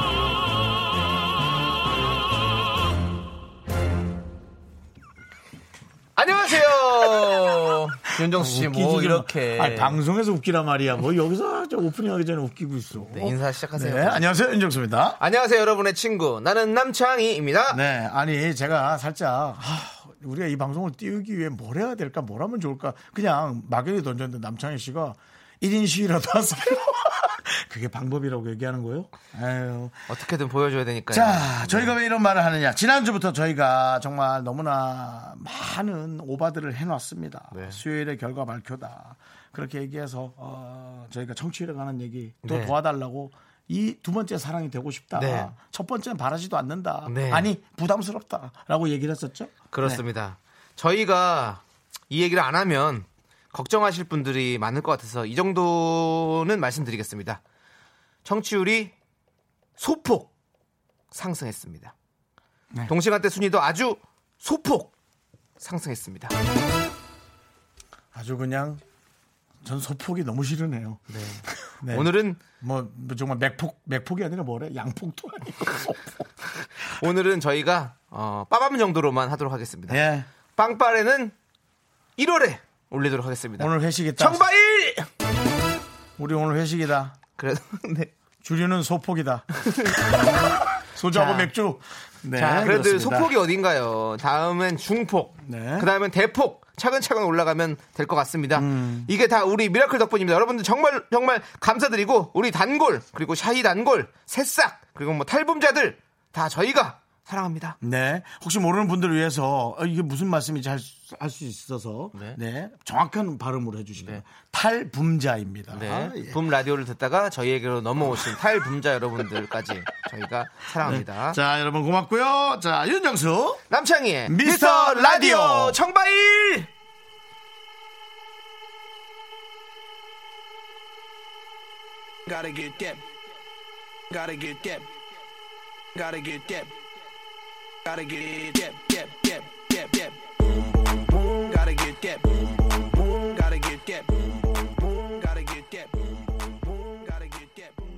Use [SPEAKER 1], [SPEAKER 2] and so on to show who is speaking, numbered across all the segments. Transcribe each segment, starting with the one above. [SPEAKER 1] 안녕하세요. 윤정수 씨,
[SPEAKER 2] 웃기지
[SPEAKER 1] 뭐
[SPEAKER 2] 좀.
[SPEAKER 1] 이렇게
[SPEAKER 2] 아니, 방송에서 웃기란 말이야. 뭐 여기서 저 오프닝하기 전에 웃기고 있어.
[SPEAKER 1] 네, 인사 시작하세요.
[SPEAKER 2] 네, 안녕하세요 윤정수입니다.
[SPEAKER 1] 안녕하세요, 여러분의 친구. 나는 남창희입니다.
[SPEAKER 2] 네, 아니 제가 살짝 아, 우리가 이 방송을 띄우기 위해 뭘 해야 될까, 뭘 하면 좋을까 그냥 막연히 던졌는데 남창희 씨가 1인 시위라도 하세요. 그게 방법이라고 얘기하는 거예요? 아유.
[SPEAKER 1] 어떻게든 보여줘야 되니까요. 네,
[SPEAKER 2] 자, 저희가 왜 이런 말을 하느냐. 지난주부터 저희가 정말 너무나 많은 오바들을 해놨습니다.
[SPEAKER 1] 네.
[SPEAKER 2] 수요일에 결과 발표다. 그렇게 얘기해서 어, 저희가 정치일에 관한 얘기 또
[SPEAKER 1] 네.
[SPEAKER 2] 도와달라고 이 두 번째 사랑이 되고 싶다.
[SPEAKER 1] 네.
[SPEAKER 2] 첫 번째는 바라지도 않는다.
[SPEAKER 1] 네.
[SPEAKER 2] 아니 부담스럽다라고 얘기를 했었죠.
[SPEAKER 1] 그렇습니다. 저희가 이 얘기를 안 하면 걱정하실 분들이 많을 것 같아서 이 정도는 말씀드리겠습니다. 청취율이 소폭 상승했습니다.
[SPEAKER 2] 네.
[SPEAKER 1] 동시간대 순위도 아주 소폭 상승했습니다.
[SPEAKER 2] 네. 아주 그냥 전 소폭이 너무 싫으네요. 네.
[SPEAKER 1] 오늘은
[SPEAKER 2] 뭐 정말 맥폭 맥폭이 아니라 뭐래 양폭도 아니고 소폭.
[SPEAKER 1] 오늘은 저희가 어, 빠밤 정도로만 하도록 하겠습니다.
[SPEAKER 2] 예.
[SPEAKER 1] 빵빠레는 1월에 올리도록 하겠습니다.
[SPEAKER 2] 오늘 회식이다.
[SPEAKER 1] 청바일.
[SPEAKER 2] 우리 오늘 회식이다.
[SPEAKER 1] 그래 네.
[SPEAKER 2] 주류는 소폭이다. 소주하고
[SPEAKER 1] 자.
[SPEAKER 2] 맥주. 네,
[SPEAKER 1] 자, 그래도
[SPEAKER 2] 그렇습니다.
[SPEAKER 1] 소폭이 어딘가요? 다음엔 중폭,
[SPEAKER 2] 네.
[SPEAKER 1] 그 다음엔 대폭, 차근차근 올라가면 될 것 같습니다.
[SPEAKER 2] 음.
[SPEAKER 1] 이게 다 우리 미라클 덕분입니다. 여러분들 정말 정말 감사드리고 우리 단골 그리고 샤이 단골, 새싹 그리고 뭐 탈북자들 다 저희가 사랑합니다.
[SPEAKER 2] 네. 혹시 모르는 분들을 위해서 어, 이게 무슨 말씀인지 할 수 있어서
[SPEAKER 1] 네.
[SPEAKER 2] 네. 정확한 발음으로 해주시면 탈붐자입니다.
[SPEAKER 1] 네,
[SPEAKER 2] 아, 예.
[SPEAKER 1] 붐 라디오를 듣다가 저희에게로 넘어오신 탈붐자 여러분들까지 저희가 사랑합니다.
[SPEAKER 2] 네. 자 여러분 고맙고요. 자 윤정수.
[SPEAKER 1] 남창희의 미스터
[SPEAKER 2] 미스터 라디오.
[SPEAKER 1] 라디오 청바일
[SPEAKER 3] Gotta get that. Gotta get that. Gotta get that. Gotta get that. That. That. That. That. Boom. Boom. Boom. Gotta get that. Boom. Boom. Boom. Gotta get that. Boom. Boom. Boom. Gotta get that. Boom. Boom. Boom. Gotta get that. Boom.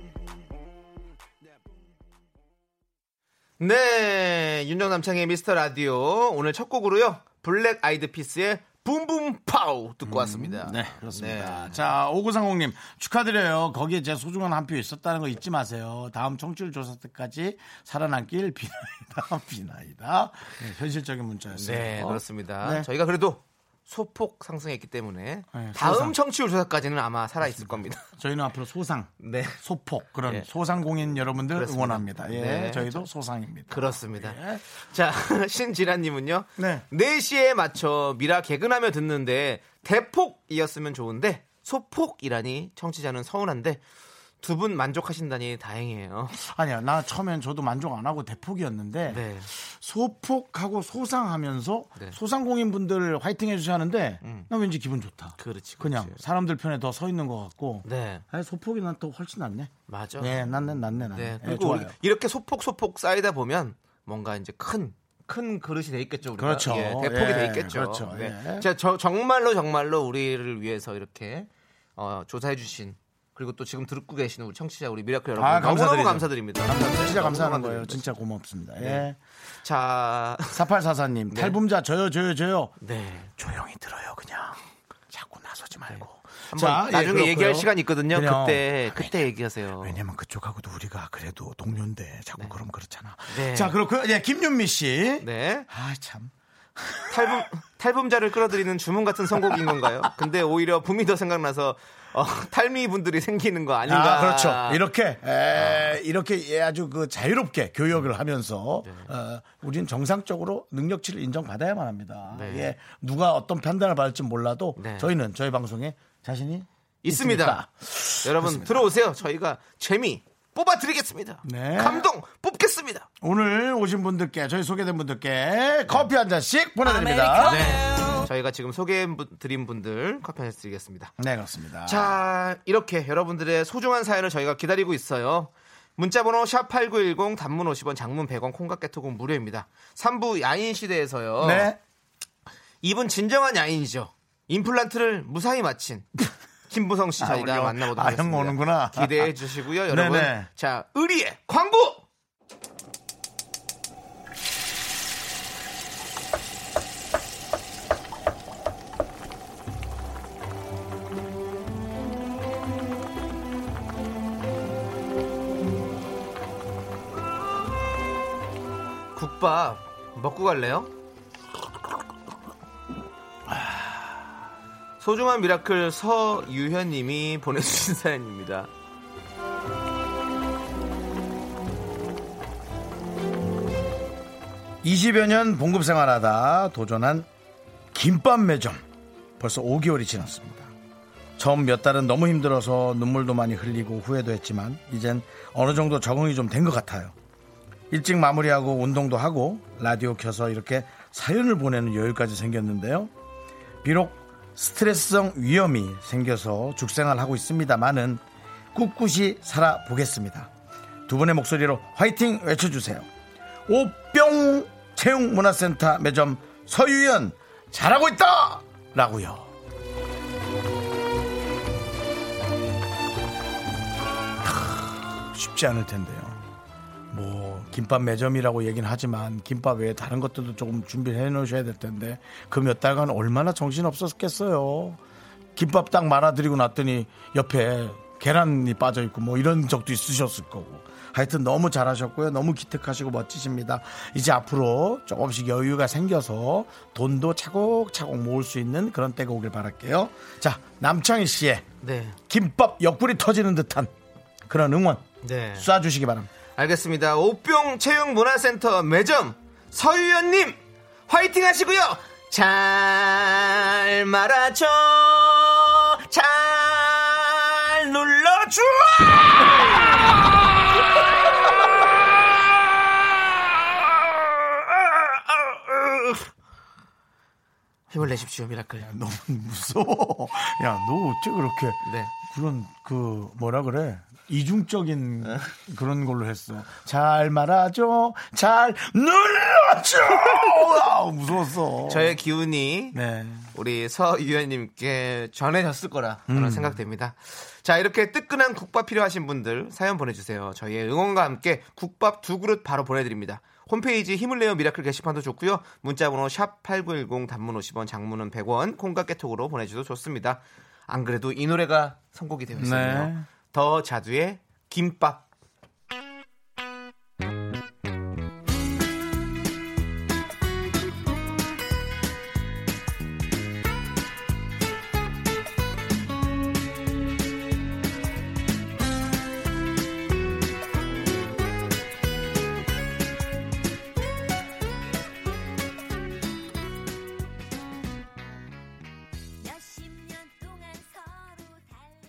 [SPEAKER 1] 네, 윤정 남창의 미스터 라디오 오늘 첫 곡으로요 블랙 아이드 피스의 붐붐 파우 듣고 왔습니다.
[SPEAKER 2] 네 그렇습니다. 자 오구상공님 축하드려요. 거기에 제 소중한 한 표 있었다는 거 잊지 마세요. 다음 청취율 조사 때까지 살아남길 비나이다 비나이다. 네, 현실적인 문자였어요.
[SPEAKER 1] 네, 그렇습니다.
[SPEAKER 2] 네.
[SPEAKER 1] 저희가 그래도 소폭 상승했기 때문에
[SPEAKER 2] 네,
[SPEAKER 1] 다음
[SPEAKER 2] 소상.
[SPEAKER 1] 청취율 조사까지는 아마 살아 있을 겁니다.
[SPEAKER 2] 저희는 앞으로 소상,
[SPEAKER 1] 네.
[SPEAKER 2] 소폭 그런
[SPEAKER 1] 예.
[SPEAKER 2] 소상공인 여러분들
[SPEAKER 1] 그렇습니다.
[SPEAKER 2] 응원합니다. 예,
[SPEAKER 1] 네.
[SPEAKER 2] 저희도 소상입니다.
[SPEAKER 1] 그렇습니다.
[SPEAKER 2] 예.
[SPEAKER 1] 자, 신지란님은요.
[SPEAKER 2] 네.
[SPEAKER 1] 4시에 맞춰 미라 개근하며 듣는데 대폭이었으면 좋은데 소폭이라니 청취자는 서운한데 두 분 만족하신다니 다행이에요.
[SPEAKER 2] 아니야, 나 처음엔 저도 만족 안 하고 대폭이었는데
[SPEAKER 1] 네.
[SPEAKER 2] 소폭하고 소상하면서
[SPEAKER 1] 네. 음.
[SPEAKER 2] 소상공인 분들 화이팅 해주시는데 나 왠지 기분 좋다.
[SPEAKER 1] 그렇지,
[SPEAKER 2] 그냥
[SPEAKER 1] 그렇지.
[SPEAKER 2] 사람들 편에 더 서 있는 것 같고.
[SPEAKER 1] 네.
[SPEAKER 2] 아니, 소폭이 난 또 훨씬 낫네.
[SPEAKER 1] 맞아.
[SPEAKER 2] 예, 낫네, 낫네, 낫네.
[SPEAKER 1] 네.
[SPEAKER 2] 예,
[SPEAKER 1] 그리고
[SPEAKER 2] 좋아요.
[SPEAKER 1] 우리 이렇게 소폭 소폭 쌓이다 보면 뭔가 이제 큰 큰 그릇이 돼 있겠죠. 우리가.
[SPEAKER 2] 그렇죠.
[SPEAKER 1] 예, 대폭이
[SPEAKER 2] 예,
[SPEAKER 1] 돼 있겠죠.
[SPEAKER 2] 그렇죠.
[SPEAKER 1] 네.
[SPEAKER 2] 예.
[SPEAKER 1] 자, 저, 정말로 정말로 우리를 위해서 이렇게 어, 조사해 주신 그리고 또 지금 듣고 계시는 우리 청취자 우리 미라클 여러분
[SPEAKER 2] 아,
[SPEAKER 1] 너무너무
[SPEAKER 2] 감사드리죠.
[SPEAKER 1] 감사드립니다.
[SPEAKER 2] 감사합니다. 진짜
[SPEAKER 1] 너무 네.
[SPEAKER 2] 감사하는 거예요.
[SPEAKER 1] 감사드립니다.
[SPEAKER 2] 진짜 고맙습니다. 예.
[SPEAKER 1] 자,
[SPEAKER 2] 4844님, 탈북자 저요, 저요, 저요.
[SPEAKER 1] 네.
[SPEAKER 2] 조용히 들어요 그냥 자꾸 나서지 말고
[SPEAKER 1] 한번 나중에
[SPEAKER 2] 네. 예,
[SPEAKER 1] 얘기할
[SPEAKER 2] 그렇고요.
[SPEAKER 1] 시간 있거든요.
[SPEAKER 2] 그냥
[SPEAKER 1] 그때 그때 얘기하세요.
[SPEAKER 2] 왜냐면 그쪽하고도 우리가 그래도 동료인데 자꾸 그럼 그렇잖아
[SPEAKER 1] 네.
[SPEAKER 2] 자 그렇고요 예, 김윤미 씨아참
[SPEAKER 1] 네. 탈북 탈북자를 끌어들이는 주문 같은 선곡인 건가요? 근데 오히려 붐이 더 생각나서 어, 탈미 분들이 생기는 거 아닌가? 아.
[SPEAKER 2] 아, 그렇죠. 이렇게, 에, 이렇게 예, 아주 그 자유롭게 교역을 하면서,
[SPEAKER 1] 네.
[SPEAKER 2] 어, 우린 정상적으로 능력치를 인정받아야만 합니다.
[SPEAKER 1] 네.
[SPEAKER 2] 예, 누가 어떤 판단을 받을지 몰라도
[SPEAKER 1] 네.
[SPEAKER 2] 저희는 저희 방송에 자신이
[SPEAKER 1] 있습니다. 여러분 들어오세요. 저희가 재미 뽑아드리겠습니다.
[SPEAKER 2] 네.
[SPEAKER 1] 감동 뽑겠습니다.
[SPEAKER 2] 오늘 오신 분들께 저희 소개된 분들께 커피 한 잔씩 보내드립니다. 네,
[SPEAKER 1] 저희가 지금 소개해드린 분들 커피 한잔 드리겠습니다.
[SPEAKER 2] 네, 그렇습니다.
[SPEAKER 1] 자, 이렇게 여러분들의 소중한 사연을 저희가 기다리고 있어요. 문자번호 샵8910 단문 50원 장문 100원 콩깍개톡은 무료입니다. 3부 야인시대에서요.
[SPEAKER 2] 네.
[SPEAKER 1] 이분 진정한 야인이죠. 임플란트를 무사히 마친 김부성 씨 저희가
[SPEAKER 2] 우리 형.
[SPEAKER 1] 만나보도록
[SPEAKER 2] 아, 형
[SPEAKER 1] 하겠습니다.
[SPEAKER 2] 오는구나.
[SPEAKER 1] 기대해 주시고요, 여러분.
[SPEAKER 2] 네네.
[SPEAKER 1] 자, 의리의 광고! 국밥 먹고 갈래요? 아, 소중한 미라클 서유현님이 보내주신 사연입니다.
[SPEAKER 2] 이십여년 봉급 생활하다 도전한 김밥 매점. 벌써 5개월이 지났습니다. 처음 몇 달은 너무 힘들어서 눈물도 많이 흘리고 후회도 했지만 이젠 어느 정도 적응이 좀 된 것 같아요. 일찍 마무리하고 운동도 하고 라디오 켜서 이렇게 사연을 보내는 여유까지 생겼는데요. 비록 스트레스성 위험이 생겨서 죽생활 하고 있습니다만은 꿋꿋이 살아보겠습니다. 두 분의 목소리로 화이팅 외쳐주세요. 오뿅 채용문화센터 매점 서유연 잘하고 있다 라고요. 크, 쉽지 않을 텐데요. 뭐 김밥 매점이라고 얘기는 하지만 김밥 외에 다른 것들도 조금 준비해 놓으셔야 될 텐데 그 몇 달간 얼마나 정신 없었겠어요. 김밥 딱 말아드리고 났더니 옆에 계란이 빠져있고 뭐 이런 적도 있으셨을 거고 하여튼 너무 잘하셨고요 너무 기특하시고 멋지십니다 이제 앞으로 조금씩 여유가 생겨서 돈도 차곡차곡 모을 수 있는 그런 때가 오길 바랄게요 자 남창희 씨의
[SPEAKER 1] 네.
[SPEAKER 2] 김밥 옆구리 터지는 듯한 그런 응원
[SPEAKER 1] 네.
[SPEAKER 2] 쏴주시기 바랍니다
[SPEAKER 1] 알겠습니다. 오뿅 채용문화센터 매점 서유연님 화이팅 하시고요. 잘 말아줘. 잘 눌러줘. 힘을 내십시오, 미라클.
[SPEAKER 2] 너무 무서워 야 너 어째 그렇게
[SPEAKER 1] 네.
[SPEAKER 2] 그런 그 뭐라 그래 이중적인
[SPEAKER 1] 네.
[SPEAKER 2] 그런 걸로 했어. 잘 말아줘, 잘 눌러줘. 아 무서웠어.
[SPEAKER 1] 저의 기운이
[SPEAKER 2] 네.
[SPEAKER 1] 우리 서유현님께 전해졌을 거라
[SPEAKER 2] 음.
[SPEAKER 1] 그런 생각됩니다. 자 이렇게 뜨끈한 국밥 필요하신 분들 사연 보내주세요. 저희의 응원과 함께 국밥 두 그릇 바로 보내드립니다. 홈페이지 힘을 내요 미라클 게시판도 좋고요. 문자번호 샵 #8910 단문 50원, 장문은 100원, 콩과 깨톡으로 보내주셔도 좋습니다. 안 그래도 이 노래가 선곡이 되어 있어요.
[SPEAKER 2] 네.
[SPEAKER 1] 더 자두의 김밥.
[SPEAKER 4] 몇십 년 동안 서로 달리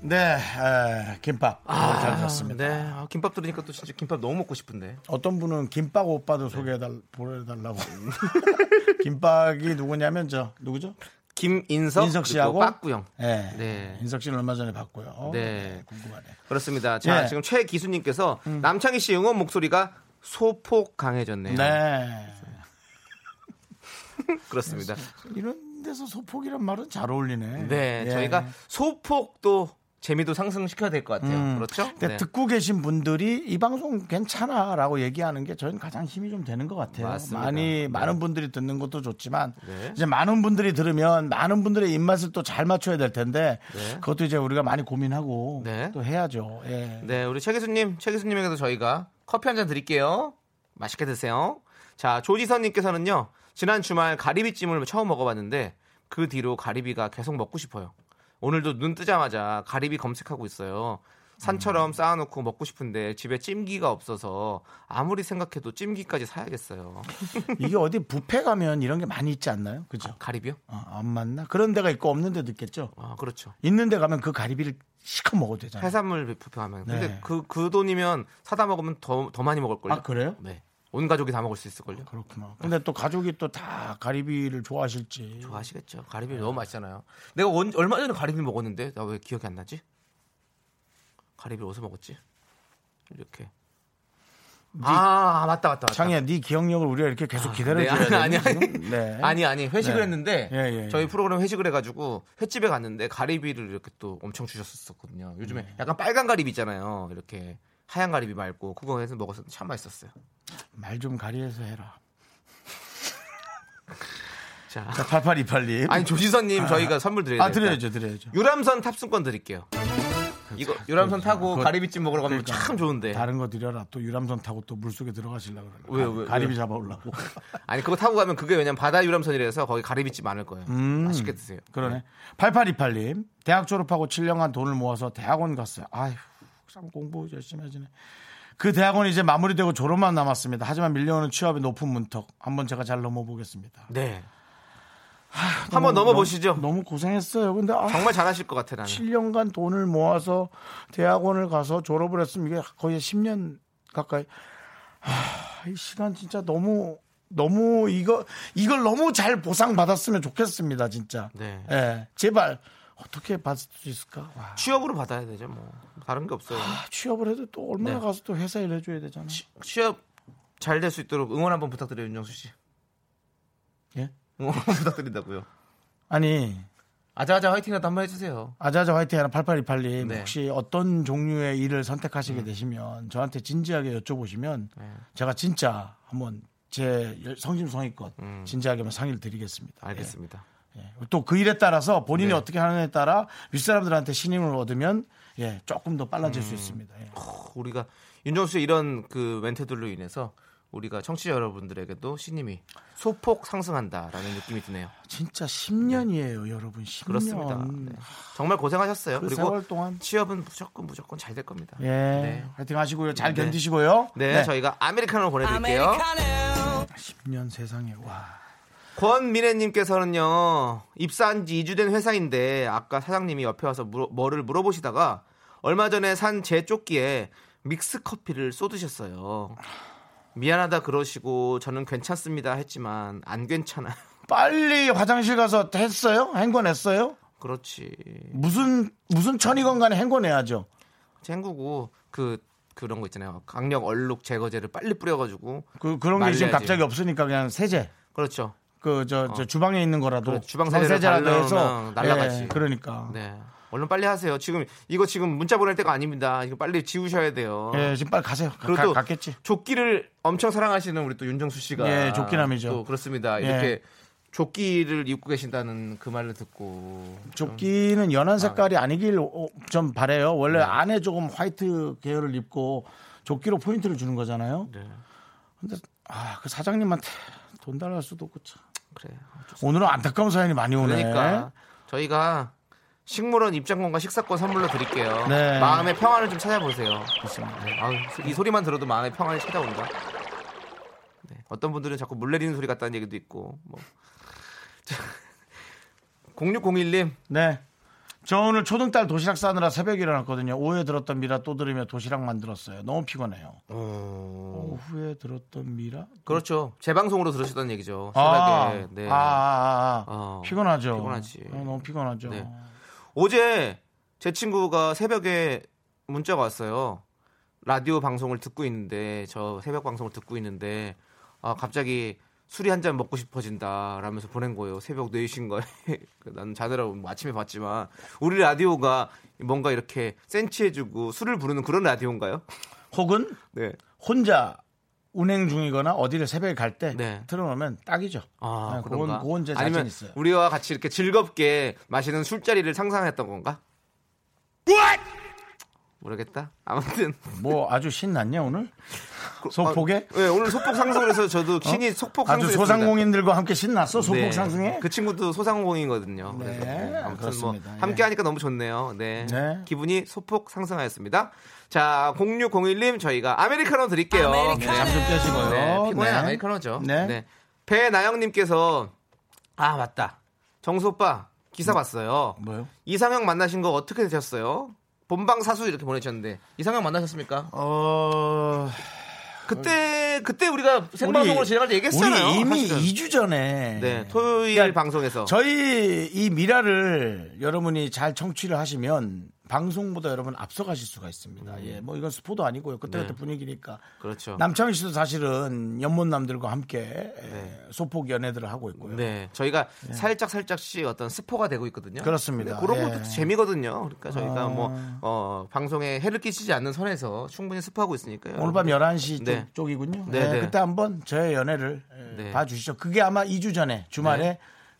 [SPEAKER 4] 살아온
[SPEAKER 2] 네, 에, 김밥. 잘 들었습니다.
[SPEAKER 1] 아, 네, 아, 김밥 들으니까 또 진짜 김밥 너무 먹고 싶은데.
[SPEAKER 2] 어떤 분은 김밥
[SPEAKER 1] 네.
[SPEAKER 2] 오빠도 소개해달, 보내달라고. 김밥이 누구냐면 저, 누구죠?
[SPEAKER 1] 김인석, 그리고
[SPEAKER 2] 인석 씨하고.
[SPEAKER 1] 빠꾸형.
[SPEAKER 2] 네.
[SPEAKER 1] 네.
[SPEAKER 2] 인석 씨는 얼마 전에 봤고요.
[SPEAKER 1] 네.
[SPEAKER 2] 궁금하네.
[SPEAKER 1] 그렇습니다. 자,
[SPEAKER 2] 예.
[SPEAKER 1] 지금 최기수님께서 남창희 씨 응원 목소리가 소폭 강해졌네요.
[SPEAKER 2] 네.
[SPEAKER 1] 그렇습니다.
[SPEAKER 2] 이런 데서 소폭이란 말은 잘 어울리네.
[SPEAKER 1] 네,
[SPEAKER 2] 예.
[SPEAKER 1] 저희가 소폭도 재미도 상승시켜야 될 것 같아요. 그렇죠?
[SPEAKER 2] 근데
[SPEAKER 1] 네.
[SPEAKER 2] 듣고 계신 분들이 이 방송 괜찮아라고 얘기하는 게 저희는 가장 힘이 좀 되는 것 같아요.
[SPEAKER 1] 맞습니다.
[SPEAKER 2] 많이
[SPEAKER 1] 네.
[SPEAKER 2] 많은 분들이 듣는 것도 좋지만
[SPEAKER 1] 네.
[SPEAKER 2] 이제 많은 분들이 들으면 많은 분들의 입맛을 또 잘 맞춰야 될 텐데
[SPEAKER 1] 네.
[SPEAKER 2] 그것도 이제 우리가 많이 고민하고
[SPEAKER 1] 네.
[SPEAKER 2] 또 해야죠. 예.
[SPEAKER 1] 네, 우리 최기수님, 최기수님에게도 저희가 커피 한 잔 드릴게요. 맛있게 드세요. 자, 조지선님께서는요, 지난 주말 가리비찜을 처음 먹어봤는데, 그 뒤로 가리비가 계속 먹고 싶어요. 오늘도 눈 뜨자마자 가리비 검색하고 있어요. 산처럼 쌓아놓고 먹고 싶은데 집에 찜기가 없어서 아무리 생각해도 찜기까지 사야겠어요.
[SPEAKER 2] 이게 어디 뷔페 가면 이런 게 많이 있지 않나요? 그죠?
[SPEAKER 1] 가리비요?
[SPEAKER 2] 어, 안 맞나? 그런 데가 있고 없는 데도 있겠죠.
[SPEAKER 1] 아 그렇죠.
[SPEAKER 2] 있는 데 가면 그 가리비를 시커 먹어도 되잖아요.
[SPEAKER 1] 해산물 부표하면 근데
[SPEAKER 2] 네.
[SPEAKER 1] 그 그 돈이면 사다 먹으면 더 더 많이 먹을 걸요.
[SPEAKER 2] 아, 그래요?
[SPEAKER 1] 네. 온 가족이 다 먹을 수 있을 걸요.
[SPEAKER 2] 그렇구나. 근데 또 가족이 또 다 가리비를 좋아하실지.
[SPEAKER 1] 좋아하시겠죠. 가리비
[SPEAKER 2] 네.
[SPEAKER 1] 너무 맛있잖아요. 내가 언- 얼마 전에 가리비 먹었는데 나 왜 기억이 안 나지? 가리비 어디서 먹었지? 이렇게. 아 맞다 맞다 맞다.
[SPEAKER 2] 창희야, 네 기억력을 우리가 이렇게 계속
[SPEAKER 1] 네,
[SPEAKER 2] 기다려줘야
[SPEAKER 1] 아니 아니
[SPEAKER 2] 돼.
[SPEAKER 1] 아니.
[SPEAKER 2] 네.
[SPEAKER 1] 아니 아니 회식을
[SPEAKER 2] 네.
[SPEAKER 1] 했는데
[SPEAKER 2] 예, 예, 예.
[SPEAKER 1] 저희 프로그램 회식을 해가지고 횟집에 갔는데 가리비를 이렇게 또 엄청 주셨었거든요. 요즘에
[SPEAKER 2] 네.
[SPEAKER 1] 약간 빨간 가리비 있잖아요. 이렇게 하얀 가리비 말고 그거 해서 먹었을 때 참 맛있었어요.
[SPEAKER 2] 말 좀 가리해서 해라.
[SPEAKER 1] 자
[SPEAKER 2] 자, 88282.
[SPEAKER 1] 아니 그러니까. 조지선님 저희가 선물 드려야
[SPEAKER 2] 아,
[SPEAKER 1] 되니까.
[SPEAKER 2] 드려야죠, 드려야죠.
[SPEAKER 1] 유람선 탑승권 드릴게요. 이거 유람선 타고
[SPEAKER 2] 그거-
[SPEAKER 1] 가리비찜 먹으러 가면
[SPEAKER 2] 그러니까.
[SPEAKER 1] 참 좋은데.
[SPEAKER 2] 다른 거 드려라. 또 유람선 타고 또 물속에 들어가시려고 그러네.
[SPEAKER 1] 예. 왜요,
[SPEAKER 2] 가-
[SPEAKER 1] 왜요?
[SPEAKER 2] 가리비
[SPEAKER 1] 왜요?
[SPEAKER 2] 잡아오려고.
[SPEAKER 1] 아니 그거 타고 가면 그게 왜냐면 바다 유람선이라서 거기 가리비찜 많을 거예요. 맛있게 드세요.
[SPEAKER 2] 그러네. 8828님. 대학 졸업하고 7년간 돈을 모아서 대학원 갔어요. 아휴, 참 공부 열심히 하시네. 그 대학원 이제 마무리되고 졸업만 남았습니다. 하지만 밀려오는 취업의 높은 문턱. 한번 제가 잘 넘어보겠습니다.
[SPEAKER 1] 네. 한번 넘어보시죠.
[SPEAKER 2] 너무 고생했어요. 근데 아,
[SPEAKER 1] 정말 잘하실 것 같아 나는.
[SPEAKER 2] 7년간 돈을 모아서 대학원을 가서 졸업을 했으면 이게 거의 10년 가까이 하, 이 시간 진짜 너무 너무 이거 이걸 너무 잘 보상받았으면 좋겠습니다 진짜
[SPEAKER 1] 네.
[SPEAKER 2] 예, 제발 어떻게 받을 수 있을까 와,
[SPEAKER 1] 취업으로 받아야 되죠 뭐 다른 게 없어요.
[SPEAKER 2] 취업을 해도 또 얼마나
[SPEAKER 1] 네.
[SPEAKER 2] 가서 또 회사 일 해줘야 되잖아
[SPEAKER 1] 취업 잘 될 수 있도록 응원 한번 부탁드려요 윤정수 씨.
[SPEAKER 2] 예?
[SPEAKER 1] 응원 한번 부탁드린다고요.
[SPEAKER 2] 아니
[SPEAKER 1] 아자아자 화이팅이라도 한번 해주세요.
[SPEAKER 2] 아자아자 화이팅 하는 8828님
[SPEAKER 1] 네. 음.
[SPEAKER 2] 혹시 어떤 종류의 일을 선택하시게 되시면 저한테 진지하게 여쭤보시면
[SPEAKER 1] 네.
[SPEAKER 2] 제가 진짜 한번 제 열- 성심성의껏 진지하게 한번 상의를 드리겠습니다.
[SPEAKER 1] 음. 알겠습니다. 네.
[SPEAKER 2] 또 그 일에 따라서 본인이 어떻게 하느냐에 따라 윗사람들한테 신임을 얻으면 예, 조금 더 빨라질
[SPEAKER 1] 음.
[SPEAKER 2] 수 있습니다. 예.
[SPEAKER 1] 우리가 윤정수 씨 이런 그 멘트들로 인해서 우리가 청취자 여러분들에게도 신임이 소폭 상승한다라는 느낌이 드네요.
[SPEAKER 2] 진짜 10년이에요, 여러분. 10년.
[SPEAKER 1] 네. 그렇습니다. 네. 정말 고생하셨어요.
[SPEAKER 2] 그
[SPEAKER 1] 그리고
[SPEAKER 2] 세월 동안
[SPEAKER 1] 취업은 무조건 무조건 잘 될 겁니다.
[SPEAKER 2] 예.
[SPEAKER 1] 네.
[SPEAKER 2] 화이팅 하시고요. 잘
[SPEAKER 1] 네.
[SPEAKER 2] 견디시고요.
[SPEAKER 1] 네, 저희가 아메리카노 보내드릴게요.
[SPEAKER 2] 10년 세상에 와.
[SPEAKER 1] 권미래님께서는요 입사한 지 2주 된 회사인데 아까 사장님이 옆에 와서 물어- 뭐를 물어보시다가 얼마 전에 산 제 조끼에 믹스 커피를 쏟으셨어요. 미안하다 그러시고 저는 괜찮습니다 했지만 안 괜찮아.
[SPEAKER 2] 빨리 화장실 가서 했어요? 행건했어요?
[SPEAKER 1] 그렇지.
[SPEAKER 2] 무슨 무슨 천이건 간에 행건해야죠.
[SPEAKER 1] 쟁구고 그 그런 거 있잖아요. 강력 얼룩 제거제를 빨리 뿌려가지고
[SPEAKER 2] 그 그런 게 지금
[SPEAKER 1] 말려야지.
[SPEAKER 2] 갑자기 없으니까 그냥 세제.
[SPEAKER 1] 그렇죠.
[SPEAKER 2] 그 저 저 주방에 있는 거라도
[SPEAKER 1] 그래, 주방 세제를
[SPEAKER 2] 세제라도 해서
[SPEAKER 1] 발라놓으면 날라가지.
[SPEAKER 2] 예, 그러니까.
[SPEAKER 1] 네. 얼른 빨리 하세요. 지금 이거 지금 문자 보낼 때가 아닙니다. 이거 빨리 지우셔야 돼요.
[SPEAKER 2] 예, 지금 빨리 가세요. 가,
[SPEAKER 1] 그리고 또
[SPEAKER 2] 가- 갔겠지.
[SPEAKER 1] 조끼를 엄청 사랑하시는 우리 또 윤정수 씨가
[SPEAKER 2] 예, 조끼남이죠.
[SPEAKER 1] 또 그렇습니다.
[SPEAKER 2] 예.
[SPEAKER 1] 이렇게 조끼를 입고 계신다는 그 말을 듣고
[SPEAKER 2] 조끼는 연한 색깔이 아니길 어, 좀 바래요. 원래
[SPEAKER 1] 네.
[SPEAKER 2] 안에 조금 화이트 계열을 입고 조끼로 포인트를 주는 거잖아요.
[SPEAKER 1] 네.
[SPEAKER 2] 근데 아, 그 사장님한테 돈 달랄 수도 없고 참.
[SPEAKER 1] 그래.
[SPEAKER 2] 오늘은 안타까운 사연이 많이 오네.
[SPEAKER 1] 그러니까 저희가 식물원 입장권과 식사권 선물로 드릴게요.
[SPEAKER 2] 네.
[SPEAKER 1] 마음의 평안을 좀 찾아보세요.
[SPEAKER 2] 그렇습니다. 네.
[SPEAKER 1] 아유, 이 소리만 들어도 마음의 평안이 찾아온다. 네, 어떤 분들은 자꾸 물 내리는 소리 같다는 얘기도 있고 뭐. 자, 0601님
[SPEAKER 2] 네. 저 오늘 초등딸 도시락 싸느라 새벽에 일어났거든요. 오후에 들었던 미라 또 들으며 도시락 만들었어요. 너무 피곤해요.
[SPEAKER 1] 어.
[SPEAKER 2] 오후에 들었던 미라?
[SPEAKER 1] 그렇죠 재방송으로 들으셨다는 얘기죠
[SPEAKER 2] 아,
[SPEAKER 1] 새벽에 네.
[SPEAKER 2] 아, 아, 아.
[SPEAKER 1] 어,
[SPEAKER 2] 피곤하죠.
[SPEAKER 1] 피곤하지.
[SPEAKER 2] 어, 너무 피곤하죠.
[SPEAKER 1] 네. 어제 제 친구가 새벽에 문자가 왔어요 라디오 방송을 듣고 있는데 저 새벽 방송을 듣고 있는데 아 갑자기 술이 한 잔 먹고 싶어진다 라면서 보낸 거예요 새벽 4시인 거예요 나는 자느라고 뭐 아침에 봤지만 우리 라디오가 뭔가 이렇게 센치해주고 술을 부르는 그런 라디오인가요?
[SPEAKER 2] 혹은
[SPEAKER 1] 네.
[SPEAKER 2] 혼자 운행 중이거나 어디를 새벽에 갈 때
[SPEAKER 1] 네.
[SPEAKER 2] 틀어놓으면 딱이죠.
[SPEAKER 1] 아,
[SPEAKER 2] 네,
[SPEAKER 1] 그런가?
[SPEAKER 2] 그건, 그건 제
[SPEAKER 1] 아니면
[SPEAKER 2] 자신 있어요.
[SPEAKER 1] 우리와 같이 이렇게 즐겁게 마시는 술자리를 상상했던 건가? 모르겠다. 아무튼
[SPEAKER 2] 뭐 아주 신났냐 오늘? 소폭에?
[SPEAKER 1] 아, 네, 오늘 소폭 상승을 해서 저도 신이 소폭
[SPEAKER 2] 어? 아주
[SPEAKER 1] 상승.
[SPEAKER 2] 소상공인들과 함께 신났어 소폭 상승에.
[SPEAKER 1] 그 친구도 소상공인이거든요. 그래서
[SPEAKER 2] 네,
[SPEAKER 1] 네, 아무튼
[SPEAKER 2] 그렇습니다.
[SPEAKER 1] 뭐
[SPEAKER 2] 예.
[SPEAKER 1] 함께 하니까 너무 좋네요. 네.
[SPEAKER 2] 네.
[SPEAKER 1] 기분이 소폭 상승하였습니다. 자, 0601님 저희가 아메리카노 드릴게요.
[SPEAKER 2] 잠 좀 깨시고요.
[SPEAKER 1] 네, 피곤해
[SPEAKER 2] 네.
[SPEAKER 1] 아메리카노죠.
[SPEAKER 2] 네.
[SPEAKER 1] 네. 배나영님께서 아 맞다. 정수 오빠 기사 봤어요.
[SPEAKER 2] 뭐요?
[SPEAKER 1] 이상형 만나신 거 어떻게 되셨어요? 본방 사수 이렇게 보내주셨는데 이상형 만나셨습니까?
[SPEAKER 2] 어,
[SPEAKER 1] 그때 그때 우리가 생방송으로
[SPEAKER 2] 우리-
[SPEAKER 1] 진행할 때 얘기했잖아요.
[SPEAKER 2] 우리 이미
[SPEAKER 1] 사실은.
[SPEAKER 2] 2주 전에
[SPEAKER 1] 네 토요일
[SPEAKER 2] 그러니까
[SPEAKER 1] 방송에서
[SPEAKER 2] 저희 이 미라를 여러분이 잘 청취를 하시면 방송보다 여러분 앞서가실 수가 있습니다. 예, 뭐 이건 스포도 아니고요. 그때그때
[SPEAKER 1] 음. 네.
[SPEAKER 2] 분위기니까.
[SPEAKER 1] 그렇죠.
[SPEAKER 2] 남창희 씨도 사실은 연못남들과 함께 예, 소폭 연애들을 하고 있고요.
[SPEAKER 1] 네 저희가 살짝 살짝씩 어떤 스포가 되고 있거든요.
[SPEAKER 2] 그렇습니다.
[SPEAKER 1] 네, 그런
[SPEAKER 2] 예.
[SPEAKER 1] 것도 재미거든요. 그러니까 저희가
[SPEAKER 2] 아.
[SPEAKER 1] 뭐 어, 방송에 해를 끼치지 않는 선에서 충분히 스포하고 있으니까요.
[SPEAKER 2] 오늘 밤 11시
[SPEAKER 1] 네.
[SPEAKER 2] 쪽, 이군요 예,
[SPEAKER 1] 네, 네.
[SPEAKER 2] 그때 한번 저의 연애를 예,
[SPEAKER 1] 네.
[SPEAKER 2] 봐주시죠. 그게 아마 2주 전에 주말에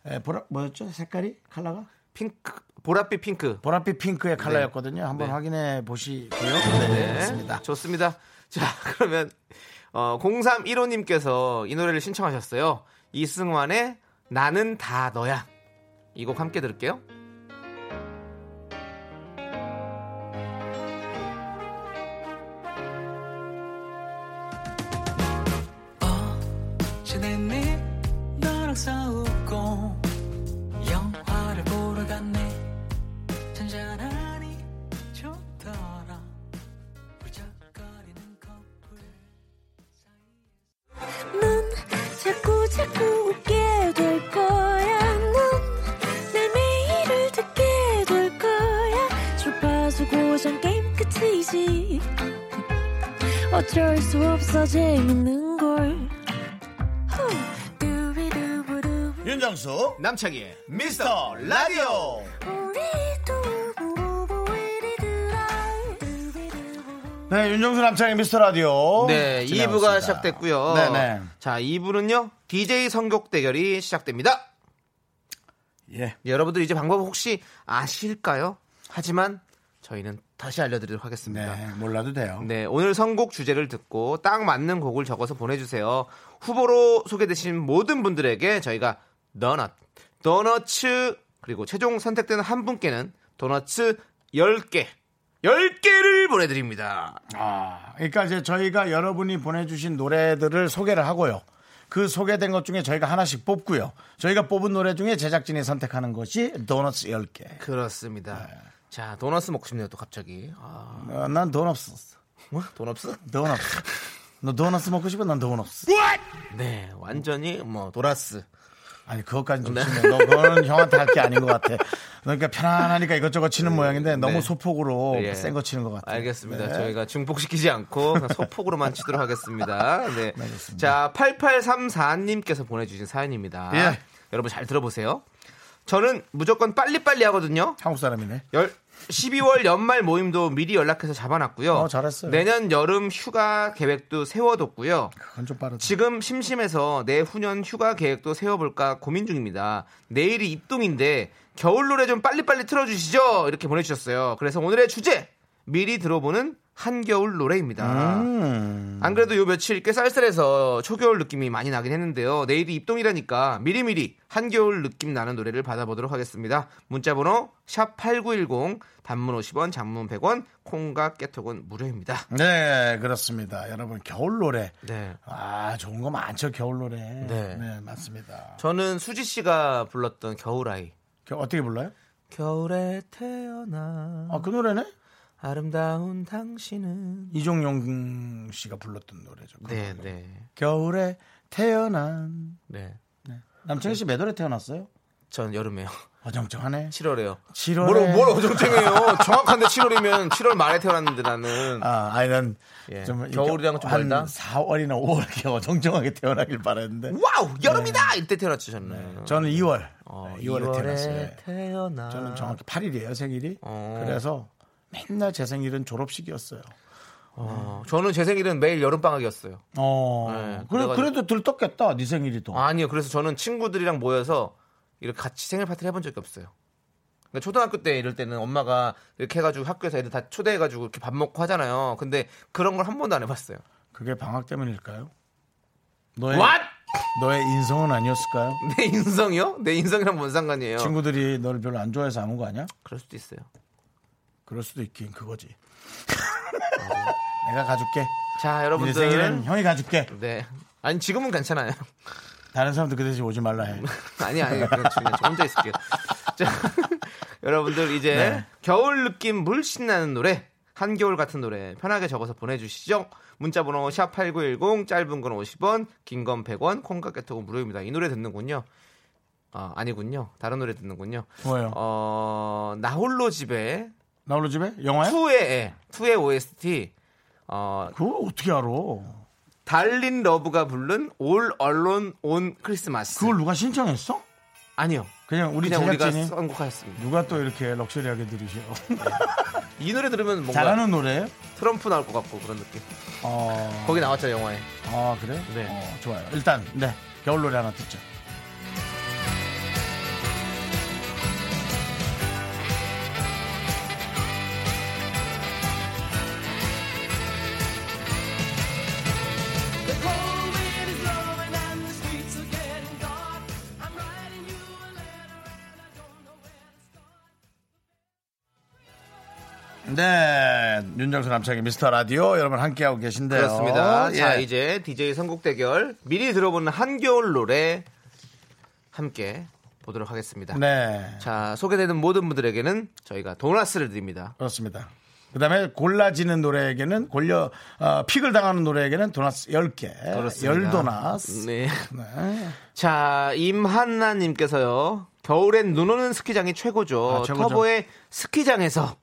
[SPEAKER 2] 예, 보라, 뭐였죠? 색깔이? 컬러가?
[SPEAKER 1] 핑크 보랏빛 핑크
[SPEAKER 2] 보랏빛 핑크의 컬러였거든요. 한번
[SPEAKER 1] 네.
[SPEAKER 2] 확인해 보시고요. 네, 네. 그렇습니다.
[SPEAKER 1] 좋습니다. 자, 그러면 어, 0315님께서 이 노래를 신청하셨어요. 이승환의 나는 다 너야. 이 곡 함께 들을게요.
[SPEAKER 5] 지냈니 너랑 싸우고 영화를 보러 갔네 잔잔하니 좋더라 울적거리는 커플
[SPEAKER 4] 넌 자꾸 자꾸 웃게 될 거야. 넌내 매일을 듣게 될 거야. 주파수 고정 게임 끝이지. 어쩔 수 없어 재밌는 걸. 후. 두비두부두.
[SPEAKER 2] 윤정수
[SPEAKER 1] 남창희의
[SPEAKER 2] 미스터 라디오
[SPEAKER 4] 우리 두부부부 우리 두라. 두비두부부.
[SPEAKER 2] 네 윤정수 남창의 미스터 라디오
[SPEAKER 1] 네, 2부가 시작됐고요.
[SPEAKER 2] 어, 네네
[SPEAKER 1] 자, 2부는요. DJ 선곡 대결이 시작됩니다.
[SPEAKER 2] 예.
[SPEAKER 1] 여러분들 이제 방법 혹시 아실까요? 하지만 저희는 다시 알려드리도록 하겠습니다.
[SPEAKER 2] 네 몰라도 돼요
[SPEAKER 1] 네, 오늘 선곡 주제를 듣고 딱 맞는 곡을 적어서 보내주세요. 후보로 소개되신 모든 분들에게 저희가 도넛, 도너츠, 그리고 최종 선택된 한 분께는 도너츠 10개, 10개를 보내드립니다.
[SPEAKER 2] 아, 그러니까 이제 저희가 여러분이 보내주신 노래들을 소개를 하고요 그 소개된 것 중에 저희가 하나씩 뽑고요 저희가 뽑은 노래 중에 제작진이 선택하는 것이 도넛 10개
[SPEAKER 1] 그렇습니다. 자, 도넛 먹고 싶네요, 또 갑자기. 아,
[SPEAKER 2] 어, 난 도넛 없어
[SPEAKER 1] 뭐? 도넛스?
[SPEAKER 2] 도넛 너 도넛 먹고 싶어? 난 도넛 없어
[SPEAKER 1] 네, 완전히 뭐, 도라스.
[SPEAKER 2] 아니 그것까지
[SPEAKER 1] 네.
[SPEAKER 2] 좀 치면 너 그거는 형한테 할 게 아닌 것 같아. 그러니까 편안하니까 이것저것 치는 모양인데 너무
[SPEAKER 1] 네.
[SPEAKER 2] 소폭으로
[SPEAKER 1] 예.
[SPEAKER 2] 센 어, 거 치는 것 같아.
[SPEAKER 1] 알겠습니다.
[SPEAKER 2] 네.
[SPEAKER 1] 저희가 중복시키지 않고 그냥 소폭으로만 치도록 하겠습니다. 네. 자, 8834님께서 보내주신 사연입니다.
[SPEAKER 2] 예.
[SPEAKER 1] 여러분 잘 들어보세요. 저는 무조건 빨리빨리 하거든요.
[SPEAKER 2] 한국 사람이네.
[SPEAKER 1] 열, 12월 연말 모임도 미리 연락해서 잡아놨고요.
[SPEAKER 2] 어, 잘했어요.
[SPEAKER 1] 내년 여름 휴가 계획도 세워뒀고요.
[SPEAKER 2] 그건 좀 빠르다.
[SPEAKER 1] 지금 심심해서 내후년 휴가 계획도 세워볼까 고민 중입니다. 내일이 입동인데 겨울 노래 좀 빨리빨리 틀어주시죠. 이렇게 보내주셨어요. 그래서 오늘의 주제 미리 들어보는 한겨울
[SPEAKER 2] 아.
[SPEAKER 1] 노래입니다.
[SPEAKER 2] 음.
[SPEAKER 1] 안 그래도 요 며칠 꽤 쌀쌀해서 초겨울 느낌이 많이 나긴 했는데요. 내일이 입동이라니까 미리미리 한겨울 느낌 나는 노래를 받아보도록 하겠습니다. 문자번호 샵 #8910 단문 50원, 장문 100원, 콩과 깨톡은 무료입니다.
[SPEAKER 2] 네 그렇습니다. 여러분 겨울 노래.
[SPEAKER 1] 네.
[SPEAKER 2] 아 좋은 거 많죠 겨울 노래. 네,
[SPEAKER 1] 네.
[SPEAKER 2] 맞습니다.
[SPEAKER 1] 저는 수지 씨가 불렀던 겨울아이
[SPEAKER 2] 겨- 어떻게 불러요?
[SPEAKER 1] 겨울에 태어나
[SPEAKER 2] 아 그 노래네?
[SPEAKER 1] 아름다운 당신은
[SPEAKER 2] 이종용 씨가 불렀던 노래죠. 그
[SPEAKER 1] 네,
[SPEAKER 2] 노래.
[SPEAKER 1] 네.
[SPEAKER 2] 겨울에 태어난
[SPEAKER 1] 네.
[SPEAKER 2] 남창희 씨몇 월에 태어났어요?
[SPEAKER 1] 전 여름에요.
[SPEAKER 2] 어정쩡하네.
[SPEAKER 1] 7월에요.
[SPEAKER 2] 7월에.
[SPEAKER 1] 뭘, 뭘 어정쩡해요. 정확한데 7월이면 7월 말에 태어났는데 나는
[SPEAKER 2] 아, 아니 난좀
[SPEAKER 1] 예. 겨울이랑은 좀
[SPEAKER 2] 한
[SPEAKER 1] 멀다?
[SPEAKER 2] 4월이나 5월 이렇게 어정쩡하게 태어나길 바랬는데.
[SPEAKER 1] 와우 여름이다 이때 태어났죠 저는.
[SPEAKER 2] 저는 2월.
[SPEAKER 1] 어,
[SPEAKER 2] 2월에,
[SPEAKER 1] 2월에
[SPEAKER 2] 태어났어요. 예.
[SPEAKER 1] 태어나.
[SPEAKER 2] 저는 정확히 8일이에요, 생일이.
[SPEAKER 1] 어.
[SPEAKER 2] 그래서 맨날 제 생일은 졸업식이었어요.
[SPEAKER 1] 어, 저는 제 생일은 매일 여름 방학이었어요.
[SPEAKER 2] 어.
[SPEAKER 1] 네,
[SPEAKER 2] 그래,
[SPEAKER 1] 그래가지고-
[SPEAKER 2] 그래도 들떴겠다, 네 생일이 더.
[SPEAKER 1] 아니요. 그래서 저는 친구들이랑 모여서 이렇게 같이 생일 파티를 해본 적이 없어요. 그러니까 초등학교 때 이럴 때는 엄마가 이렇게 해가지고 학교에서 애들 다 초대해가지고 이렇게 밥 먹고 하잖아요. 근데 그런 걸 한 번도 안 해봤어요.
[SPEAKER 2] 그게 방학 때문일까요? 너의
[SPEAKER 1] What?
[SPEAKER 2] 너의 인성은 아니었을까요?
[SPEAKER 1] 내 인성이요? 내 인성이랑 뭔 상관이에요?
[SPEAKER 2] 친구들이 너를 별로 안 좋아해서 아무 거 아니야?
[SPEAKER 1] 그럴 수도 있어요.
[SPEAKER 2] 그럴 수도 있긴 그거지. 내가 가줄게.
[SPEAKER 1] 자,
[SPEAKER 2] 내
[SPEAKER 1] 여러분들.
[SPEAKER 2] 생일은 형이 가줄게.
[SPEAKER 1] 네. 아니 지금은 괜찮아요.
[SPEAKER 2] 다른 사람도 그 대신 오지 말라 해.
[SPEAKER 1] 아니 아니 그냥 저- 그냥 저 혼자 있을게요. 자, 여러분들 이제
[SPEAKER 2] 네.
[SPEAKER 1] 겨울 느낌 물씬 나는 노래 한겨울 같은 노래 편하게 적어서 보내주시죠. 문자번호 샵8910 짧은 건 50원 긴 건 100원 콩깍개톡은 무료입니다. 이 노래 듣는군요. 아 아니군요. 다른 노래 듣는군요.
[SPEAKER 2] 뭐예요?
[SPEAKER 1] 어 나홀로 집에
[SPEAKER 2] 나홀로 집에? 영화야?
[SPEAKER 1] 투의 투의 OST 어
[SPEAKER 2] 그거 어떻게 알아?
[SPEAKER 1] 달린 러브가 부른 All Alone on Christmas.
[SPEAKER 2] 그걸 누가 신청했어?
[SPEAKER 1] 아니요.
[SPEAKER 2] 그냥 우리
[SPEAKER 1] 그냥 우리가
[SPEAKER 2] 제작진이
[SPEAKER 1] 선곡하였습니다.
[SPEAKER 2] 누가 또 이렇게 럭셔리하게 들으셔.
[SPEAKER 1] 이 노래 들으면 뭔가
[SPEAKER 2] 잘하는 노래?
[SPEAKER 1] 트럼프 나올 것 같고 그런 느낌.
[SPEAKER 2] 어.
[SPEAKER 1] 거기 나왔죠 영화에.
[SPEAKER 2] 아 그래?
[SPEAKER 1] 네.
[SPEAKER 2] 어, 좋아요. 일단 네 겨울 노래 하나 듣죠. 네, 윤정수 남창의 미스터 라디오 여러분 함께하고 계신데요.
[SPEAKER 1] 그렇습니다. 자
[SPEAKER 2] 예.
[SPEAKER 1] 이제 DJ 선곡 대결 미리 들어보는 한겨울 노래 함께 보도록 하겠습니다.
[SPEAKER 2] 네,
[SPEAKER 1] 자 소개되는 모든 분들에게는 저희가 도넛을 드립니다.
[SPEAKER 2] 그렇습니다. 그다음에 골라지는 노래에게는 골려 어, 픽을 당하는 노래에게는 도넛 10개,
[SPEAKER 1] 그렇습니다.
[SPEAKER 2] 10도넛.
[SPEAKER 1] 네.
[SPEAKER 2] 네.
[SPEAKER 1] 자 임한나님께서요. 겨울엔 눈 오는 스키장이 최고죠.
[SPEAKER 2] 아, 최고죠.
[SPEAKER 1] 터보의 스키장에서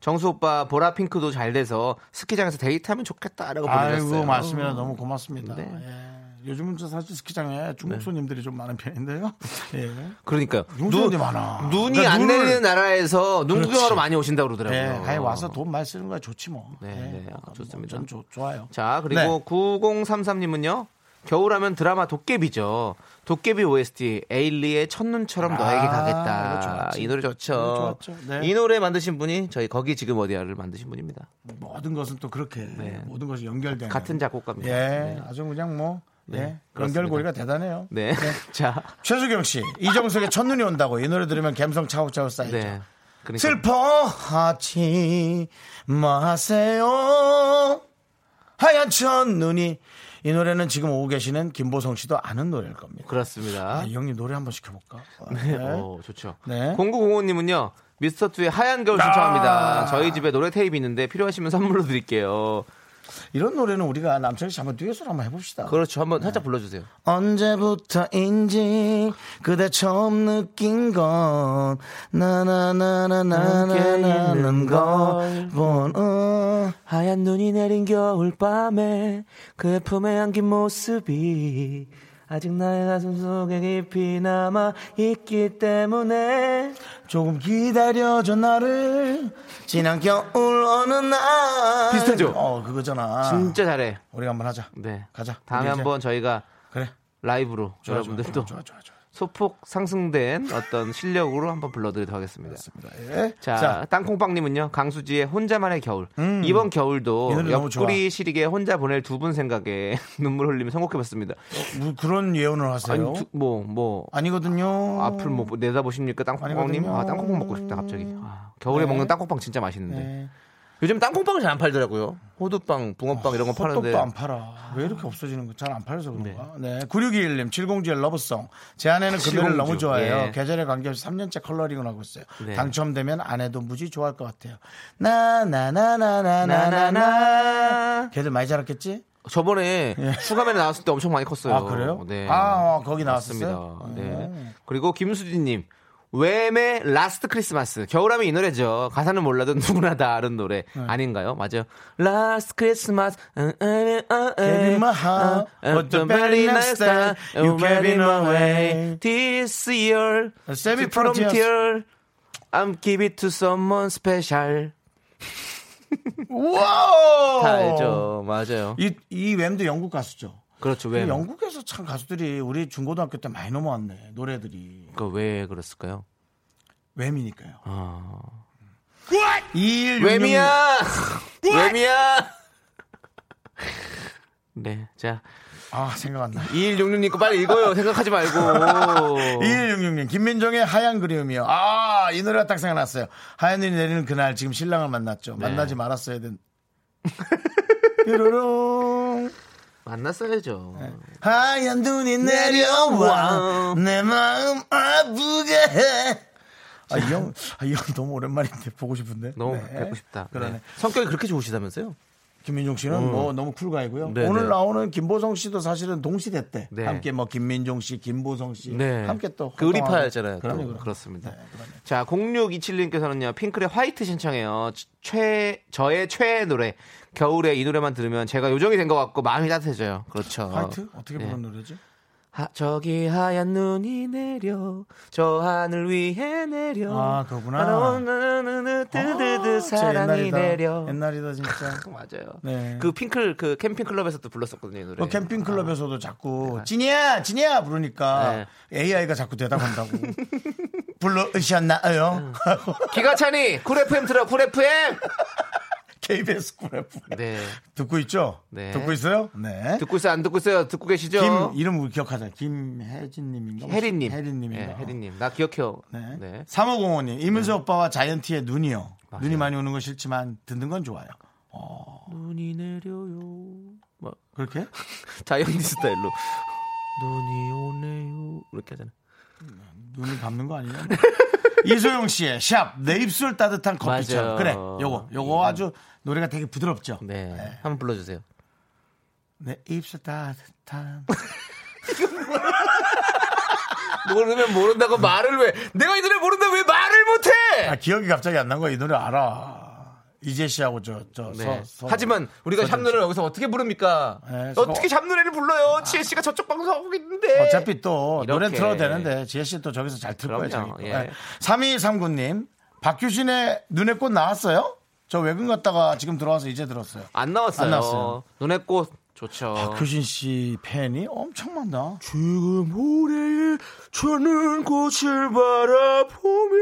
[SPEAKER 1] 정수 오빠 보라 핑크도 잘 돼서 스키장에서 데이트하면 좋겠다라고 보내셨어요.
[SPEAKER 2] 아이고 말씀이라 너무 고맙습니다.
[SPEAKER 1] 네.
[SPEAKER 2] 예. 요즘은 저 사실 스키장에 중국 손님들이 좀 많은 편인데요. 예.
[SPEAKER 1] 그러니까요.
[SPEAKER 2] 용돈이 많아.
[SPEAKER 1] 눈이
[SPEAKER 2] 그러니까
[SPEAKER 1] 안
[SPEAKER 2] 눈을-
[SPEAKER 1] 내리는 나라에서 눈
[SPEAKER 2] 그렇지.
[SPEAKER 1] 구경하러 많이 오신다고 그러더라고요.
[SPEAKER 2] 예, 아예 와서 돈 많이 쓰는 거야 좋지 뭐.
[SPEAKER 1] 어. 네,
[SPEAKER 2] 예.
[SPEAKER 1] 네, 아,
[SPEAKER 2] 뭐
[SPEAKER 1] 좋습니다.
[SPEAKER 2] 전 좋- 좋아요.
[SPEAKER 1] 자, 그리고
[SPEAKER 2] 네.
[SPEAKER 1] 9033님은요. 겨울하면 드라마 도깨비죠. 도깨비 OST 에일리의 첫눈처럼
[SPEAKER 2] 아,
[SPEAKER 1] 너에게
[SPEAKER 2] 이거
[SPEAKER 1] 가겠다.
[SPEAKER 2] 좋았지.
[SPEAKER 1] 이 노래 좋죠.
[SPEAKER 2] 이거 좋았죠. 네.
[SPEAKER 1] 이 노래 만드신 분이 저희 거기 지금 어디야를 만드신 분입니다.
[SPEAKER 2] 모든 것은 또 그렇게 모든 것이 연결되는
[SPEAKER 1] 네. 같은 작곡가입니다.
[SPEAKER 2] 예,
[SPEAKER 1] 네.
[SPEAKER 2] 아주 그냥 뭐 예,
[SPEAKER 1] 그렇습니다.
[SPEAKER 2] 연결고리가 대단해요. 예.
[SPEAKER 1] 네. 자,
[SPEAKER 2] 최수경 씨, 이정석의 첫눈이 온다고 이 노래 들으면 감성 차곡차곡 쌓이죠.
[SPEAKER 1] 네. 그러니까
[SPEAKER 2] 슬퍼하지 마세요. 하얀 첫눈이 이 노래는 지금 오고 계시는 김보성 씨도 아는 노래일 겁니다.
[SPEAKER 1] 그렇습니다.
[SPEAKER 2] 아, 이 형님 노래 한번 시켜볼까?
[SPEAKER 1] 네.
[SPEAKER 2] 네.
[SPEAKER 1] 오, 좋죠.
[SPEAKER 2] 네.
[SPEAKER 1] 0905님은요. 미스터 투의 하얀 겨울 신청합니다.
[SPEAKER 2] 아.
[SPEAKER 1] 저희 집에 노래 테이프 있는데 필요하시면 선물로 드릴게요.
[SPEAKER 2] 이런 노래는 우리가 남창희 씨 한번 듀엣으로 한번 해봅시다.
[SPEAKER 1] 그렇죠. 한번 살짝 불러주세요.
[SPEAKER 2] 언제부터인지 그대 처음 느낀 건 나나나나나나나는 걸 보는
[SPEAKER 1] 하얀 눈이 내린 겨울 밤에 그의 품에 안긴 모습이 아직 나의 가슴 속에 깊이 남아 있기 때문에
[SPEAKER 2] 조금 기다려줘 나를 지난 겨울 어느 날
[SPEAKER 1] 비슷하죠?
[SPEAKER 2] 어 그거잖아
[SPEAKER 1] 진짜 잘해.
[SPEAKER 2] 우리 한번 하자
[SPEAKER 1] 네.
[SPEAKER 2] 가자
[SPEAKER 1] 다음에
[SPEAKER 2] 이제
[SPEAKER 1] 한번 저희가
[SPEAKER 2] 그래
[SPEAKER 1] 라이브로 여러분들도
[SPEAKER 2] 좋아 좋아 좋아
[SPEAKER 1] 소폭 상승된 어떤 실력으로 한번 불러드리도록 하겠습니다.
[SPEAKER 2] 예.
[SPEAKER 1] 자, 땅콩빵님은요 강수지의 혼자만의 겨울
[SPEAKER 2] 음.
[SPEAKER 1] 이번
[SPEAKER 2] 이
[SPEAKER 1] 겨울도
[SPEAKER 2] 노래 너무 좋아.
[SPEAKER 1] 옆구리 시리게 혼자 보낼 두 분 생각에 눈물 흘리며 선곡해봤습니다.
[SPEAKER 2] 뭐 그런 예언을
[SPEAKER 1] 아니
[SPEAKER 2] 하세요
[SPEAKER 1] 뭐 뭐
[SPEAKER 2] 아니거든요
[SPEAKER 1] 앞을 뭐 내다보십니까 땅콩빵님?
[SPEAKER 2] 아니거든요.
[SPEAKER 1] 아 땅콩빵 먹고 싶다 갑자기. 아, 겨울에
[SPEAKER 2] 네.
[SPEAKER 1] 먹는 땅콩빵 진짜 맛있는데
[SPEAKER 2] 네.
[SPEAKER 1] 요즘 땅콩빵을 잘 안 팔더라고요. 호두빵, 붕어빵 이런 거 파는데
[SPEAKER 2] 아, 호떡도 안 팔아. 왜 이렇게 없어지는 거 잘 안 팔려서 그런가? 네. 9621님, 7공주의 러브송. 제 아내는 그 노래를
[SPEAKER 1] 칠공주.
[SPEAKER 2] 너무 좋아해요.
[SPEAKER 1] 예.
[SPEAKER 2] 계절에 관계없이 3년째 컬러링을 하고 있어요.
[SPEAKER 1] 네.
[SPEAKER 2] 당첨되면 아내도 무지 좋아할 것 같아요. 나나나나나나나나. 걔들 많이 자랐겠지?
[SPEAKER 1] 저번에 슈가맨에 나왔을 때 엄청 많이 컸어요.
[SPEAKER 2] 아, 그래요?
[SPEAKER 1] 네.
[SPEAKER 2] 아, 어, 거기
[SPEAKER 1] 맞습니다.
[SPEAKER 2] 나왔었어요?
[SPEAKER 1] 네. 그리고 김수진님. 웸의 라스트 크리스마스 겨울하면 이 노래죠 가사는 몰라도 누구나 다 아는 노래
[SPEAKER 2] 네.
[SPEAKER 1] 아닌가요 맞아요 어, 라스트 크리스마스
[SPEAKER 2] Get in my
[SPEAKER 1] 어,
[SPEAKER 2] heart, but the very next time you get in my way.
[SPEAKER 1] This year
[SPEAKER 2] Semi
[SPEAKER 1] frontier I'm give it to someone special
[SPEAKER 2] 우와!
[SPEAKER 1] 다 알죠 맞아요
[SPEAKER 2] 이, 이 웸도 영국 가수죠.
[SPEAKER 1] 그렇죠
[SPEAKER 2] 근데
[SPEAKER 1] 왜
[SPEAKER 2] 영국에서 참 가수들이 우리 중고등학교 때 많이 넘어왔네. 노래들이.
[SPEAKER 1] 그왜 그랬을까요
[SPEAKER 2] 웸이니까요.
[SPEAKER 1] 아
[SPEAKER 2] 이일
[SPEAKER 1] 외미야! 외미야! 네. 자,
[SPEAKER 2] 아, 생각 안 나.
[SPEAKER 1] 2166님 거 빨리 읽어요. 생각하지 말고.
[SPEAKER 2] 2166님, 김민종의 하얀 그리움이요. 아, 이 노래가 딱 생각났어요. 하얀 눈이 내리는 그날, 지금 신랑을 만났죠. 만나지 말았어야 된. 뾰로롱.
[SPEAKER 1] 만났어야죠.
[SPEAKER 2] 네. 하얀 눈이 내려와. 내 마음 아프게 해. 아, 이 형, 아, 이 형 너무 오랜만인데, 보고 싶은데.
[SPEAKER 1] 너무
[SPEAKER 2] 네.
[SPEAKER 1] 뵙고 싶다.
[SPEAKER 2] 그러네.
[SPEAKER 1] 네. 성격이 그렇게 좋으시다면서요?
[SPEAKER 2] 김민종 씨는 뭐 너무 쿨가이고요.
[SPEAKER 1] 네,
[SPEAKER 2] 오늘
[SPEAKER 1] 네.
[SPEAKER 2] 나오는 김보성 씨도 사실은 동시대 때
[SPEAKER 1] 네.
[SPEAKER 2] 함께 뭐 김민종 씨, 김보성 씨 함께 또
[SPEAKER 1] 그
[SPEAKER 2] 활동하고.
[SPEAKER 1] 의리파였잖아요. 그
[SPEAKER 2] 그럼요, 그럼요. 네,
[SPEAKER 1] 렇습니다
[SPEAKER 2] 그럼요.
[SPEAKER 1] 자, 0627님께서는요. 핑클의 화이트 신청해요. 최 저의 최애 노래. 겨울에 이 노래만 들으면 제가 요정이 된 것 같고 마음이 따뜻해져요. 그렇죠.
[SPEAKER 2] 화이트 어떻게 부른
[SPEAKER 1] 네.
[SPEAKER 2] 노래지?
[SPEAKER 1] 하- 저기 하얀 눈이 내려 저 하늘 위에 내려
[SPEAKER 2] 아, 그거구나.
[SPEAKER 1] 나나나나나 뜨드드
[SPEAKER 2] 아, 진짜
[SPEAKER 1] 사랑이
[SPEAKER 2] 옛날이다.
[SPEAKER 1] 내려
[SPEAKER 2] 옛날이다 진짜.
[SPEAKER 1] 맞아요.
[SPEAKER 2] 네.
[SPEAKER 1] 그 핑클 그 캠핑 클럽에서 도 불렀었거든요 이 노래. 아, 네.
[SPEAKER 2] 뭐 캠핑 클럽에서도 자꾸 진이야, 진이야 부르니까 AI가 자꾸 대답한다고.
[SPEAKER 1] 음.
[SPEAKER 2] 불러으셨나요?
[SPEAKER 1] 기가차니 쿨 FM 들어 쿨 FM.
[SPEAKER 2] KBS 그래프.
[SPEAKER 1] 네.
[SPEAKER 2] 듣고 있죠?
[SPEAKER 1] 네.
[SPEAKER 2] 듣고 있어요? 네.
[SPEAKER 1] 듣고 있어요 안 듣고 있어요 듣고 계시죠?
[SPEAKER 2] 김 이름 우리 기억하자. 김혜진님인가?
[SPEAKER 1] 해리님.
[SPEAKER 2] 해리님인가?
[SPEAKER 1] 예, 해리님. 나 기억해요.
[SPEAKER 2] 네.
[SPEAKER 1] 네.
[SPEAKER 2] 3505님, 이문세 오빠와 자이언티의 눈이요. 눈이 많이 오는 건 싫지만 듣는 건 좋아요.
[SPEAKER 1] 눈이 내려요. 뭐
[SPEAKER 2] 그렇게?
[SPEAKER 1] 자이언티 스타일로. 눈이 오네요. 이렇게 하잖아요.
[SPEAKER 2] 눈을 감는 거 아니냐? 이소영 씨의 샵 내 입술 따뜻한 커피처럼
[SPEAKER 1] 맞아요. 음.
[SPEAKER 2] 그래 요거 요거 아주 노래가 되게 부드럽죠.
[SPEAKER 1] 네. 한번 불러주세요.
[SPEAKER 2] 내 입술 따뜻한
[SPEAKER 1] 모르면 모른다고 말을 왜? 내가 이 노래 모른다 왜 말을 못해?
[SPEAKER 2] 아 기억이 갑자기 안 난 거야 이 노래 알아 이재 씨하고 저저
[SPEAKER 1] 네. 하지만 우리가 샵노래를 여기서 어떻게 부릅니까?
[SPEAKER 2] 네, 서-
[SPEAKER 1] 어떻게 샵노래를 불러요? 지혜 씨가 저쪽 방송하고 있는데.
[SPEAKER 2] 어차피 또 노래
[SPEAKER 1] 이렇게.
[SPEAKER 2] 틀어도 되는데 지혜 씨 또 저기서 잘 틀 거예요.
[SPEAKER 1] 그럼요,
[SPEAKER 2] 자기 거.
[SPEAKER 1] 예.
[SPEAKER 2] 네. 3239님 박규신의 눈에 꽃 나왔어요? 저 외근 갔다가 지금 들어와서 이제 들었어요.
[SPEAKER 1] 안 나왔어요.
[SPEAKER 2] 안 나왔어요. 아, 그
[SPEAKER 1] 눈의 꽃 좋죠.
[SPEAKER 2] 박효신 씨 팬이 엄청 많다.
[SPEAKER 1] 지금 올해 저는 꽃을 바라보며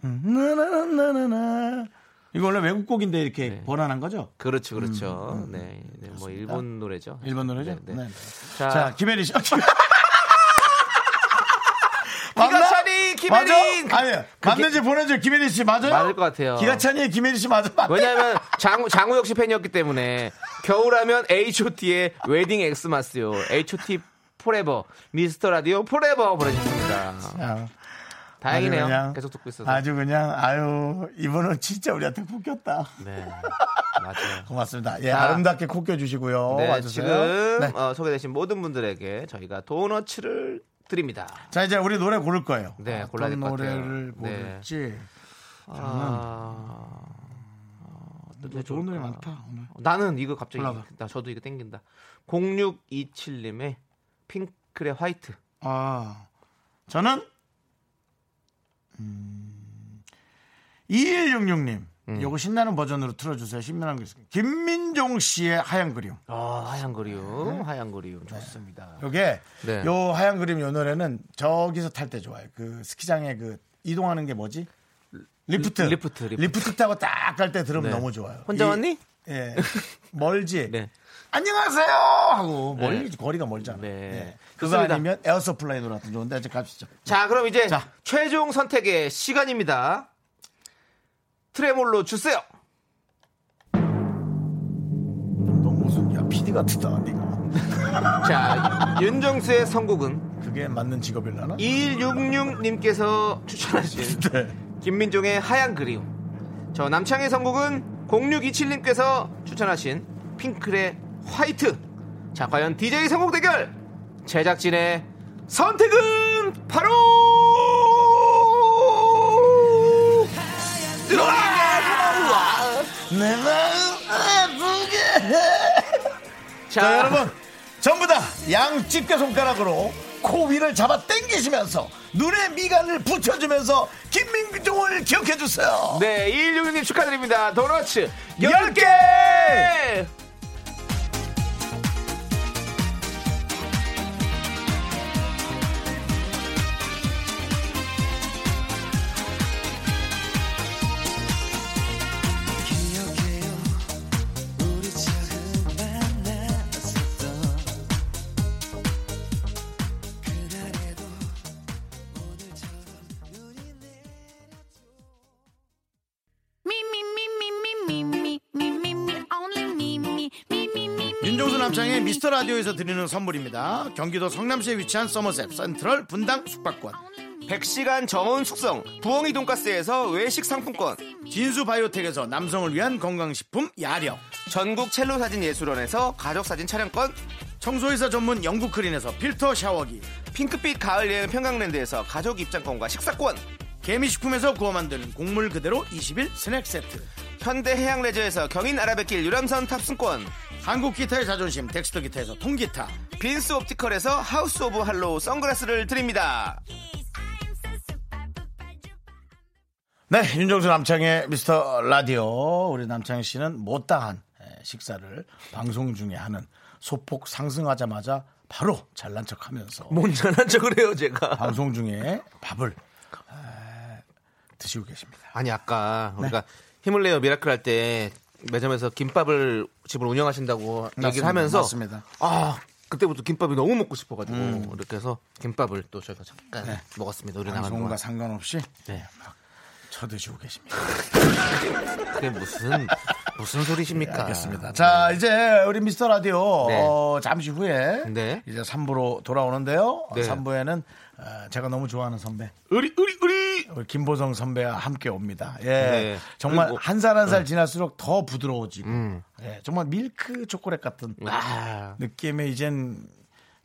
[SPEAKER 2] 나나나나나. 음, 이거 원래 외국 곡인데 이렇게
[SPEAKER 1] 네.
[SPEAKER 2] 번안한 거죠?
[SPEAKER 1] 그렇죠, 그렇죠. 네, 네, 뭐 일본 노래죠.
[SPEAKER 2] 음, 일본 노래죠?
[SPEAKER 1] 네,
[SPEAKER 2] 네.
[SPEAKER 1] 네.
[SPEAKER 2] 자,
[SPEAKER 1] 자,
[SPEAKER 2] 김혜리 씨.
[SPEAKER 1] 기가찬이, 그 김혜린!
[SPEAKER 2] 맞아? 아니, 맞는지 보내줘, 김혜리 씨. 맞아요?
[SPEAKER 1] 맞을 것 같아요.
[SPEAKER 2] 기가찬이, 김혜리 씨 맞아. 맞
[SPEAKER 1] 왜냐하면 장우 장우혁 씨 팬이었기 때문에 겨울하면 H.O.T의 웨딩 엑스마스요. H.O.T. 포레버 미스터 라디오 포레버 보내주셨습니다.
[SPEAKER 2] 아,
[SPEAKER 1] 다행이네요.
[SPEAKER 2] 아주 그냥,
[SPEAKER 1] 계속 듣고 있어서.
[SPEAKER 2] 아주 그냥, 아유, 이분은 진짜 우리한테 푹꼈다
[SPEAKER 1] 네, 맞아요.
[SPEAKER 2] 고맙습니다. 예,
[SPEAKER 1] 자.
[SPEAKER 2] 아름답게 콕 껴주시고요.
[SPEAKER 1] 네,
[SPEAKER 2] 와주세요.
[SPEAKER 1] 지금
[SPEAKER 2] 네.
[SPEAKER 1] 어, 소개되신 모든 분들에게 저희가 도너츠를 드립니다.
[SPEAKER 2] 자, 이제 우리 노래 고를 거예요.
[SPEAKER 1] 네,
[SPEAKER 2] 어떤
[SPEAKER 1] 골라야 될것 같아요.
[SPEAKER 2] 노래를
[SPEAKER 1] 네.
[SPEAKER 2] 고를지.
[SPEAKER 1] 아,
[SPEAKER 2] 근데 네, 좋은 노래 많다, 오늘.
[SPEAKER 1] 어, 네, 나는 이거 갑자기
[SPEAKER 2] 올라가.
[SPEAKER 1] 나 저도 이거 땡긴다. 0627님의 핑클의 화이트.
[SPEAKER 2] 아, 저는 음, 2166님
[SPEAKER 1] 음.
[SPEAKER 2] 요거 신나는 버전으로 틀어주세요. 신나는 게 있습니다. 김민종 씨의 하얀 그림.
[SPEAKER 1] 아, 하얀 그리움, 하얀 그리움 좋습니다.
[SPEAKER 2] 요게
[SPEAKER 1] 네.
[SPEAKER 2] 요 하얀 그림 요 노래는 저기서 탈 때 좋아요. 그 스키장에 그 이동하는 게 뭐지? 리프트.
[SPEAKER 1] 리- 리프트, 리프트.
[SPEAKER 2] 타고 딱 갈 때 들으면
[SPEAKER 1] 네.
[SPEAKER 2] 너무 좋아요.
[SPEAKER 1] 혼자
[SPEAKER 2] 이-
[SPEAKER 1] 왔니?
[SPEAKER 2] 예. 멀지.
[SPEAKER 1] 네.
[SPEAKER 2] 안녕하세요 하고 멀리 거리가 멀잖아. 요
[SPEAKER 1] 네.
[SPEAKER 2] 그거
[SPEAKER 1] 좋습니다.
[SPEAKER 2] 아니면 에어서플라이 노래 같은 좋은데 이제 갑시다.
[SPEAKER 1] 자, 그럼 이제
[SPEAKER 2] 자.
[SPEAKER 1] 최종 선택의 시간입니다. 트레몰로 주세요.
[SPEAKER 2] 너 무슨 야 PD 같다 니가
[SPEAKER 1] 자, 윤정수의 선곡은
[SPEAKER 2] 그게 맞는 직업일라나?
[SPEAKER 1] 2166님께서 추천하신
[SPEAKER 2] 네.
[SPEAKER 1] 김민종의 하얀 그리움. 저 남창의 선곡은 0627님께서 추천하신 핑클의 화이트. 자, 과연 DJ 선곡 대결 제작진의 선택은 바로 들어와!
[SPEAKER 2] 내 마음 아프게 해.
[SPEAKER 1] 자,
[SPEAKER 2] 자 여러분 전부 다 양집게 손가락으로 코 위를 잡아 당기시면서 눈에 미간을 붙여주면서 김민종을 기억해 주세요
[SPEAKER 1] 네, 2166님 축하드립니다. 도너츠 10개!
[SPEAKER 5] 기억해요 우리 처음 만났을
[SPEAKER 4] me, me, me, me, me, only me, me, me, me, me.
[SPEAKER 2] 윤종수 남창의 미스터 라디오에서 드리는 선물입니다. 경기도 성남시에 위치한 서머셋 센트럴 분당 숙박권,
[SPEAKER 1] 100시간 정원 숙성 부엉이 돈가스에서 외식 상품권
[SPEAKER 2] 네. 진수 바이오텍에서 남성을 위한 건강식품 야력,
[SPEAKER 1] 전국 첼로 사진 예술원에서 가족 사진 촬영권
[SPEAKER 2] 청소회사 전문 영국 크린에서 필터 샤워기,
[SPEAKER 1] 핑크빛 가을 여행 평강랜드에서 가족 입장권과 식사권
[SPEAKER 2] 개미식품에서 구워 만든 곡물 그대로 20일 스낵 세트,
[SPEAKER 1] 현대 해양 레저에서 경인 아라뱃길 유람선 탑승권
[SPEAKER 2] 한국 기타의 자존심 덱스터 기타에서 통기타,
[SPEAKER 1] 빈스 옵티컬에서 하우스 오브 할로우 선글라스를 드립니다
[SPEAKER 4] I'm so super, super, duper.
[SPEAKER 2] 네, 윤정수 남창의 미스터 라디오. 우리 남창희 씨는 못다한 에, 식사를 방송 중에 하는 소폭 상승하자마자 바로 잘난 척 하면서
[SPEAKER 1] 뭔 잘난 척을 해요 제가
[SPEAKER 2] 방송 중에 밥을 에, 드시고 계십니다.
[SPEAKER 1] 아니 아까
[SPEAKER 2] 네.
[SPEAKER 1] 우리가 힘을 내요 미라클 할 때 매점에서 김밥을 집을 운영하신다고 얘기를
[SPEAKER 2] 맞습니다.
[SPEAKER 1] 하면서
[SPEAKER 2] 맞습니다. 음.
[SPEAKER 1] 아 그때부터 김밥이 너무 먹고 싶어가지고 이렇게 해서 김밥을 또 저희가 잠깐
[SPEAKER 2] 네.
[SPEAKER 1] 먹었습니다 우리 나가는
[SPEAKER 2] 방송과
[SPEAKER 1] 동안
[SPEAKER 2] 상관없이
[SPEAKER 1] 네.
[SPEAKER 2] 막 쳐드시고 계십니다.
[SPEAKER 1] 그게 무슨 무슨 소리십니까
[SPEAKER 2] 네, 알겠습니다. 자, 이제 우리 미스터 라디오
[SPEAKER 1] 아, 네.
[SPEAKER 2] 어, 잠시 후에
[SPEAKER 1] 네.
[SPEAKER 2] 이제 3부로 돌아오는데요.
[SPEAKER 1] 네.
[SPEAKER 2] 3부에는 어, 제가 너무 좋아하는 선배
[SPEAKER 1] 으리 으리 으리
[SPEAKER 2] 우리 김보성 선배와 함께 옵니다. 예.
[SPEAKER 1] 네.
[SPEAKER 2] 정말
[SPEAKER 1] 그리고- 네. 음.
[SPEAKER 2] 한 살 한 살 지날수록 더 부드러워지고, 예. 정말 밀크 초콜릿 같은
[SPEAKER 1] 아
[SPEAKER 2] 느낌의 이젠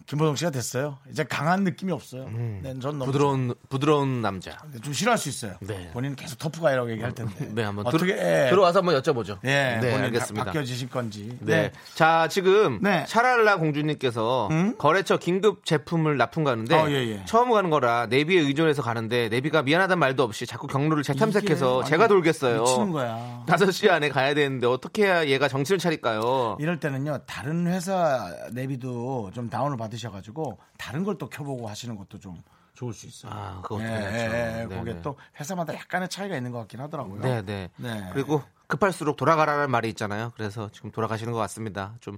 [SPEAKER 2] 김보성 씨가 됐어요. 이제 강한 느낌이 없어요. 네, 전
[SPEAKER 1] 음.
[SPEAKER 2] 너무
[SPEAKER 1] 부드러운 부드러운 남자
[SPEAKER 2] 좋- 좀 싫어할 수 있어요.
[SPEAKER 1] 네.
[SPEAKER 2] 본인은 계속 터프가이라고 얘기할 텐데.
[SPEAKER 1] 네 한번
[SPEAKER 2] 어떻게
[SPEAKER 1] 들,
[SPEAKER 2] 예.
[SPEAKER 1] 들어와서 한번 여쭤보죠
[SPEAKER 2] 예,
[SPEAKER 1] 네
[SPEAKER 2] 본인
[SPEAKER 1] 알겠습니다
[SPEAKER 2] 바뀌어지실 건지.
[SPEAKER 1] 네. 자, 지금
[SPEAKER 2] 네.
[SPEAKER 1] 샤랄라 공주님께서 거래처 긴급 제품을 납품 가는데
[SPEAKER 2] 어, 예, 예.
[SPEAKER 1] 처음 가는 거라 네비에 의존해서 가는데 네비가 미안하단 말도 없이 자꾸 경로를 재탐색해서
[SPEAKER 2] 이게
[SPEAKER 1] 제가
[SPEAKER 2] 완전
[SPEAKER 1] 돌겠어요.
[SPEAKER 2] 미치는 거야.
[SPEAKER 1] 5시 안에 가야 되는데 어떻게 해야 얘가 정신을 차릴까요?
[SPEAKER 2] 이럴 때는요 다른 회사 내비도 좀 다운을 받으셔가지고 다른 걸 또 켜보고 하시는 것도 좀 좋을 수 있어요.
[SPEAKER 1] 아, 그것도
[SPEAKER 2] 예,
[SPEAKER 1] 괜찮죠.
[SPEAKER 2] 예, 예.
[SPEAKER 1] 네네.
[SPEAKER 2] 그게 또 회사마다 약간의 차이가 있는 것 같긴 하더라고요.
[SPEAKER 1] 네, 네.
[SPEAKER 2] 네.
[SPEAKER 1] 그리고 급할수록 돌아가라는 말이 있잖아요. 그래서 지금 돌아가시는 것 같습니다. 좀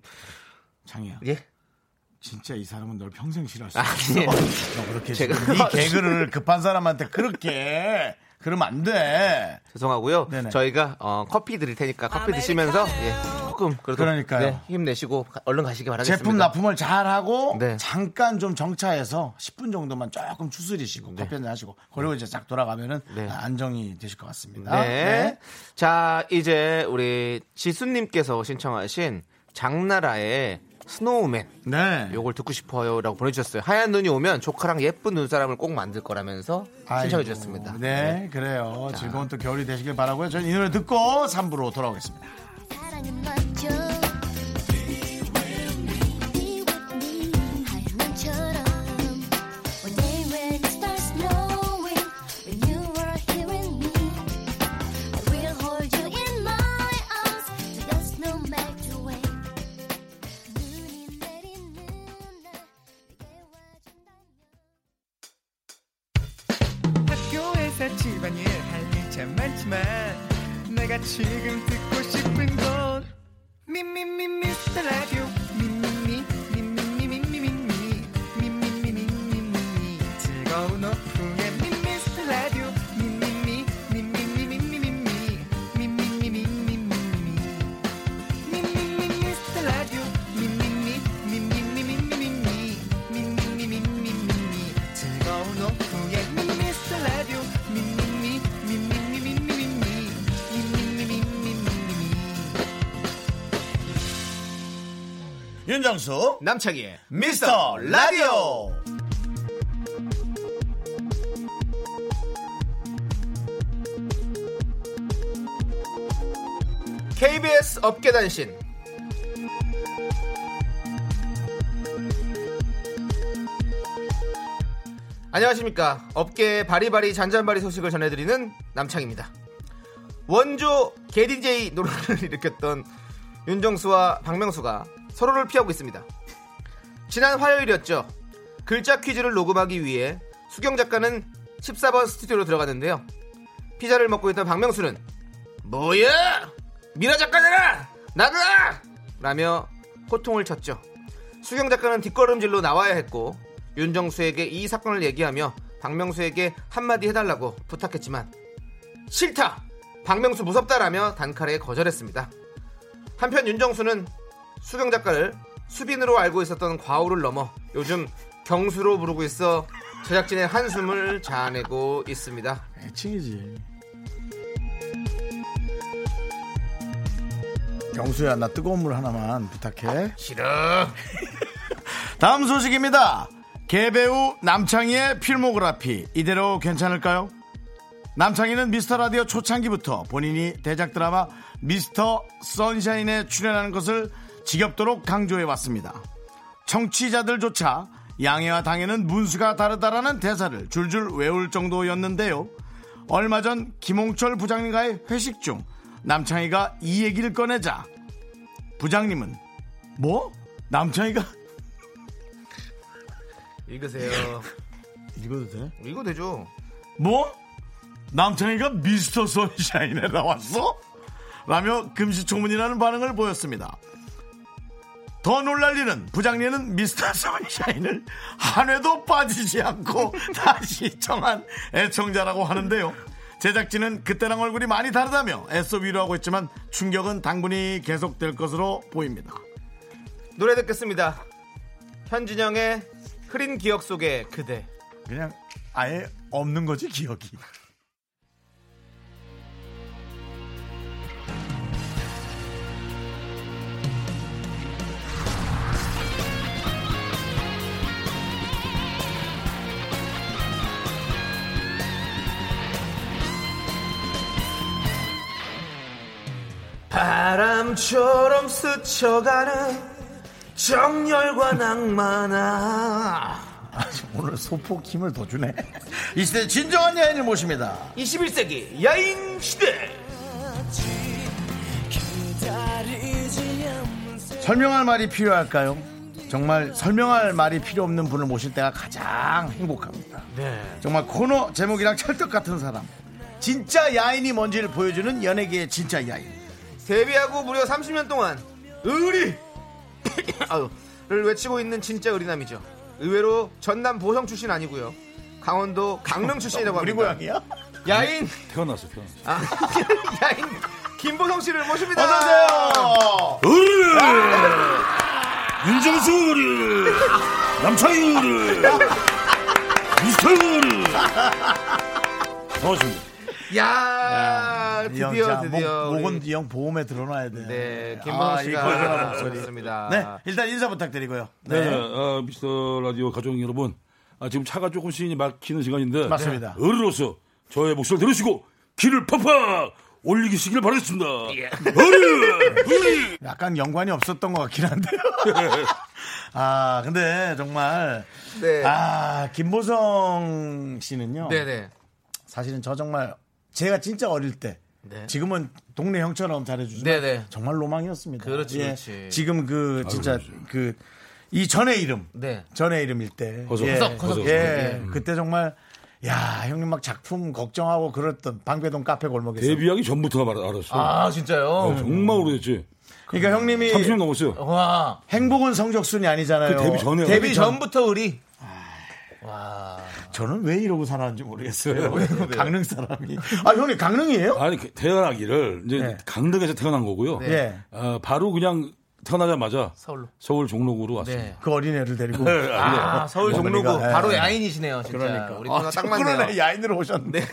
[SPEAKER 2] 장이야.
[SPEAKER 1] 예.
[SPEAKER 2] 진짜 이 사람은 널 평생 싫어할 수 있어.
[SPEAKER 1] 아니에요. 예.
[SPEAKER 2] 너 그렇게
[SPEAKER 1] 제가-
[SPEAKER 2] 지금 네 개그를 급한 사람한테 그렇게 그러면 안 돼.
[SPEAKER 1] 죄송하고요.
[SPEAKER 2] 네네.
[SPEAKER 1] 저희가 어, 커피 드릴 테니까 커피 드시면서 예, 조금 그래도
[SPEAKER 2] 그러니까요.
[SPEAKER 1] 네, 힘내시고 가- 얼른 가시기 바라겠습니다.
[SPEAKER 2] 제품 납품을 잘 하고
[SPEAKER 1] 네.
[SPEAKER 2] 잠깐 좀 정차해서 10분 정도만 조금 추스리시고 커피 한잔 하시고 그리고 이제 쫙 돌아가면은
[SPEAKER 1] 네.
[SPEAKER 2] 안정이 되실 것 같습니다.
[SPEAKER 1] 네. 자, 이제 우리 지수님께서 신청하신 장나라의 스노우맨.
[SPEAKER 2] 네.
[SPEAKER 1] 요걸 듣고 싶어요 라고 보내주셨어요. 하얀 눈이 오면 조카랑 예쁜 눈사람을 꼭 만들 거라면서 신청해
[SPEAKER 2] 아이고,
[SPEAKER 1] 주셨습니다.
[SPEAKER 2] 네, 그래요. 즐거운 또 겨울이 되시길 바라고요. 저는 이 노래 듣고 3부로 돌아오겠습니다.
[SPEAKER 4] 사랑은 멋져 Be with me 하얀 눈처럼 When they were the stars glowing When you were here with me I will hold you in my arms Till the snow melts away 눈이 내리는 날 내게 와준다면
[SPEAKER 5] 학교에서 집안일 할 일 참 많지만 내가 지금 듣고 싶은 건 미미미 미스터 라디오 미미미 미미미 미미미 미미미 미미미 즐거운 오후에 미스터 라디오 미미미 미미미 미미미 미미미 미미미
[SPEAKER 2] 윤정수,
[SPEAKER 1] 남창희의
[SPEAKER 2] 미스터 라디오!
[SPEAKER 1] KBS 업계단신. 안녕하십니까. 업계의 바리바리 잔잔바리 소식을 전해드리는 남창입니다. 원조 개디제이 노래를 일으켰던 윤정수와 박명수가 서로를 피하고 있습니다. 지난 화요일이었죠. 글자 퀴즈를 녹음하기 위해 수경 작가는 14번 스튜디오로 들어갔는데요. 피자를 먹고 있던 박명수는 뭐야! 미라 작가잖아! 나가! 라며 호통을 쳤죠. 수경 작가는 뒷걸음질로 나와야 했고 윤정수에게 이 사건을 얘기하며 박명수에게 한마디 해달라고 부탁했지만 싫다! 박명수 무섭다라며 단칼에 거절했습니다. 한편 윤정수는 수경 작가를 수빈으로 알고 있었던 과오를 넘어 요즘 경수로 부르고 있어 제작진의 한숨을 자아내고 있습니다.
[SPEAKER 2] 애칭이지. 경수야, 나 뜨거운 물 하나만 부탁해. 싫어. 다음 소식입니다. 개배우 남창희의 필모그래피 이대로 괜찮을까요? 남창희는 미스터 라디오 초창기부터 본인이 대작 드라마 미스터 선샤인에 출연하는 것을 지겹도록 강조해 왔습니다. 청취자들조차 양해와 당해는 문수가 다르다라는 대사를 줄줄 외울 정도였는데요. 얼마 전 김홍철 부장님과의 회식 중 남창희가 이 얘기를 꺼내자 부장님은 뭐? 남창희가
[SPEAKER 1] 읽으세요.
[SPEAKER 2] 읽어도 돼?
[SPEAKER 1] 이거 되죠?
[SPEAKER 2] 뭐? 남창희가 미스터 선샤인에 나왔어? 라며 금시초문이라는 반응을 보였습니다. 더 놀랄 일은 부장님은 미스터 선샤인을 한 회도 빠지지 않고 다시 청한 애청자라고 하는데요. 제작진은 그때랑 얼굴이 많이 다르다며 애써 위로하고 있지만 충격은 당분이 계속될 것으로 보입니다.
[SPEAKER 1] 노래 듣겠습니다. 현진영의 흐린 기억 속의 그대.
[SPEAKER 2] 그냥 아예 없는 거지 기억이.
[SPEAKER 1] 바람처럼 스쳐가는 정열과 낭만아.
[SPEAKER 2] 오늘 소폭 힘을 더 주네. 이 시대 진정한 야인을 모십니다.
[SPEAKER 1] 21세기 야인 시대.
[SPEAKER 2] 설명할 말이 필요할까요? 정말 설명할 말이 필요 없는 분을 모실 때가 가장 행복합니다. 정말 코너 제목이랑 찰떡 같은 사람. 진짜 야인이 뭔지를 보여주는 연예계의 진짜 야인.
[SPEAKER 1] 데뷔하고 무려 30년 동안 의리 아유를 외치고 있는 진짜 의리남이죠. 의외로 전남 보성 출신 아니고요. 강원도 강릉 출신이라고
[SPEAKER 2] 어, 우리
[SPEAKER 1] 합니다.
[SPEAKER 2] 고양이야?
[SPEAKER 1] 야인
[SPEAKER 6] 태어났어, 태어났어.
[SPEAKER 1] 아, 야인 김보성 씨를 모십니다.
[SPEAKER 2] 어서오세요!
[SPEAKER 6] 윤정수 의리! 남창희 의리! 미스터 의리! 반갑습니다.
[SPEAKER 2] 아,
[SPEAKER 1] 야, 드디어 드디어 우리-
[SPEAKER 2] 목은 영 보험에 들어놔야 돼.
[SPEAKER 1] 네
[SPEAKER 2] 아,
[SPEAKER 1] 김보성
[SPEAKER 2] 이 고혈압
[SPEAKER 1] 씨가
[SPEAKER 2] 목소리.
[SPEAKER 1] 모셨습니다.
[SPEAKER 2] 네, 일단 인사 부탁드리고요.
[SPEAKER 6] 네, 아, 미스터 라디오 가족 여러분. 아, 지금 차가 조금씩 막히는 시간인데.
[SPEAKER 2] 맞습니다.
[SPEAKER 6] 어르로서 저의 목소리 들으시고, 귀를 팍팍 올리시기를 바라겠습니다. 어르! 의리!
[SPEAKER 2] 약간 연관이 없었던 것 같긴 한데요. 아, 근데 정말
[SPEAKER 1] 네.
[SPEAKER 2] 아, 김보성 씨는요.
[SPEAKER 1] 네네.
[SPEAKER 2] 사실은 저 정말 제가 진짜 어릴 때
[SPEAKER 1] 네.
[SPEAKER 2] 지금은 동네 형처럼 잘해주지만
[SPEAKER 1] 네네.
[SPEAKER 2] 정말 로망이었습니다. 예.
[SPEAKER 1] 그렇지, 그렇지.
[SPEAKER 2] 지금 그 진짜 그 이 전의 이름,
[SPEAKER 1] 네.
[SPEAKER 2] 전의 이름일 때,
[SPEAKER 6] 허석.
[SPEAKER 2] 예,
[SPEAKER 6] 허석, 허석.
[SPEAKER 2] 예,
[SPEAKER 1] 예.
[SPEAKER 2] 그때 정말 야 형님 막 작품 걱정하고 그랬던 방배동 카페 골목에서.
[SPEAKER 6] 데뷔하기 전부터 말- 알았어.
[SPEAKER 1] 아 진짜요?
[SPEAKER 6] 어, 정말 오래됐지.
[SPEAKER 2] 그러니까 형님이
[SPEAKER 6] 30년 넘었어요.
[SPEAKER 1] 와
[SPEAKER 2] 행복은 성적순이 아니잖아요.
[SPEAKER 6] 그 데뷔 전에
[SPEAKER 1] 데뷔 전부터 의리.
[SPEAKER 2] 저는 왜 이러고 살았는지
[SPEAKER 1] 네,
[SPEAKER 2] 모르겠어요. 강릉 사람이. 아 형님 강릉이에요?
[SPEAKER 6] 아니 그 태어나기를 이제
[SPEAKER 2] 네.
[SPEAKER 6] 강릉에서 태어난 거고요.
[SPEAKER 2] 예.
[SPEAKER 6] 아, 바로 그냥 태어나자마자
[SPEAKER 1] 서울로.
[SPEAKER 6] 서울 종로구로 왔습니다.
[SPEAKER 1] 네.
[SPEAKER 2] 그 어린애를 데리고.
[SPEAKER 1] 아, 서울
[SPEAKER 2] 어머니가,
[SPEAKER 1] 종로구
[SPEAKER 2] 예.
[SPEAKER 1] 바로 야인이시네요 진짜.
[SPEAKER 2] 그러니까.
[SPEAKER 1] 우리 누나
[SPEAKER 2] 아,
[SPEAKER 1] 딱
[SPEAKER 2] 그러네.
[SPEAKER 1] 맞네요.
[SPEAKER 2] 야인으로 오셨네.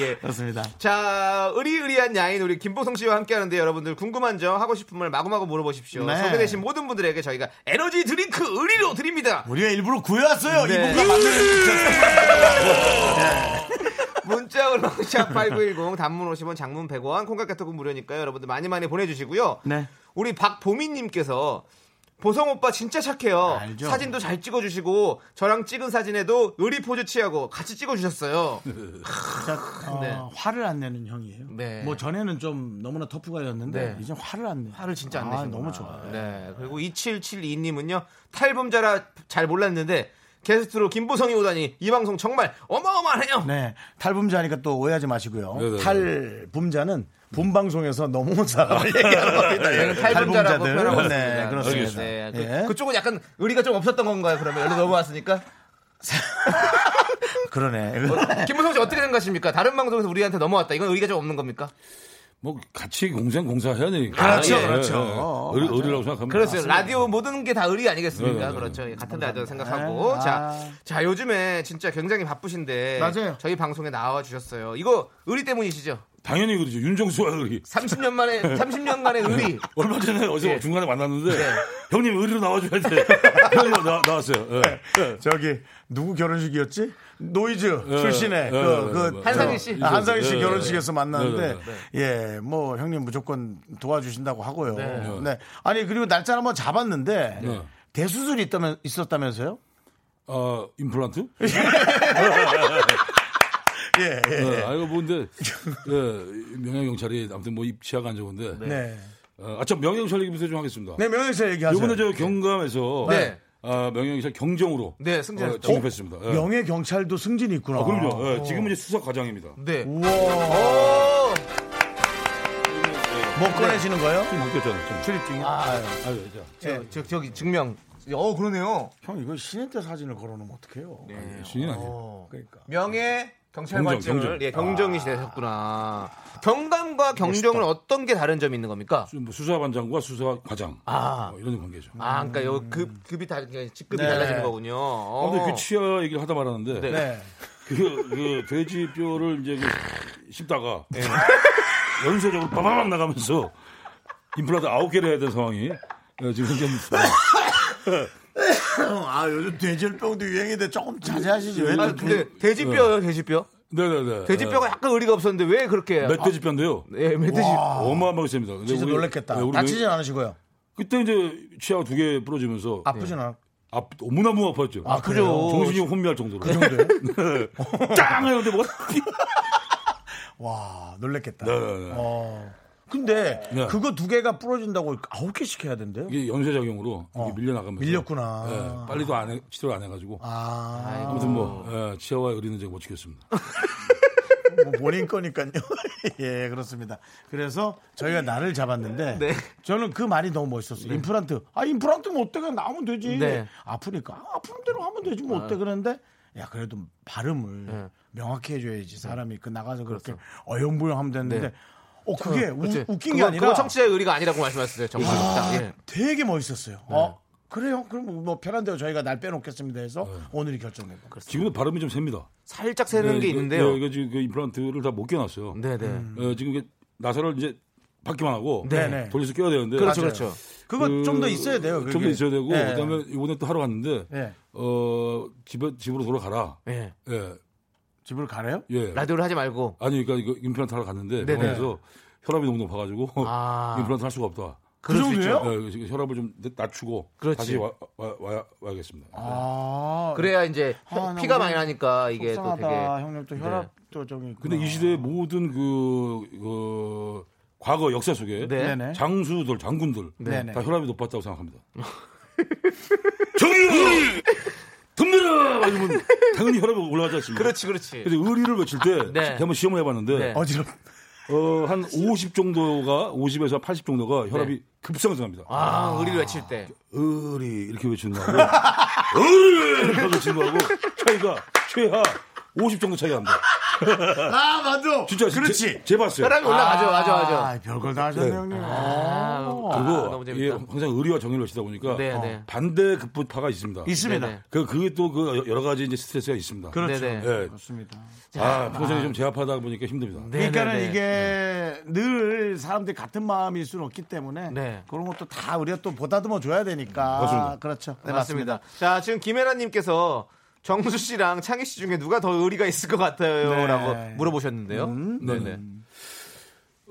[SPEAKER 1] 예.
[SPEAKER 2] 그렇습니다.
[SPEAKER 1] 자, 의리의리한 야인 우리 김보성 씨와 함께 하는데 여러분들 궁금한 점, 하고 싶은 말 마구마구 물어보십시오.
[SPEAKER 2] 네.
[SPEAKER 1] 소개되신 모든 분들에게 저희가 에너지 드링크 의리로 드립니다.
[SPEAKER 2] 우리가 일부러 구해왔어요.
[SPEAKER 1] 네.
[SPEAKER 2] 이분과 만나서.
[SPEAKER 1] 문자로 샵8910 단문 50원, 장문 100원, 콩깍개톡은 무료니까요. 여러분들 많이 많이 보내주시고요.
[SPEAKER 2] 네.
[SPEAKER 1] 우리 박보민님께서 보성 오빠 진짜 착해요.
[SPEAKER 2] 알죠.
[SPEAKER 1] 사진도 잘 찍어주시고 저랑 찍은 사진에도 의리 포즈 취하고 같이 찍어주셨어요.
[SPEAKER 2] 진짜, 어,
[SPEAKER 1] 네.
[SPEAKER 2] 화를 안 내는 형이에요.
[SPEAKER 1] 네.
[SPEAKER 2] 뭐 전에는 좀 너무나 터프가였는데
[SPEAKER 1] 네.
[SPEAKER 2] 이제 화를 안 내.
[SPEAKER 1] 화를 진짜 안
[SPEAKER 2] 아,
[SPEAKER 1] 내시는
[SPEAKER 2] 너무 좋아요.
[SPEAKER 1] 네. 그리고 2772님은요. 탈범자라 잘 몰랐는데 게스트로 김보성이 오다니 이 방송 정말 어마어마해요.
[SPEAKER 2] 네. 탈붐자니까 또 오해하지 마시고요.
[SPEAKER 6] 네, 네, 네.
[SPEAKER 2] 탈붐자는 본방송에서 넘어온 사람을 얘기하는 겁니다.
[SPEAKER 1] 저희는
[SPEAKER 2] 예.
[SPEAKER 1] 네, 탈범자라고
[SPEAKER 2] 탈붐자들.
[SPEAKER 1] 표현하고 있습니다.
[SPEAKER 2] 네, 그렇습니다.
[SPEAKER 1] 네,
[SPEAKER 2] 예.
[SPEAKER 1] 그, 쪽은 약간 의리가 좀 없었던 건가요? 그러면 여기로 넘어왔으니까.
[SPEAKER 2] 그러네.
[SPEAKER 1] 김문성 씨 어떻게 생각하십니까? 다른 방송에서 우리한테 넘어왔다. 이건 의리가 좀 없는 겁니까?
[SPEAKER 6] 뭐 같이 공생 공사해야 되니까.
[SPEAKER 2] 그렇죠,
[SPEAKER 6] 예,
[SPEAKER 2] 그렇죠.
[SPEAKER 6] 예, 예.
[SPEAKER 2] 어,
[SPEAKER 6] 의리- 의리라고 생각합니다. 아,
[SPEAKER 1] 그렇죠. 라디오 모든 게 다 의리 아니겠습니까?
[SPEAKER 6] 네, 네, 네.
[SPEAKER 1] 그렇죠. 예, 같은 데다 네. 생각하고.
[SPEAKER 2] 아.
[SPEAKER 1] 자, 자, 요즘에 진짜 굉장히 바쁘신데.
[SPEAKER 2] 맞아요.
[SPEAKER 1] 저희 방송에 나와 주셨어요. 이거 의리 때문이시죠?
[SPEAKER 6] 당연히 그러죠. 윤정수와 의리.
[SPEAKER 1] 30년 만에, 30년간의 의리.
[SPEAKER 6] 얼마 전에 어디서
[SPEAKER 1] 예.
[SPEAKER 6] 중간에 만났는데
[SPEAKER 1] 네.
[SPEAKER 6] 형님 의리로 나와줘야 돼. 형님 나, 나왔어요. 예. 예.
[SPEAKER 2] 저기 누구 결혼식이었지? 노이즈 출신의
[SPEAKER 6] 예,
[SPEAKER 2] 그,
[SPEAKER 6] 예,
[SPEAKER 2] 그
[SPEAKER 6] 예, 예.
[SPEAKER 1] 한상희 씨.
[SPEAKER 2] 저- 아, 한상희 씨
[SPEAKER 6] 예, 예,
[SPEAKER 2] 결혼식에서
[SPEAKER 6] 예.
[SPEAKER 2] 만났는데
[SPEAKER 6] 네,
[SPEAKER 2] 예, 뭐 형님 무조건 도와주신다고 하고요.
[SPEAKER 1] 네.
[SPEAKER 2] 네. 아니 그리고 날짜를 한번 잡았는데
[SPEAKER 6] 네.
[SPEAKER 2] 대수술이 있다면 있었다면서요?
[SPEAKER 6] 어, 임플란트?
[SPEAKER 2] 예, 예.
[SPEAKER 6] 예. 아, 이거 뭔데. 예. 명예경찰이 아무튼 뭐 입치아가 안 좋은데.
[SPEAKER 2] 네.
[SPEAKER 6] 어, 아, 참 명예경찰 얘기부터 좀 하겠습니다.
[SPEAKER 2] 네, 명예 씨 얘기하세요.
[SPEAKER 6] 요번에 저 경감에서
[SPEAKER 1] 네.
[SPEAKER 6] 아, 명예경찰 경정으로
[SPEAKER 1] 네, 승진했죠.
[SPEAKER 6] 어, 진입했습니다. 예.
[SPEAKER 2] 명예 경찰도 승진이 있구나.
[SPEAKER 6] 아, 그럼요. 예, 지금은 이제 수사 과장입니다.
[SPEAKER 1] 네. 어,
[SPEAKER 2] 우와.
[SPEAKER 1] 오!
[SPEAKER 2] 못뭐 꺼내시는 거예요?
[SPEAKER 6] 좀 바뀌었잖아요. 좀.
[SPEAKER 2] 출입 중이요. 네. 아,
[SPEAKER 6] 아유, 자.
[SPEAKER 1] 저, 저, 저기 증명. 어, 그러네요.
[SPEAKER 2] 형 이거 신인 때 사진을 걸어놓으면 어떡해요?
[SPEAKER 6] 예, 신인 아니에요.
[SPEAKER 2] 그러니까.
[SPEAKER 1] 명예 경찰관증을
[SPEAKER 6] 경정, 경정.
[SPEAKER 2] 아.
[SPEAKER 1] 예, 경정이 되셨구나. 경감과 경정은 어떤 게 다른 점이 있는 겁니까?
[SPEAKER 6] 좀뭐 수사반장과 수사과장
[SPEAKER 1] 아.
[SPEAKER 6] 어, 이런 관계죠.
[SPEAKER 1] 아, 그러니까 요 급, 급이 다, 그러니까 직급이
[SPEAKER 2] 네.
[SPEAKER 1] 달라지는 거군요. 어.
[SPEAKER 6] 아무튼 그 치아 얘기를 하다 말았는데
[SPEAKER 1] 네.
[SPEAKER 2] 네.
[SPEAKER 6] 그, 그 돼지 뼈를 이제 그 씹다가 연쇄적으로 빠바박 나가면서 임플란트 아홉 개를 해야 되는 상황이 예, 지금 현재
[SPEAKER 2] 형, 아 요즘 돼지병도 유행인데 조금 자제하시지 왜?
[SPEAKER 1] 아,
[SPEAKER 2] 또 그-
[SPEAKER 1] 근데 돼지뼈요, 돼지뼈.
[SPEAKER 6] 네네네
[SPEAKER 1] 돼지뼈가 약간 의리가 없었는데 왜 그렇게?
[SPEAKER 6] 멧돼지 뼈인데요
[SPEAKER 1] 예, 멧돼지.
[SPEAKER 2] 아.
[SPEAKER 6] 어마어마하게 셉니다 근데
[SPEAKER 2] 진짜
[SPEAKER 6] 우리-
[SPEAKER 2] 놀랬겠다.
[SPEAKER 6] 예, 우리
[SPEAKER 2] 다치진 않으시고요.
[SPEAKER 6] 그때 이제 치아가 두 개 부러지면서 아,
[SPEAKER 2] 아프진 않아.
[SPEAKER 6] 너무너무 아팠죠 네.
[SPEAKER 2] 아, 그래요?
[SPEAKER 6] 정신이 혼미할 정도로 그 정도요? 짱 하는데 뭐가 삐-
[SPEAKER 2] 와 놀랬겠다.
[SPEAKER 6] 네네네.
[SPEAKER 2] 어. 근데
[SPEAKER 6] 네.
[SPEAKER 2] 그거 두 개가 부러진다고 아홉 개씩 해야 된대요?
[SPEAKER 6] 이게 연쇄작용으로 이게 밀려나가면서
[SPEAKER 2] 밀렸구나.
[SPEAKER 6] 예, 빨리도 안 해, 치료를 안 해가지고
[SPEAKER 2] 아,
[SPEAKER 6] 아무튼 뭐 예, 치아와 의리는 제가 못 지켰습니다
[SPEAKER 2] 뭐 본인 거니까요. 예, 그렇습니다. 그래서 저희가 나를 잡았는데
[SPEAKER 1] 네.
[SPEAKER 2] 저는 그 말이 너무 멋있었어요. 임플란트. 아, 임플란트면 어때가 나오면 되지.
[SPEAKER 1] 네.
[SPEAKER 2] 아프니까 아, 아픈 대로 하면 되지 뭐 어때 그러는데 야, 그래도 발음을
[SPEAKER 1] 네.
[SPEAKER 2] 명확히 해줘야지 사람이 그 나가서 그렇게 어영부영하면 되는데
[SPEAKER 1] 그렇죠. 네.
[SPEAKER 2] 어 그게 우-
[SPEAKER 1] 그치?
[SPEAKER 2] 웃긴 게
[SPEAKER 1] 그거-
[SPEAKER 2] 아니라
[SPEAKER 1] 그거 청취자의 의리가 아니라고 말씀하셨어요. 정말. 딱, 예.
[SPEAKER 2] 되게 멋있었어요.
[SPEAKER 1] 네.
[SPEAKER 2] 어, 그래요? 그럼 뭐 편한 대로 저희가 날 빼놓겠습니다 해서
[SPEAKER 1] 네.
[SPEAKER 2] 오늘이 결정된 거.
[SPEAKER 6] 지금도 발음이 좀 셉니다
[SPEAKER 1] 살짝 새는
[SPEAKER 6] 네,
[SPEAKER 1] 게
[SPEAKER 6] 이거-
[SPEAKER 1] 있는데요.
[SPEAKER 6] 네, 이거 지금 그 임플란트를 다 못 껴놨어요.
[SPEAKER 1] 네, 네.
[SPEAKER 2] 음.
[SPEAKER 6] 어, 지금 이게 나사를 이제 받기만 하고
[SPEAKER 2] 네, 네.
[SPEAKER 6] 돌려서 껴야 되는데.
[SPEAKER 1] 그렇죠,
[SPEAKER 2] 맞아요.
[SPEAKER 1] 그렇죠.
[SPEAKER 2] 그거 좀 더 있어야 돼요.
[SPEAKER 6] 좀 더
[SPEAKER 2] 그게.
[SPEAKER 6] 있어야 되고
[SPEAKER 2] 예.
[SPEAKER 6] 그다음에 이번에 또 하러 갔는데
[SPEAKER 2] 예.
[SPEAKER 6] 어 집에 집으로 돌아가라.
[SPEAKER 1] 예.
[SPEAKER 6] 예.
[SPEAKER 2] 집을 가래요?
[SPEAKER 6] 예.
[SPEAKER 1] 라디오를 하지 말고.
[SPEAKER 6] 아니 그러니까 이거 임플란트 하러 갔는데
[SPEAKER 1] 네,
[SPEAKER 6] 병원에서 혈압이 너무 높아가지고
[SPEAKER 1] 아.
[SPEAKER 6] 임플란트 할 수가 없다.
[SPEAKER 2] 그
[SPEAKER 1] 네.
[SPEAKER 2] 정도예요?
[SPEAKER 6] 예, 그래서 혈압을 좀 낮추고
[SPEAKER 1] 그렇지.
[SPEAKER 6] 다시 와, 와, 와, 와야겠습니다.
[SPEAKER 2] 아,
[SPEAKER 1] 그래야 이제
[SPEAKER 2] 아,
[SPEAKER 1] 피가
[SPEAKER 2] 너무
[SPEAKER 1] 많이 나니까 이게 또
[SPEAKER 2] 속상하다.
[SPEAKER 1] 되게. 네.
[SPEAKER 2] 형님 또 혈압도 저기.
[SPEAKER 6] 근데 이 시대의 모든 그, 그 과거 역사 속에
[SPEAKER 1] 네.
[SPEAKER 2] 네네.
[SPEAKER 6] 장수들, 장군들
[SPEAKER 2] 네네.
[SPEAKER 6] 다 혈압이 높았다고 생각합니다. 정의를 듭니다. 이러면 당연히 혈압이 올라가지 않습니까?
[SPEAKER 1] 그렇지, 그렇지.
[SPEAKER 6] 그래서 의리를 외칠 때
[SPEAKER 1] 네.
[SPEAKER 6] 한번 시험을 해봤는데
[SPEAKER 1] 네.
[SPEAKER 2] 어지럽.
[SPEAKER 6] 어, 한 50 정도가 50에서 80 정도가 혈압이
[SPEAKER 1] 네.
[SPEAKER 6] 급상승합니다.
[SPEAKER 1] 아, 의리를 외칠 때.
[SPEAKER 6] 의리 이렇게 외치는 거하고 의리 이렇게 외치는 거하고 차이가 최하 50 정도 차이가 납니다.
[SPEAKER 2] 아, 맞아.
[SPEAKER 6] 진짜 제-
[SPEAKER 2] 그렇지.
[SPEAKER 6] 재봤어요.
[SPEAKER 1] 혈압이 올라가죠, 맞아, 맞아.
[SPEAKER 2] 아, 별걸 다 하셨네,
[SPEAKER 6] 네.
[SPEAKER 2] 형님.
[SPEAKER 1] 아,
[SPEAKER 6] 그리고
[SPEAKER 1] 너무
[SPEAKER 6] 이게
[SPEAKER 1] 재밌다.
[SPEAKER 6] 항상 의리와 정의를 외치다 보니까
[SPEAKER 1] 네, 네.
[SPEAKER 6] 반대 급부파가 있습니다.
[SPEAKER 2] 있습니다.
[SPEAKER 1] 네네.
[SPEAKER 6] 그 그게 또 그 여러 가지 이제 스트레스가 있습니다.
[SPEAKER 2] 그렇죠.
[SPEAKER 1] 네네.
[SPEAKER 6] 예.
[SPEAKER 2] 그렇습니다.
[SPEAKER 1] 네.
[SPEAKER 6] 아, 평생이 좀 제압하다 보니까 힘듭니다.
[SPEAKER 1] 네네네.
[SPEAKER 2] 그러니까는 이게 늘 사람들이 같은 마음일 수는 없기 때문에
[SPEAKER 1] 네.
[SPEAKER 2] 그런 것도 다 우리가 또 보다듬어 줘야 되니까.
[SPEAKER 6] 음, 맞습니다.
[SPEAKER 2] 그렇죠. 네,
[SPEAKER 1] 맞습니다. 자, 지금 김혜라님께서 정수 씨랑 창희 씨 중에 누가 더 의리가 있을 것 같아요?
[SPEAKER 2] 네. 음.
[SPEAKER 1] 라고 물어보셨는데요. 네네.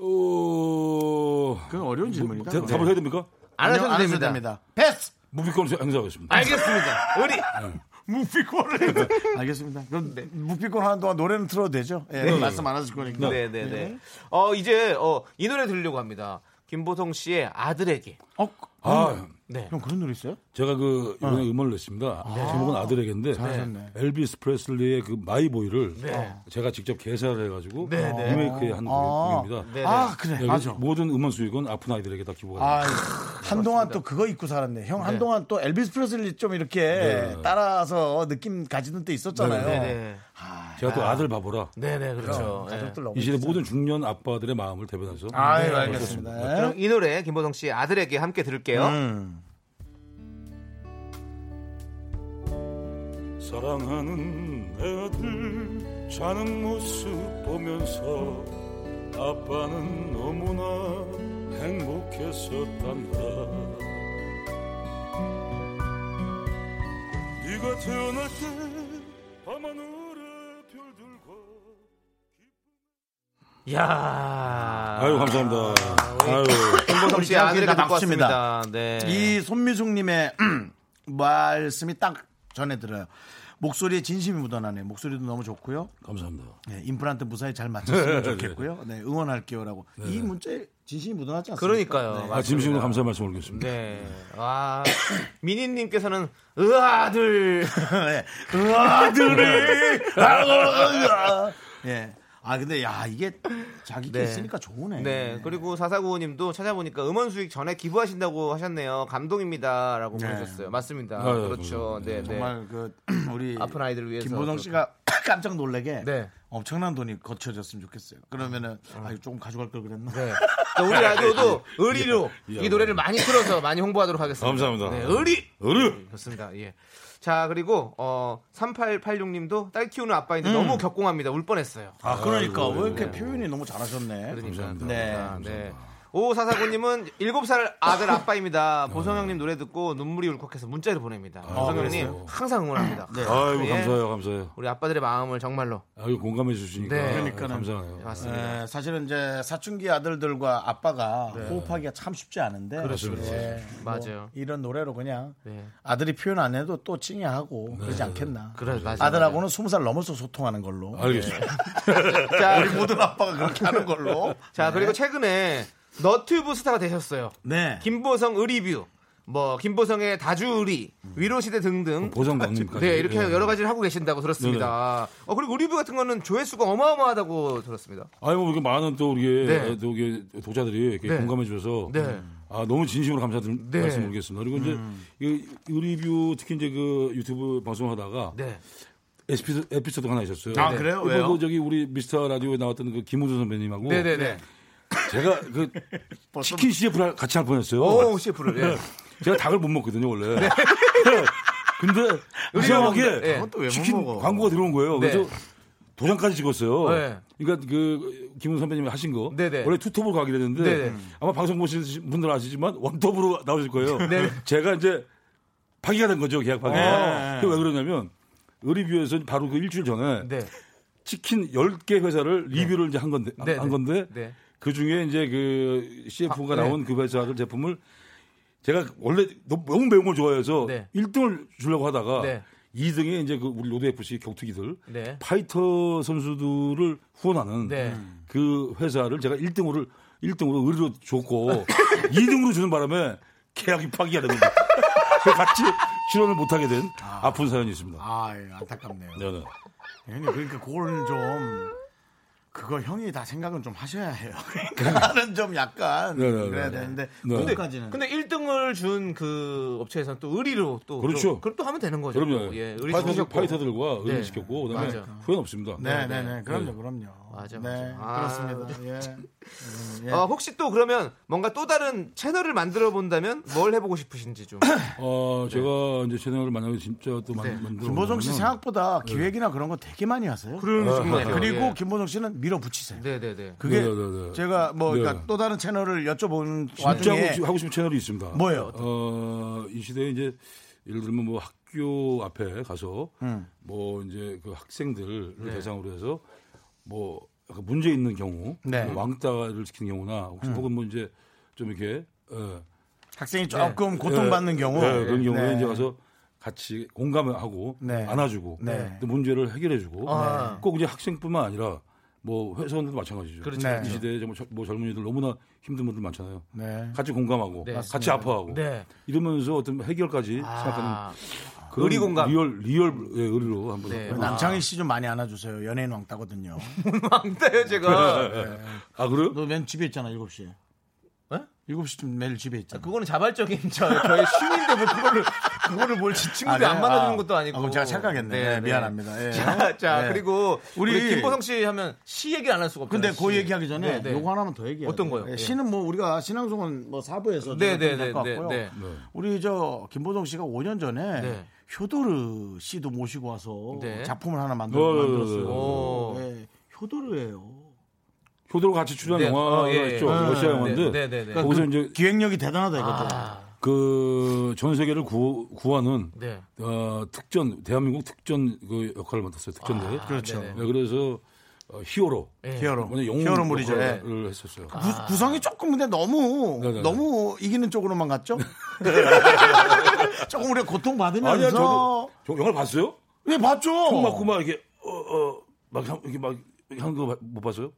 [SPEAKER 6] 어...
[SPEAKER 2] 그건 어려운 질문이다.
[SPEAKER 6] 대- 답을 해야 됩니까?
[SPEAKER 1] 안 하셔도
[SPEAKER 2] 안
[SPEAKER 1] 됩니다.
[SPEAKER 2] 패스.
[SPEAKER 6] 무비권 행사하겠습니다.
[SPEAKER 1] 알겠습니다. 의리.
[SPEAKER 2] 아, 무피콜을 네, 알겠습니다. 그럼
[SPEAKER 1] 네.
[SPEAKER 2] 무피콜 하는 동안 노래는
[SPEAKER 1] 네,
[SPEAKER 2] 틀어도 되죠? 예, 말씀 네. 안 하실 거니까.
[SPEAKER 1] 네네네. 어, 이제, 어, 이 노래 들으려고 합니다. 김보성 씨의 아들에게.
[SPEAKER 2] 어,
[SPEAKER 6] 아,
[SPEAKER 1] 네.
[SPEAKER 2] 형 그런 노래 있어요?
[SPEAKER 6] 제가 그 이번에 음원을 냈습니다. 제목은 아들에게인데
[SPEAKER 2] 잘하셨네. 어.
[SPEAKER 6] 엘비스 프레슬리의 그 마이보이를
[SPEAKER 1] 네.
[SPEAKER 6] 제가 직접 개사를 해가지고
[SPEAKER 1] 네, 네.
[SPEAKER 6] 리메이크한
[SPEAKER 2] 아.
[SPEAKER 6] 곡입니다.
[SPEAKER 1] 네,
[SPEAKER 2] 아,
[SPEAKER 6] 여기
[SPEAKER 2] 그래. 맞아.
[SPEAKER 6] 모든 음원 수익은 아픈 아이들에게 다 기부가 됩니다.
[SPEAKER 2] 아, 한동안 또 그거 입고 살았네. 네. 형 한동안 또 엘비스 프레슬리 좀 이렇게 따라서 느낌 가지는 때 있었잖아요.
[SPEAKER 1] 네네.
[SPEAKER 6] 제가 또 아들 바보라
[SPEAKER 1] 네네, 그렇죠. 예.
[SPEAKER 2] 가족들 너무
[SPEAKER 6] 이 시대
[SPEAKER 2] 비싸.
[SPEAKER 6] 모든 중년 아빠들의 마음을 대변해서
[SPEAKER 2] 아유, 예. 알겠습니다.
[SPEAKER 1] 네, 그럼 그렇죠. 이 노래 김보성 씨의 아들에게 함께 들을게요.
[SPEAKER 2] 음.
[SPEAKER 6] 사랑하는 내 아들 자는 모습 보면서 아빠는 너무나 행복했었단다 네가 태어날 때 밤하늘에 별 들고
[SPEAKER 1] 야
[SPEAKER 6] 아유 감사합니다 아유 네.
[SPEAKER 1] 김보성 씨의
[SPEAKER 2] 우리
[SPEAKER 1] 아들에게
[SPEAKER 2] 다
[SPEAKER 1] 듣고 왔습니다. 네.
[SPEAKER 2] 이 손미숙님의 말씀이 딱 전해드려요. 목소리에 진심이 묻어나네요. 목소리도 너무 좋고요.
[SPEAKER 6] 감사합니다
[SPEAKER 2] 네, 임플란트 무사히 잘 맞췄으면
[SPEAKER 6] 네,
[SPEAKER 2] 좋겠고요. 네, 응원할게요라고. 이 문자에 진심이 묻어나지 않습니까?
[SPEAKER 1] 그러니까요.
[SPEAKER 2] 네.
[SPEAKER 6] 아 진심으로 감사의 말씀 올리겠습니다
[SPEAKER 1] 네. 와, 미니님께서는, 으아들.
[SPEAKER 2] 네. 으아들이 아으아. 예. 아 근데 야 이게 자기 게
[SPEAKER 1] 네.
[SPEAKER 2] 있으니까 좋으네.
[SPEAKER 1] 네. 그리고 4495님도 찾아보니까 음원 수익 전에 기부하신다고 하셨네요. 감동입니다. 라고
[SPEAKER 2] 네.
[SPEAKER 1] 보내셨어요. 맞습니다.
[SPEAKER 6] 아유,
[SPEAKER 1] 그렇죠. 네, 네.
[SPEAKER 2] 정말 그 우리
[SPEAKER 1] 아픈 아이들을 위해서
[SPEAKER 2] 김보성 씨가 깜짝 놀래게
[SPEAKER 1] 네.
[SPEAKER 2] 엄청난 돈이 거쳐졌으면 좋겠어요. 그러면은 아 이거 조금 가져갈 걸 그랬나?
[SPEAKER 1] 네. 또 우리 라디오도 의리로
[SPEAKER 6] 예,
[SPEAKER 1] 이 노래를 많이 틀어서 많이 홍보하도록 하겠습니다.
[SPEAKER 6] 감사합니다.
[SPEAKER 1] 네, 의리!
[SPEAKER 6] 으르
[SPEAKER 1] 좋습니다. 예. 자, 그리고 어 3886님도 딸 키우는
[SPEAKER 6] 음.
[SPEAKER 1] 아빠인데 너무 격공합니다. 울 뻔했어요.
[SPEAKER 2] 아 그러니까 왜 이렇게 표현이 너무 잘하셨네.
[SPEAKER 1] 그러니까.
[SPEAKER 6] 감사합니다.
[SPEAKER 2] 네.
[SPEAKER 1] 아, 네. 오사사고님은 7살 아들 아빠입니다.
[SPEAKER 6] 네.
[SPEAKER 1] 보성형님 노래 듣고 눈물이 울컥해서 문자를 보냅니다. 보성형님
[SPEAKER 6] 아, 그랬어요? 네.
[SPEAKER 1] 항상 응원합니다.
[SPEAKER 6] 아이고
[SPEAKER 1] 예.
[SPEAKER 6] 감사해요 감사해요
[SPEAKER 1] 우리 아빠들의 마음을 정말로
[SPEAKER 6] 아유 공감해 주시니까
[SPEAKER 1] 네.
[SPEAKER 2] 그러니까는.
[SPEAKER 6] 감사해요
[SPEAKER 1] 맞습니다.
[SPEAKER 2] 네, 사실은 이제 사춘기 아들들과 아빠가 호흡하기가 참 쉽지 않은데
[SPEAKER 6] 그렇죠, 그렇죠.
[SPEAKER 2] 예,
[SPEAKER 1] 네. 맞아요.
[SPEAKER 2] 이런 노래로 그냥
[SPEAKER 1] 네.
[SPEAKER 2] 아들이 표현 안 해도 또 찡해하고 그러지 않겠나
[SPEAKER 1] 그래, 맞아요. 아,
[SPEAKER 2] 아들하고는 스무 살 넘어서 소통하는 걸로
[SPEAKER 6] 알겠습니다
[SPEAKER 1] 자,
[SPEAKER 2] 우리 모든 아빠가 그렇게 하는 걸로
[SPEAKER 6] 네.
[SPEAKER 1] 자 그리고 최근에 너튜브 스타가 되셨어요.
[SPEAKER 2] 네
[SPEAKER 1] 김보성 의리뷰, 뭐 김보성의 다주의리, 위로시대 등등.
[SPEAKER 6] 어, 보성광님까지
[SPEAKER 1] 네 이렇게
[SPEAKER 6] 예.
[SPEAKER 1] 여러 가지를 하고 계신다고 들었습니다. 어 그리고 의리뷰 같은 거는 조회수가 어마어마하다고 들었습니다.
[SPEAKER 6] 아니 뭐 이렇게 많은 또 우리
[SPEAKER 1] 네.
[SPEAKER 6] 또 우리 독자들이 이렇게
[SPEAKER 1] 네.
[SPEAKER 6] 공감해 주셔서
[SPEAKER 1] 네.
[SPEAKER 6] 아 너무 진심으로 감사드린
[SPEAKER 1] 네. 음.
[SPEAKER 6] 말씀 드리겠습니다. 그리고 이제 이 의리뷰 특히 이제 그 유튜브 방송하다가
[SPEAKER 1] 네.
[SPEAKER 6] 에피소드, 에피소드가 하나 있었어요.
[SPEAKER 2] 아, 그래요?
[SPEAKER 6] 이거
[SPEAKER 2] 왜요?
[SPEAKER 6] 그 저기 우리 미스터 라디오에 나왔던 그 김우주 선배님하고
[SPEAKER 1] 네네네.
[SPEAKER 6] 제가 그 치킨 CF를 같이 할 뻔했어요.
[SPEAKER 1] 오 CF를. 예.
[SPEAKER 6] 제가 닭을 못 먹거든요 원래. 근데
[SPEAKER 1] 먹는다. 예.
[SPEAKER 6] 이상하게
[SPEAKER 2] 그건 또왜못
[SPEAKER 6] 치킨
[SPEAKER 2] 먹어?
[SPEAKER 6] 광고가 들어온 거예요.
[SPEAKER 1] 네.
[SPEAKER 6] 그래서 도장까지 찍었어요.
[SPEAKER 1] 네.
[SPEAKER 6] 그러니까 그 김훈 선배님이 하신 거
[SPEAKER 1] 네네.
[SPEAKER 6] 원래 투톱으로 가게 되는데
[SPEAKER 1] 네네.
[SPEAKER 6] 아마 방송 보시는 분들 은 아시지만 원톱으로 나오실 거예요.
[SPEAKER 1] 네.
[SPEAKER 6] 제가 이제 파기가 된 거죠 계약 파기.
[SPEAKER 2] 네.
[SPEAKER 6] 그게 왜 그러냐면 의리뷰에서 바로 그 일주일 전에
[SPEAKER 1] 네.
[SPEAKER 6] 치킨 10개 회사를 리뷰를 이제 한 건데,
[SPEAKER 1] 네, 네.
[SPEAKER 6] 한 건데
[SPEAKER 1] 네.
[SPEAKER 6] 그 중에 이제 그 CF가
[SPEAKER 1] 아, 네.
[SPEAKER 6] 나온 그 회사들 제품을 제가 원래 너무, 너무 매운 걸 좋아해서
[SPEAKER 1] 네.
[SPEAKER 6] 1등을 주려고 하다가
[SPEAKER 1] 네.
[SPEAKER 6] 2등에 이제 그 우리 로드 FC 격투기들
[SPEAKER 1] 네.
[SPEAKER 6] 파이터 선수들을 후원하는
[SPEAKER 1] 네.
[SPEAKER 6] 그 회사를 제가 1등으로 1등으로 의리로 줬고 2등으로 주는 바람에 계약이 파기가 됩니다. 그래서 같이 출연을 못하게 된 아. 픈 사연이 있습니다.
[SPEAKER 2] 아 예, 안타깝네요
[SPEAKER 6] 네, 네.
[SPEAKER 2] 형님 그러니까 그걸 좀 그거 형이 다 생각은 좀 하셔야 해요 그러니까 나는 좀 약간
[SPEAKER 6] 네, 네, 네.
[SPEAKER 2] 그래야 되는데
[SPEAKER 6] 네.
[SPEAKER 2] 그거까지는
[SPEAKER 1] 근데 1등을 준 그 업체에서는 또 의리로 또
[SPEAKER 6] 그렇죠.
[SPEAKER 1] 그럼 또 하면 되는 거죠.
[SPEAKER 6] 그럼요.
[SPEAKER 1] 예, 의리
[SPEAKER 6] 파이터,
[SPEAKER 1] 주셨고.
[SPEAKER 6] 파이터들과
[SPEAKER 1] 네.
[SPEAKER 6] 의리 시켰고 그다음에
[SPEAKER 1] 맞아.
[SPEAKER 6] 후회는 없습니다.
[SPEAKER 2] 네, 네, 네. 그럼요,
[SPEAKER 6] 네.
[SPEAKER 2] 그럼요.
[SPEAKER 1] 맞아,
[SPEAKER 2] 네,
[SPEAKER 1] 맞아.
[SPEAKER 2] 그렇습니다. 예. 음, 예.
[SPEAKER 1] 어, 혹시 또 그러면 뭔가 또 다른 채널을 만들어 본다면 뭘 해보고 싶으신지 좀.
[SPEAKER 6] 어, 제가 이제 채널을 만약에 진짜 또 만-
[SPEAKER 1] 네.
[SPEAKER 6] 만들어
[SPEAKER 2] 네. 김보정 씨
[SPEAKER 6] 놓으면은
[SPEAKER 2] 생각보다
[SPEAKER 6] 네.
[SPEAKER 2] 기획이나 그런 거 되게 많이 하세요.
[SPEAKER 1] 아,
[SPEAKER 2] 네,
[SPEAKER 1] 그런
[SPEAKER 2] 그리고 김보정 씨는 밀어붙이세요.
[SPEAKER 1] 예. 네네네.
[SPEAKER 2] 그게
[SPEAKER 6] 네, 네, 네.
[SPEAKER 2] 제가 뭐
[SPEAKER 6] 네.
[SPEAKER 2] 그러니까 또 다른 채널을 여쭤본
[SPEAKER 6] 진짜
[SPEAKER 2] 와중에
[SPEAKER 6] 하고, 싶- 하고 싶은 채널이 있습니다.
[SPEAKER 2] 뭐예요?
[SPEAKER 6] 어, 이 시대에 이제 예를 들면 뭐 학교 앞에 가서
[SPEAKER 2] 음.
[SPEAKER 6] 뭐 이제 그 학생들을
[SPEAKER 2] 네.
[SPEAKER 6] 대상으로 해서 뭐 약간 문제 있는 경우,
[SPEAKER 2] 네. 음.
[SPEAKER 6] 뭐 왕따를 시키는 경우나 혹시 혹은 뭐 이제 좀 이렇게 예,
[SPEAKER 2] 학생이 조금 고통받는
[SPEAKER 6] 예,
[SPEAKER 2] 경우
[SPEAKER 6] 예, 그런 경우에
[SPEAKER 2] 네.
[SPEAKER 6] 이제 가서 같이 공감을 하고
[SPEAKER 2] 네.
[SPEAKER 6] 안아주고
[SPEAKER 2] 네.
[SPEAKER 6] 또 문제를 해결해주고
[SPEAKER 1] 아.
[SPEAKER 6] 꼭 이제 학생뿐만 아니라 뭐 회사원들도 마찬가지죠.
[SPEAKER 1] 그렇죠.
[SPEAKER 2] 네.
[SPEAKER 6] 이 시대에 정말 저- 뭐 젊은이들 너무나 힘든 분들 많잖아요.
[SPEAKER 2] 네.
[SPEAKER 6] 같이 공감하고
[SPEAKER 1] 네.
[SPEAKER 6] 같이 아파하고
[SPEAKER 1] 네.
[SPEAKER 6] 이러면서 어떤 해결까지
[SPEAKER 1] 아.
[SPEAKER 6] 생각하는 그런
[SPEAKER 1] 의리 공감.
[SPEAKER 6] 리얼 리얼 예, 의리로 한번
[SPEAKER 1] 네.
[SPEAKER 6] 해볼까요?
[SPEAKER 2] 남창희 씨 좀 많이 안아주세요. 연예인 왕따거든요.
[SPEAKER 1] 왕따요 아, 제가.
[SPEAKER 6] 아 그래요?
[SPEAKER 2] 너 맨 집에 있잖아, 7시에. 네? 7시쯤 매일 집에 있잖아.
[SPEAKER 1] 그러니까 그거는 자발적인 저 저의 쉼인데 뭐 그거를 그거를 뭘 지- 친구들이
[SPEAKER 2] 아, 네?
[SPEAKER 1] 안 만나주는
[SPEAKER 2] 아.
[SPEAKER 1] 것도 아니고.
[SPEAKER 2] 아, 그럼 제가 착각했네. 네, 미안합니다. 예.
[SPEAKER 1] 자, 자
[SPEAKER 2] 네.
[SPEAKER 1] 그리고 우리,
[SPEAKER 2] 우리
[SPEAKER 1] 김보성 씨 하면 시 얘기 안 할 수가 없어요.
[SPEAKER 2] 근데 그 얘기하기 전에
[SPEAKER 1] 네, 네.
[SPEAKER 2] 요거 하나만 더 얘기해.
[SPEAKER 1] 어떤 거요?
[SPEAKER 2] 예,
[SPEAKER 1] 예.
[SPEAKER 2] 씨는 뭐 우리가 신앙송은 뭐 사부에서
[SPEAKER 1] 네, 네,
[SPEAKER 2] 될것
[SPEAKER 1] 네,
[SPEAKER 2] 같고요.
[SPEAKER 1] 네,
[SPEAKER 2] 우리 저 김보정 씨가 5년 전에
[SPEAKER 1] 네.
[SPEAKER 2] 효도르 씨도 모시고 와서
[SPEAKER 1] 네.
[SPEAKER 2] 작품을 하나 만들,
[SPEAKER 6] 어,
[SPEAKER 2] 만들었어요.
[SPEAKER 1] 어.
[SPEAKER 2] 예, 효도르예요.
[SPEAKER 6] 효도로 같이 출연한
[SPEAKER 1] 네.
[SPEAKER 6] 영화가
[SPEAKER 1] 어, 예, 예.
[SPEAKER 6] 있죠.
[SPEAKER 1] 네.
[SPEAKER 6] 러시아 영화인데
[SPEAKER 1] 네, 네, 네, 네.
[SPEAKER 6] 거기서 이제
[SPEAKER 2] 기획력이 대단하다 이거죠.
[SPEAKER 1] 아,
[SPEAKER 6] 그 전 세계를 구, 구하는
[SPEAKER 1] 네.
[SPEAKER 6] 어, 특전 대한민국 특전 그 역할을 맡았어요. 특전대.
[SPEAKER 2] 그렇죠. 예.
[SPEAKER 6] 네, 그래서 어, 히어로.
[SPEAKER 1] 네.
[SPEAKER 2] 히어로.
[SPEAKER 6] 완전 영웅
[SPEAKER 2] 히어로물이죠. 예.
[SPEAKER 6] 역할을 했었어요.
[SPEAKER 1] 아.
[SPEAKER 2] 구- 구성이 조금 근데 너무
[SPEAKER 6] 네, 네, 네.
[SPEAKER 2] 너무 이기는 쪽으로만 갔죠? 조금 우리가 고통
[SPEAKER 6] 아니야,
[SPEAKER 2] 받으면서
[SPEAKER 6] 저도 저 영화 를 봤어요?
[SPEAKER 2] 예 봤죠.
[SPEAKER 6] 총 맞고 막 이렇게 어, 어어막 이렇게 막 하는 거 못 봤어요?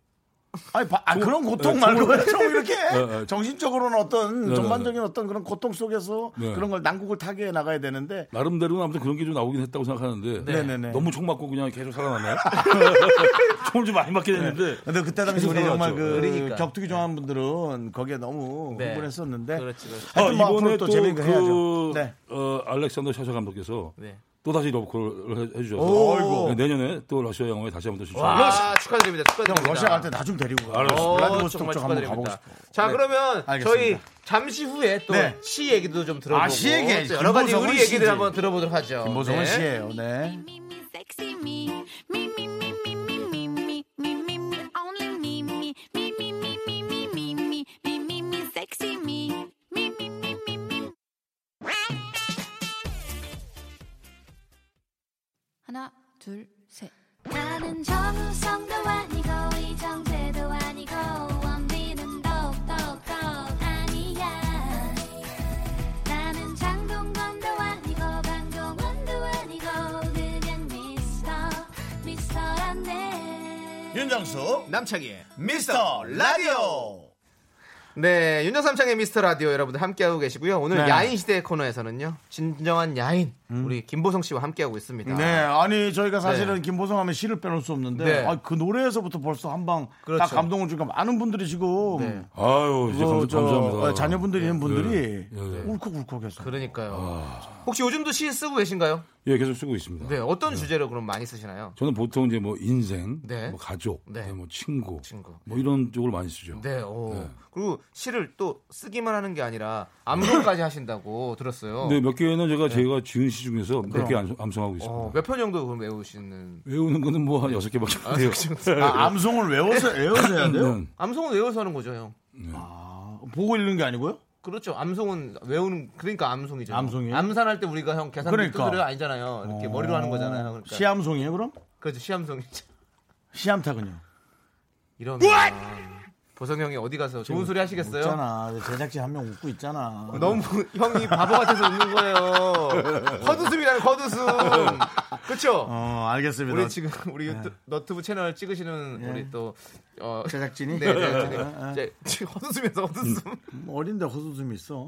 [SPEAKER 2] 아니 바- 아, 그런 고통
[SPEAKER 6] 네,
[SPEAKER 2] 말고 좀 이렇게
[SPEAKER 6] 네.
[SPEAKER 2] 정신적으로는 어떤
[SPEAKER 6] 네,
[SPEAKER 2] 전반적인 어떤 그런 고통 속에서
[SPEAKER 6] 네.
[SPEAKER 2] 그런 걸 난국을 타개해 나가야 되는데
[SPEAKER 6] 나름대로는 아무튼 그런 게 좀 나오긴 했다고 생각하는데
[SPEAKER 2] 네네네.
[SPEAKER 6] 너무 총 맞고 그냥 계속 살아났나요? 총을 좀 많이 맞게 됐는데
[SPEAKER 2] 네. 아, 근데 그때 당시 우리
[SPEAKER 6] 계속
[SPEAKER 2] 정말
[SPEAKER 6] 나왔죠.
[SPEAKER 2] 그
[SPEAKER 1] 그러니까.
[SPEAKER 2] 격투기 좋아하는 분들은 거기에 너무
[SPEAKER 1] 네.
[SPEAKER 2] 흥분했었는데
[SPEAKER 1] 그렇지, 그렇지.
[SPEAKER 6] 아,
[SPEAKER 2] 하여튼 뭐
[SPEAKER 6] 이번에
[SPEAKER 2] 앞으로 또 재밌는 거 해야죠.
[SPEAKER 6] 또그
[SPEAKER 2] 네.
[SPEAKER 6] 어, 알렉산더 샤샤 감독께서
[SPEAKER 1] 네.
[SPEAKER 6] 또 다시 러브콜을
[SPEAKER 1] 오.
[SPEAKER 6] 해주셔서 네, 내년에 또 러시아 영화에 다시 한번 더 신청.
[SPEAKER 1] 와, 축하드립니다.
[SPEAKER 2] 형
[SPEAKER 1] 축하드립니다.
[SPEAKER 2] 러시아 갈 때 나 좀 데리고 가.
[SPEAKER 6] 알았어.
[SPEAKER 2] 블라디보스톡 쪽 한번 가보고 싶어.
[SPEAKER 1] 자,
[SPEAKER 2] 네.
[SPEAKER 1] 그러면
[SPEAKER 2] 알겠습니다.
[SPEAKER 1] 저희 잠시 후에 또
[SPEAKER 2] 네.
[SPEAKER 1] 시 얘기도 좀 들어보고
[SPEAKER 2] 아, 시 얘기.
[SPEAKER 1] 또 여러 가지
[SPEAKER 2] 김보성은
[SPEAKER 1] 우리
[SPEAKER 2] 시지.
[SPEAKER 1] 얘기들 한번 들어보도록 하죠.
[SPEAKER 2] 김보성은
[SPEAKER 1] 네.
[SPEAKER 2] 뭐, 씨예요. 네.
[SPEAKER 4] Me, me, sexy me. Me, me, me, me, me, me, me, me, me, me, only me, me. Me, me, me, me, me, me, me, me, me, me, sexy me. Me, me, me, me, me.
[SPEAKER 7] 하나, 둘, 셋.
[SPEAKER 4] 나는 정우성도 아니고 이정재도 아니고 원빈은 더욱더 아니야 나는 장동건도 아니고 강동원도 아니고 그냥 미스터 미스터란데
[SPEAKER 2] 윤정수
[SPEAKER 1] 남창희의
[SPEAKER 2] 미스터 라디오.
[SPEAKER 1] 네, 윤정삼창의 미스터 라디오 여러분들 함께하고 계시고요. 오늘
[SPEAKER 2] 네. 음.
[SPEAKER 1] 야인 시대 코너에서는요, 진정한 야인 우리 김보성 씨와 함께하고 있습니다.
[SPEAKER 2] 네, 아니 저희가 사실은
[SPEAKER 1] 네.
[SPEAKER 2] 김보성 하면 시를 빼놓을 수 없는데
[SPEAKER 1] 네.
[SPEAKER 2] 아, 그 노래에서부터 벌써 한 방 딱
[SPEAKER 1] 그렇죠.
[SPEAKER 2] 감동을 주니까 많은 분들이 지금
[SPEAKER 1] 네.
[SPEAKER 6] 아유, 이제
[SPEAKER 2] 그,
[SPEAKER 6] 감,
[SPEAKER 2] 저,
[SPEAKER 6] 감사합니다.
[SPEAKER 2] 어, 자녀분들이 있는 분들이
[SPEAKER 6] 네, 네, 네.
[SPEAKER 2] 울컥울컥해서
[SPEAKER 1] 그러니까요.
[SPEAKER 2] 아.
[SPEAKER 1] 혹시 요즘도 시 쓰고 계신가요?
[SPEAKER 6] 예, 계속 쓰고 있습니다.
[SPEAKER 1] 네, 어떤 주제로 그럼 많이 쓰시나요?
[SPEAKER 6] 저는 보통 이제 뭐 인생,
[SPEAKER 1] 네.
[SPEAKER 6] 뭐 가족,
[SPEAKER 1] 네.
[SPEAKER 6] 네, 뭐 친구,
[SPEAKER 1] 친구.
[SPEAKER 6] 뭐 이런 쪽을 많이 쓰죠.
[SPEAKER 1] 네, 오. 그리고 시를 또 쓰기만 하는 게 아니라 암송까지 하신다고 들었어요.
[SPEAKER 2] 네.
[SPEAKER 6] 근데 몇 개는 제가 제가 지은 시 중에서 몇 개 암송하고 있습니다.
[SPEAKER 1] 어, 몇 편 정도 그럼 외우시는?
[SPEAKER 6] 외우는 거는 뭐 한 여섯 개밖에 안 돼요.
[SPEAKER 2] 아, 암송을 외워서 외워서 해야 돼요?
[SPEAKER 6] 네.
[SPEAKER 1] 암송은 외워서 하는 거죠, 형.
[SPEAKER 2] 보고 읽는 게 아니고요?
[SPEAKER 1] 그렇죠. 암송은 외우는 그러니까 암송이죠.
[SPEAKER 2] 암송이요?
[SPEAKER 1] 암산할 때 우리가 형 계산
[SPEAKER 2] 그러니까.
[SPEAKER 1] 그러니까.
[SPEAKER 2] 어.
[SPEAKER 1] 를 아니잖아요. 이렇게 머리로 하는 거잖아요. 그러니까.
[SPEAKER 2] 시암송이에요 그럼?
[SPEAKER 1] 그렇죠. 시암송이죠.
[SPEAKER 2] 시암타군요.
[SPEAKER 1] 이런. 보성 형이 어디 가서 좋은 소리 하시겠어요? 어,
[SPEAKER 2] 웃잖아. 제작진 한 명 웃고 있잖아.
[SPEAKER 1] 너무 형이 바보 같아서 웃는 거예요. 헛웃음이라는 헛웃음. 그렇죠.
[SPEAKER 2] 어 알겠습니다.
[SPEAKER 1] 우리 지금 우리 유튜, 너튜브 채널 찍으시는 우리 또 어,
[SPEAKER 2] 예. 제작진이?
[SPEAKER 1] 네, 네,
[SPEAKER 2] 예,
[SPEAKER 1] 제작진이. 이제 지금 헛웃으면서 헛웃음.
[SPEAKER 2] 어린데 허수음이 있어.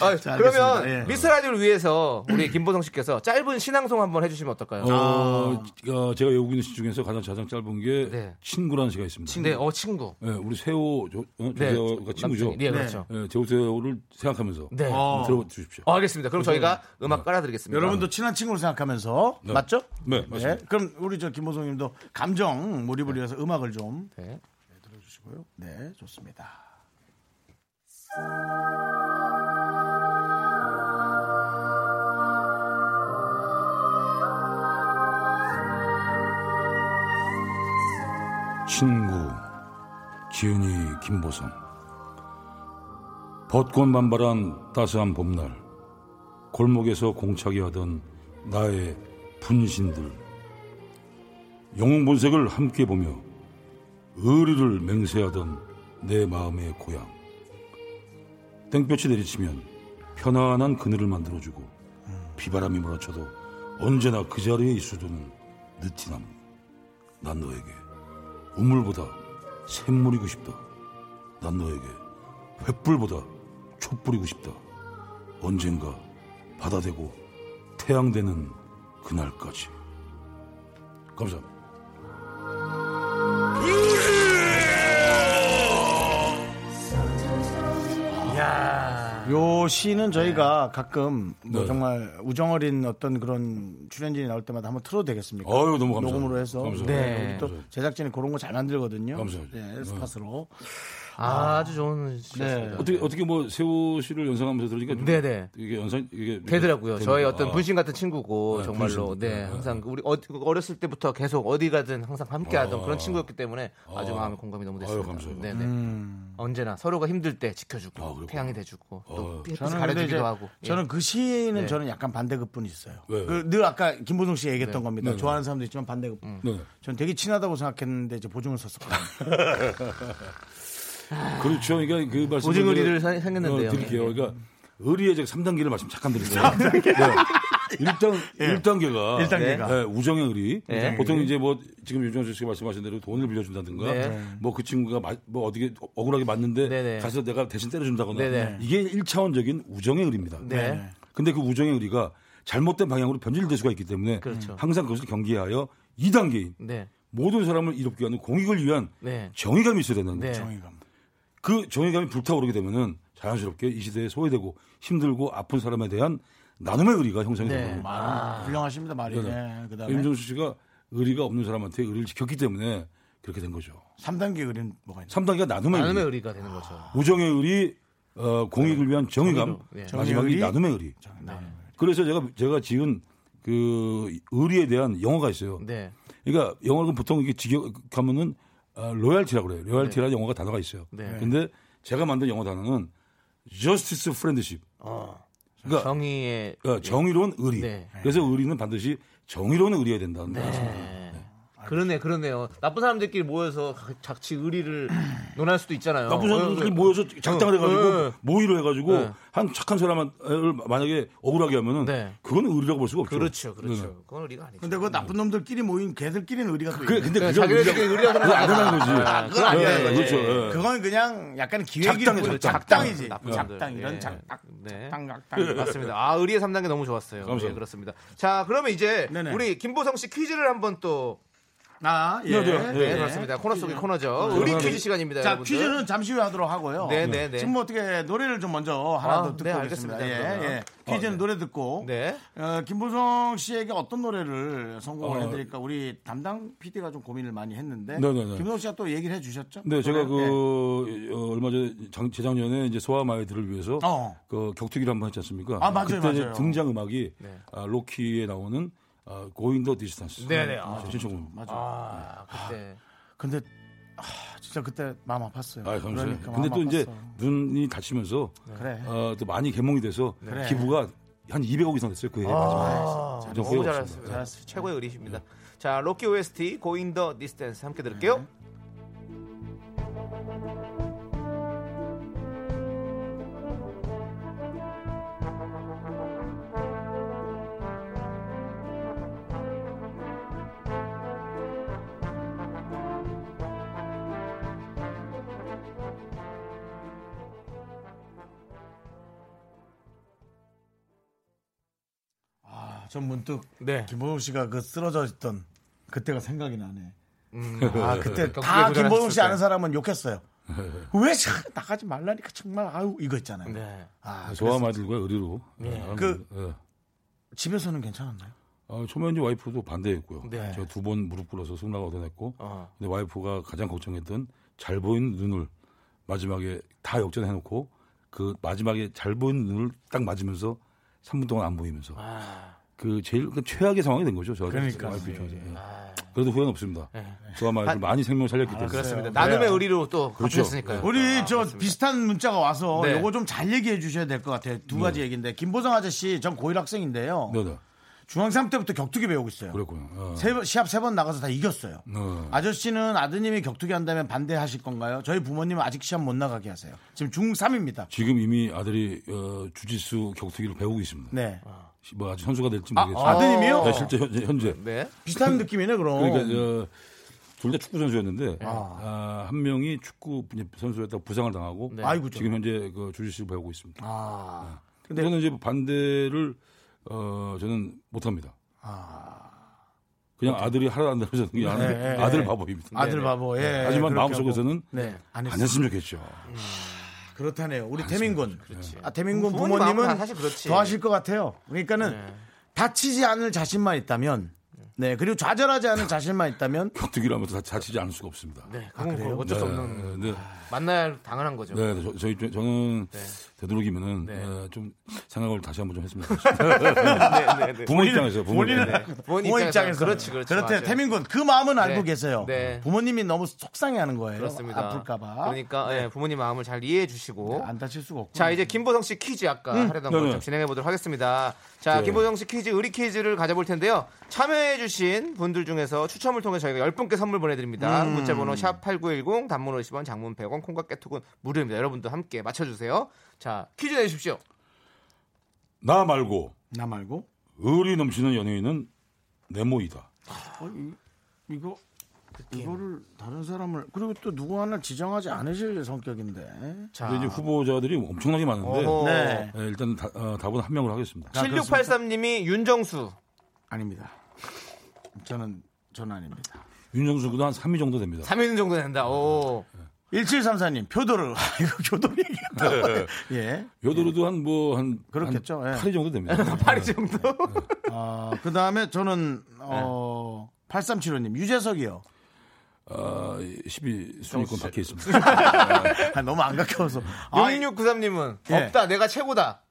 [SPEAKER 1] 아,
[SPEAKER 2] 자,
[SPEAKER 1] 그러면
[SPEAKER 2] 알겠습니다. 예.
[SPEAKER 1] 미스터 라디오를 위해서 우리 김보성 씨께서 짧은 신앙송 한번 해주시면 어떨까요?
[SPEAKER 6] 어, 어, 제가 외우고 있는 시 중에서 가장 가장 짧은 게
[SPEAKER 1] 네.
[SPEAKER 6] 친구라는 시가 있습니다.
[SPEAKER 1] 네, 어 친구.
[SPEAKER 6] 예, 우리 세호 조, 어, 조세호가 친구죠.
[SPEAKER 1] 남편이. 네, 그렇죠.
[SPEAKER 6] 예, 제호세호를 생각하면서
[SPEAKER 1] 네.
[SPEAKER 2] 어.
[SPEAKER 6] 들어주십시오.
[SPEAKER 1] 어, 알겠습니다. 그럼 저희가 음악 깔아드리겠습니다.
[SPEAKER 2] 여러분도 친한 친구로 생각하면서 맞죠?
[SPEAKER 6] 네, 맞습니다.
[SPEAKER 2] 그럼 우리 저 김보성님도 감정 몰입을 위해서 음악을 좀
[SPEAKER 1] 네.
[SPEAKER 2] 주시고요. 네, 좋습니다.
[SPEAKER 6] 친구 지은이 김보성 벚꽃 만발한 따스한 봄날 골목에서 공차게 하던 나의 분신들 영웅 본색을 함께 보며 의리를 맹세하던 내 마음의 고향 땡볕이 내리치면 편안한 그늘을 만들어주고 비바람이 몰아쳐도 언제나 그 자리에 있어두는 느티나무 난 너에게 우물보다 샘물이고 싶다. 난 너에게 횃불보다 촛불이고 싶다. 언젠가 바다 되고 태양 되는 그날까지. 감사합니다.
[SPEAKER 2] 요 시는 저희가 가끔 뭐
[SPEAKER 6] 네.
[SPEAKER 2] 정말 우정어린 어떤 그런 출연진이 나올 때마다 한번 틀어도 되겠습니까?
[SPEAKER 6] 어유 너무 감사합니다.
[SPEAKER 2] 녹음으로 해서
[SPEAKER 6] 감사합니다.
[SPEAKER 2] 네, 우리 또
[SPEAKER 6] 감사합니다.
[SPEAKER 2] 제작진이 그런 거 잘 만들거든요.
[SPEAKER 6] 감사합니다. 어.
[SPEAKER 2] 네, 스팟으로.
[SPEAKER 1] 아, 아주
[SPEAKER 6] 네.
[SPEAKER 1] 좋은 시였습니다.
[SPEAKER 6] 어떻게 어떻게 뭐 세호 씨를 연상하면서 들으니까 좀
[SPEAKER 1] 네네.
[SPEAKER 6] 이게 연상 이게 아.
[SPEAKER 1] 되더라고요. 저희
[SPEAKER 6] 됩니다.
[SPEAKER 1] 어떤 분신 같은 친구고
[SPEAKER 6] 아,
[SPEAKER 1] 정말로
[SPEAKER 6] 분신.
[SPEAKER 1] 네
[SPEAKER 6] 아, 아.
[SPEAKER 1] 항상 우리 어, 어렸을 때부터 계속 어디 가든 항상 함께하던 그런 친구였기 때문에 아주
[SPEAKER 6] 아.
[SPEAKER 1] 마음의 공감이 너무
[SPEAKER 6] 아유,
[SPEAKER 1] 됐습니다.
[SPEAKER 6] 감사합니다.
[SPEAKER 1] 네네.
[SPEAKER 6] 음.
[SPEAKER 1] 언제나 서로가 힘들 때 지켜주고
[SPEAKER 6] 아, 그렇구나.
[SPEAKER 1] 태양이 돼주고 또
[SPEAKER 6] 아.
[SPEAKER 1] 햇빛
[SPEAKER 2] 저는 근데 이제
[SPEAKER 1] 가려주기도 하고. 예.
[SPEAKER 2] 저는 그 시는
[SPEAKER 1] 네.
[SPEAKER 2] 저는 약간 반대급분이 있어요.
[SPEAKER 6] 왜요?
[SPEAKER 2] 그 늘 아까 김보성 씨 얘기했던 겁니다.
[SPEAKER 6] 네, 네.
[SPEAKER 2] 좋아하는 사람도 있지만 반대급분.
[SPEAKER 6] 네.
[SPEAKER 2] 전 되게 친하다고 생각했는데 이제 보증을 썼었거든요.
[SPEAKER 6] 그렇죠. 그러니까 그 말씀
[SPEAKER 1] 오징어 의리를 사- 생겼는데요. 예.
[SPEAKER 6] 드릴게요. 그러니까 의리의 제 3단계를 말씀 잠깐 드릴게요. 네. 일단
[SPEAKER 1] 예.
[SPEAKER 6] 일단계가
[SPEAKER 2] 일단계가.
[SPEAKER 6] 우정의 의리.
[SPEAKER 1] 네.
[SPEAKER 6] 보통 이제 뭐 지금 유정수 씨가 말씀하신 대로 돈을 빌려준다든가
[SPEAKER 1] 네.
[SPEAKER 6] 뭐 그 친구가 마- 뭐 어떻게 억울하게 맞는데
[SPEAKER 1] 네네.
[SPEAKER 6] 가서 내가 대신 때려준다거나
[SPEAKER 1] 네네.
[SPEAKER 6] 이게 1차원적인 우정의 의리입니다.
[SPEAKER 1] 네.
[SPEAKER 6] 근데 그 우정의 의리가 잘못된 방향으로 변질될 수가 있기 때문에
[SPEAKER 1] 그렇죠.
[SPEAKER 6] 항상 그것을 경계하여 2단계인
[SPEAKER 1] 네.
[SPEAKER 6] 모든 사람을 이롭게 하는 공익을 위한
[SPEAKER 1] 네.
[SPEAKER 6] 정의감이 있어야 된다는
[SPEAKER 1] 네.
[SPEAKER 6] 거죠. 그 정의감이 불타오르게 되면은 자연스럽게 이 시대에 소외되고 힘들고 아픈 사람에 대한 나눔의 의리가 형성이
[SPEAKER 1] 네.
[SPEAKER 6] 되는 겁니다.
[SPEAKER 2] 훌륭하십니다 말이.
[SPEAKER 6] 네,
[SPEAKER 2] 네. 그다음에
[SPEAKER 6] 임종수 씨가 의리가 없는 사람한테 의리를 지켰기 때문에 그렇게 된 거죠.
[SPEAKER 2] 3단계 그림 뭐가 있나요?
[SPEAKER 6] 3단계가 나눔의 의리,
[SPEAKER 1] 나눔의 의리가 되는 거죠.
[SPEAKER 6] 우정의 의리, 어, 공익을 위한 정의감,
[SPEAKER 1] 정의로, 예.
[SPEAKER 6] 마지막이
[SPEAKER 2] 정의의 의리,
[SPEAKER 6] 나눔의 의리. 그래서 제가 제가 지은 그 의리에 대한 영어가 있어요.
[SPEAKER 1] 네.
[SPEAKER 6] 그러니까 영어는 보통 이게 직역하면은 어, 로얄티라고 그래요. 로얄티라는 영어가 단어가 있어요.
[SPEAKER 1] 네.
[SPEAKER 6] 근데 제가 만든 영어 단어는 justice friendship. 그러니까
[SPEAKER 1] 정의의
[SPEAKER 6] 그러니까 정의로운 의리.
[SPEAKER 1] 네.
[SPEAKER 6] 그래서 의리는 반드시 정의로운 의리여야 된다는 말씀입니다.
[SPEAKER 1] 네.
[SPEAKER 6] 아,
[SPEAKER 1] 그러네, 그러네요. 나쁜 사람들끼리 모여서 자치 의리를 논할 수도 있잖아요.
[SPEAKER 6] 나쁜 사람들끼리
[SPEAKER 1] 어,
[SPEAKER 6] 모여서 작당을 해가지고
[SPEAKER 1] 네.
[SPEAKER 6] 모의를 해가지고
[SPEAKER 1] 네.
[SPEAKER 6] 한 착한 사람을 만약에 억울하게 하면은
[SPEAKER 1] 네.
[SPEAKER 6] 그건 의리라고 볼 수가 없죠.
[SPEAKER 1] 그렇죠, 그렇죠.
[SPEAKER 6] 네.
[SPEAKER 1] 그건 의리가 아니죠.
[SPEAKER 2] 근데 그 나쁜 놈들끼리 모인 개들끼리는 의리가 또
[SPEAKER 6] 그,
[SPEAKER 2] 있네.
[SPEAKER 6] 근데 그게
[SPEAKER 1] 자기네들끼리
[SPEAKER 2] 아,
[SPEAKER 1] 의리라고
[SPEAKER 6] 그건 안 된다는 거지.
[SPEAKER 1] 생각하잖아. 그건 아니야,
[SPEAKER 6] 네,
[SPEAKER 1] 이거지.
[SPEAKER 6] 그렇죠. 예.
[SPEAKER 2] 그건 그냥 약간 기획이
[SPEAKER 6] 작당이죠,
[SPEAKER 2] 작당.
[SPEAKER 6] 작당.
[SPEAKER 2] 작당이지.
[SPEAKER 1] 나쁜 사람들.
[SPEAKER 2] 작당 이런
[SPEAKER 1] 예.
[SPEAKER 2] 작당.
[SPEAKER 1] 네.
[SPEAKER 2] 작당 작당.
[SPEAKER 1] 맞습니다. 아 의리의 3단계 너무 좋았어요.
[SPEAKER 6] 감사합니다.
[SPEAKER 1] 예, 그렇습니다. 자 그러면 이제
[SPEAKER 2] 네네.
[SPEAKER 1] 우리 김보성 씨 퀴즈를 한번 또
[SPEAKER 2] 아, 예.
[SPEAKER 6] 네, 네,
[SPEAKER 1] 네, 그렇습니다. 코너 속의 코너죠. 의리 퀴즈 시간입니다.
[SPEAKER 2] 네, 자,
[SPEAKER 1] 여러분들.
[SPEAKER 2] 퀴즈는 잠시 후에 하도록 하고요.
[SPEAKER 1] 네, 네, 네.
[SPEAKER 2] 지금 뭐 어떻게 노래를 좀 먼저 하나
[SPEAKER 1] 아,
[SPEAKER 2] 더 듣고
[SPEAKER 1] 네,
[SPEAKER 2] 오겠습니다.
[SPEAKER 1] 알겠습니다.
[SPEAKER 2] 예, 예. 퀴즈는 노래 듣고
[SPEAKER 1] 네.
[SPEAKER 2] 어, 김보성 씨에게 어떤 노래를 선곡을
[SPEAKER 6] 어.
[SPEAKER 2] 해드릴까 우리 담당 PD가 좀 고민을 많이 했는데
[SPEAKER 6] 네, 네, 네.
[SPEAKER 2] 김보성 씨가 또 얘기를 해주셨죠?
[SPEAKER 6] 네, 제가
[SPEAKER 2] 노래? 네.
[SPEAKER 6] 그 어, 얼마 전에 장- 재작년에 이제 소아마이들을 위해서
[SPEAKER 2] 어.
[SPEAKER 6] 그 격투기를 한번 했지 않습니까?
[SPEAKER 2] 아, 맞아요,
[SPEAKER 6] 그때 이제
[SPEAKER 2] 맞아요. 네.
[SPEAKER 6] 등장 음악이 아, 로키에 나오는 아, Going the Distance.
[SPEAKER 1] 네, 네. 아,
[SPEAKER 6] 신청곡.
[SPEAKER 2] 맞아.
[SPEAKER 1] 아 그때
[SPEAKER 2] 근데 아, 진짜 그때 마음 아팠어요.
[SPEAKER 6] 아, 감사해요.
[SPEAKER 2] 그러니까
[SPEAKER 6] 근데
[SPEAKER 2] 마음
[SPEAKER 6] 또 이제
[SPEAKER 2] 아팠어.
[SPEAKER 6] 눈이 다치면서
[SPEAKER 2] 그래.
[SPEAKER 6] 어, 또 많이 개몽이 돼서
[SPEAKER 2] 네. 그래.
[SPEAKER 6] 기부가 한 200억 이상 됐어요. 그해
[SPEAKER 1] 아,
[SPEAKER 6] 마지막에. 네. 진짜
[SPEAKER 1] 너무
[SPEAKER 6] 후회가
[SPEAKER 1] 잘하셨습니다.
[SPEAKER 6] 없습니다.
[SPEAKER 2] 잘했어요.
[SPEAKER 1] 최고의 의리십니다.
[SPEAKER 2] 네.
[SPEAKER 1] 자 로키 OST Going the Distance 함께 들을게요.
[SPEAKER 2] 아, 전 문득
[SPEAKER 1] 네.
[SPEAKER 2] 김보성 씨가 그 쓰러져 있던 그때가 생각이 나네.
[SPEAKER 1] 음,
[SPEAKER 2] 아 그때
[SPEAKER 1] 그러니까
[SPEAKER 2] 다
[SPEAKER 1] 그게
[SPEAKER 2] 김보성 씨
[SPEAKER 1] 그랬을
[SPEAKER 2] 아는 사람은 욕했어요. 왜 자- 나가지 말라니까 정말 아유 이거 있잖아요.
[SPEAKER 1] 네.
[SPEAKER 2] 아
[SPEAKER 6] 소아마이들과 의리로. 네,
[SPEAKER 2] 그-
[SPEAKER 6] 네.
[SPEAKER 2] 그래서 집에서는 괜찮았나요?
[SPEAKER 6] 아, 초면 이제 와이프도 반대했고요.
[SPEAKER 1] 네.
[SPEAKER 6] 제가 두 번 무릎 꿇어서 승낙을 얻어냈고,
[SPEAKER 1] 어.
[SPEAKER 6] 근데 와이프가 가장 걱정했던 잘 보이는 눈을 마지막에 다 역전해놓고 그 마지막에 잘 보이는 눈을 딱 맞으면서 3분 동안 안 보이면서
[SPEAKER 1] 아,
[SPEAKER 6] 그 제일 그 최악의 상황이 된 거죠. 저한테
[SPEAKER 2] 그러니까요.
[SPEAKER 6] 와이프 입장에서. 예. 그래도 후회는 없습니다. 저와말로 많이 생명 을 살렸기 때문에.
[SPEAKER 1] 그렇습니다. 나눔의 의리로 또
[SPEAKER 6] 그렇죠.
[SPEAKER 1] 바뀌었으니까요.
[SPEAKER 2] 우리 저 비슷한 문자가 와서
[SPEAKER 1] 아, 네.
[SPEAKER 2] 요거 좀 잘 얘기해 주셔야 될 것 같아요. 두 가지 얘기인데 김보성 아저씨 전 고1 학생인데요.
[SPEAKER 6] 네, 네.
[SPEAKER 2] 중앙3 때부터 격투기 배우고 있어요.
[SPEAKER 6] 그랬군요. 어.
[SPEAKER 2] 세 번- 시합 세 번 나가서 다 이겼어요.
[SPEAKER 6] 네.
[SPEAKER 2] 아저씨는 아드님이 격투기 한다면 반대하실 건가요? 저희 부모님은 아직 시합 못 나가게 하세요. 지금 중3입니다.
[SPEAKER 6] 지금 이미 아들이 어, 주짓수 격투기를 배우고 있습니다.
[SPEAKER 2] 네.
[SPEAKER 6] 뭐 아직 선수가 될지 모르겠어요.
[SPEAKER 2] 아드님이요?
[SPEAKER 6] 네, 실제 현재. 현재.
[SPEAKER 1] 네.
[SPEAKER 2] 비슷한 느낌이네 그, 그럼.
[SPEAKER 6] 그러니까 저 둘 다 축구 선수였는데 아, 한 명이 축구 선수였다가 부상을 당하고
[SPEAKER 1] 네.
[SPEAKER 2] 아이고, 저.
[SPEAKER 6] 지금 현재 그 주짓수 배우고 있습니다.
[SPEAKER 2] 아.
[SPEAKER 6] 근데 저는 이제 반대를 어, 저는 못합니다. 그냥 아들이 하라 안 들어서 그냥 하는데
[SPEAKER 2] 네, 네.
[SPEAKER 6] 아들 바보입니다.
[SPEAKER 2] 아들
[SPEAKER 1] 네.
[SPEAKER 2] 바보. 예.
[SPEAKER 6] 하지만
[SPEAKER 2] 그렇게
[SPEAKER 6] 마음속에서는
[SPEAKER 2] 하고. 네.
[SPEAKER 6] 안
[SPEAKER 2] 안 했어요.
[SPEAKER 6] 했으면 좋겠죠.
[SPEAKER 2] 그렇다네요. 우리 태민군. 아, 태민군
[SPEAKER 1] 부모님 마음은
[SPEAKER 2] 부모님은
[SPEAKER 1] 사실 그렇지. 네.
[SPEAKER 2] 더 하실 것 같아요. 그러니까는 다치지 않을 자신만 있다면 네. 그리고 좌절하지 않을 자신만 있다면
[SPEAKER 6] 격투기라면 다 다치지 않을 수가 없습니다.
[SPEAKER 1] 네,
[SPEAKER 2] 아,
[SPEAKER 1] 그건 뭐 어쩔 수 없는
[SPEAKER 6] 네,
[SPEAKER 1] 만날 당연한 거죠.
[SPEAKER 6] 네, 네, 저, 저희 저- 저는 되도록이면은
[SPEAKER 1] 네.
[SPEAKER 6] 어, 좀 생각을 다시 한번 좀 했으면 좋겠습니다.
[SPEAKER 1] 네, 네, 네.
[SPEAKER 6] 부모 입장에서 부모 입장에서.
[SPEAKER 1] 부모님
[SPEAKER 2] 네. 부모
[SPEAKER 1] 입장에서
[SPEAKER 2] 입장에서
[SPEAKER 1] 그렇지, 그렇지.
[SPEAKER 2] 그렇대
[SPEAKER 1] 맞아요.
[SPEAKER 2] 태민군 그 마음은
[SPEAKER 1] 네.
[SPEAKER 2] 알고 계세요.
[SPEAKER 1] 네.
[SPEAKER 2] 부모님이 너무 속상해하는 거예요.
[SPEAKER 1] 그렇습니다.
[SPEAKER 2] 아플까봐
[SPEAKER 1] 그러니까 예, 부모님 마음을 잘 이해해 주시고.
[SPEAKER 2] 안 다칠 수가 없고.
[SPEAKER 1] 자 이제 김보성 씨 퀴즈 아까 하려던
[SPEAKER 6] 음, 네네.
[SPEAKER 1] 걸좀 진행해 보도록 하겠습니다. 자
[SPEAKER 6] 네.
[SPEAKER 1] 김보성 씨 퀴즈 의리 퀴즈를 가져볼 텐데요. 참여해주신 분들 중에서 추첨을 통해 저희가 10분께 선물 보내드립니다. 문자번호 샵 #8910 단문 50원, 장문 100원, 콩과 깨톡은 무료입니다. 여러분도 함께 맞춰주세요. 자 퀴즈 내주십시오.
[SPEAKER 6] 나 말고
[SPEAKER 2] 나 말고
[SPEAKER 6] 의리 넘치는 연예인은 네모이다.
[SPEAKER 2] 이거
[SPEAKER 1] 예.
[SPEAKER 2] 이거를 다른 사람을 그리고 또 누구 하나 지정하지 않으실 성격인데.
[SPEAKER 1] 자
[SPEAKER 6] 근데 네, 이제 후보자들이 엄청나게 많은데
[SPEAKER 1] 어허.
[SPEAKER 2] 네.
[SPEAKER 6] 예, 일단 다- 어, 답은 한 명으로 하겠습니다.
[SPEAKER 1] 아, 7683님이 윤정수.
[SPEAKER 2] 아닙니다. 저는 저는 아닙니다.
[SPEAKER 6] 윤정수보다 한 3위 정도 됩니다.
[SPEAKER 1] 3인 정도 된다. 오.
[SPEAKER 2] 1734님 표도를 아, 이거 교도를 얘기했다. 예.
[SPEAKER 6] 요도로도 한 뭐한
[SPEAKER 2] 그렇겠죠, 예.
[SPEAKER 6] 8위 정도 됩니다.
[SPEAKER 1] 8이 정도?
[SPEAKER 2] 아, 그다음에 저는 어 8375님 유재석이요.
[SPEAKER 6] 아, 10위 순위권 밖에 있습니다.
[SPEAKER 2] 아, 너무 안 가까워서. 아,
[SPEAKER 1] 6693님은
[SPEAKER 2] 예.
[SPEAKER 1] 없다. 내가 최고다.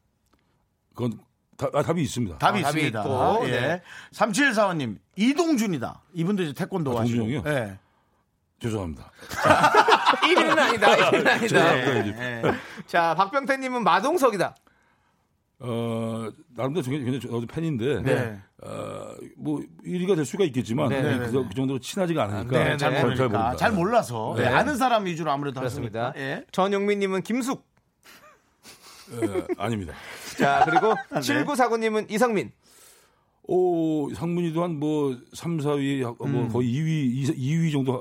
[SPEAKER 6] 그건 다- 아, 답이 있습니다.
[SPEAKER 2] 답이
[SPEAKER 1] 아, 답이
[SPEAKER 2] 있습니다.
[SPEAKER 1] 있고,
[SPEAKER 2] 예.
[SPEAKER 1] 네.
[SPEAKER 2] 3745님 이동준이다. 이분도 이제 태권도
[SPEAKER 6] 아,
[SPEAKER 2] 하시고.
[SPEAKER 6] 동준이요?
[SPEAKER 2] 예.
[SPEAKER 6] 죄송합니다.
[SPEAKER 1] 1위는 아니다. 1위는
[SPEAKER 6] 그렇죠.
[SPEAKER 1] 아니다.
[SPEAKER 6] 네.
[SPEAKER 2] 예.
[SPEAKER 1] 자, 박병태님은 마동석이다.
[SPEAKER 6] 어, 나름대로 굉장히, 굉장히 저도 팬인데,
[SPEAKER 2] 네.
[SPEAKER 6] 어, 뭐, 1위가 될 수가 있겠지만,
[SPEAKER 1] 네,
[SPEAKER 6] 그-
[SPEAKER 1] 네,
[SPEAKER 6] 그, 정도로 친하지가 않으니까.
[SPEAKER 1] 네, 네.
[SPEAKER 6] 잘,
[SPEAKER 1] 잘
[SPEAKER 6] 모르- 잘
[SPEAKER 2] 그러니까
[SPEAKER 6] 모릅니다.
[SPEAKER 2] 잘 몰라서
[SPEAKER 1] 네.
[SPEAKER 2] 예, 아는 사람 위주로 아무래도
[SPEAKER 1] 그렇습니다.
[SPEAKER 2] 하시니까. 예.
[SPEAKER 1] 전용민님은 김숙.
[SPEAKER 6] 예, 아닙니다.
[SPEAKER 1] 자, 그리고 7949님은 이상민.
[SPEAKER 6] 오, 상문이도 한 뭐, 3, 4위, 뭐
[SPEAKER 2] 음.
[SPEAKER 6] 거의 2위, 2, 위 정도 예,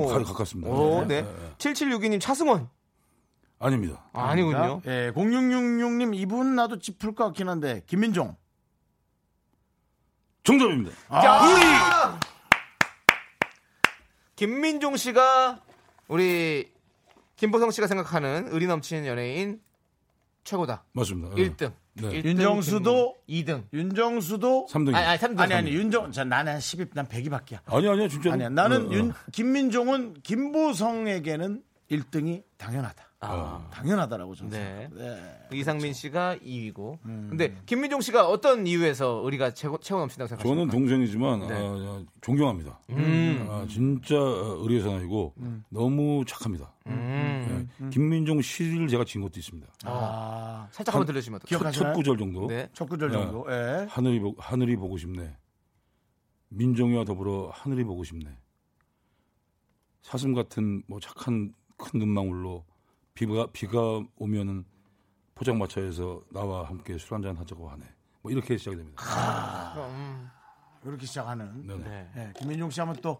[SPEAKER 1] 오.
[SPEAKER 6] 가, 가깝습니다.
[SPEAKER 1] 오,
[SPEAKER 6] 예,
[SPEAKER 1] 네.
[SPEAKER 6] 예, 예.
[SPEAKER 1] 7762님 차승원.
[SPEAKER 6] 아닙니다.
[SPEAKER 1] 아, 니군요
[SPEAKER 2] 예, 0666님 이분 나도 짚을 것 같긴 한데 김민종.
[SPEAKER 6] 정답입니다.
[SPEAKER 2] 아!
[SPEAKER 1] 야! 김민종 씨가 우리 김보성 씨가 생각하는 의리 넘치는 연예인 최고다.
[SPEAKER 6] 맞습니다. 예.
[SPEAKER 1] 1등.
[SPEAKER 6] 네.
[SPEAKER 2] 윤정수도
[SPEAKER 1] 2등.
[SPEAKER 2] 윤정수도
[SPEAKER 6] 3등입니다.
[SPEAKER 1] 아니, 아니,
[SPEAKER 6] 아니,
[SPEAKER 1] 3등.
[SPEAKER 2] 아니 아니 윤정 자 나는 한 10이 난 100이밖에야.
[SPEAKER 6] 아니, 네, 아니야, 진짜.
[SPEAKER 2] 아니야.
[SPEAKER 6] 어.
[SPEAKER 2] 나는 윤 김민종은 김보성에게는 1등이 당연하다. 당연하다라고 저는
[SPEAKER 1] 아. 네.
[SPEAKER 2] 생각합니다. 네.
[SPEAKER 1] 이상민 씨가 2위고. 근데 김민종 씨가 어떤 이유에서 의리가 최고, 최고 넘친다고 생각하십니까? 음.
[SPEAKER 6] 저는 동생이지만
[SPEAKER 2] 네.
[SPEAKER 6] 아, 존경합니다.
[SPEAKER 2] 음.
[SPEAKER 6] 아, 진짜 의료사나이고 너무 착합니다.
[SPEAKER 1] 음.
[SPEAKER 2] 음.
[SPEAKER 6] 예, 김민종 시를 제가 진 것도 있습니다.
[SPEAKER 2] 아,
[SPEAKER 1] 살짝 한번 들려주시면 어떨까요?
[SPEAKER 6] 첫,
[SPEAKER 2] 기억하시나요?
[SPEAKER 6] 첫 구절 정도.
[SPEAKER 1] 네.
[SPEAKER 2] 첫 구절 정도. 예.
[SPEAKER 6] 하늘이, 보, 하늘이 보고 싶네. 민종이와 더불어 하늘이 보고 싶네. 사슴 같은 뭐 착한 큰 눈망울로 비가 비가 오면은 포장마차에서 나와 함께 술 한잔 하자고 하네. 뭐 이렇게 시작이 됩니다.
[SPEAKER 2] 아,
[SPEAKER 1] 아. 음.
[SPEAKER 2] 이렇게 시작하는.
[SPEAKER 6] 네, 네.
[SPEAKER 2] 예, 김민종 씨 하면 또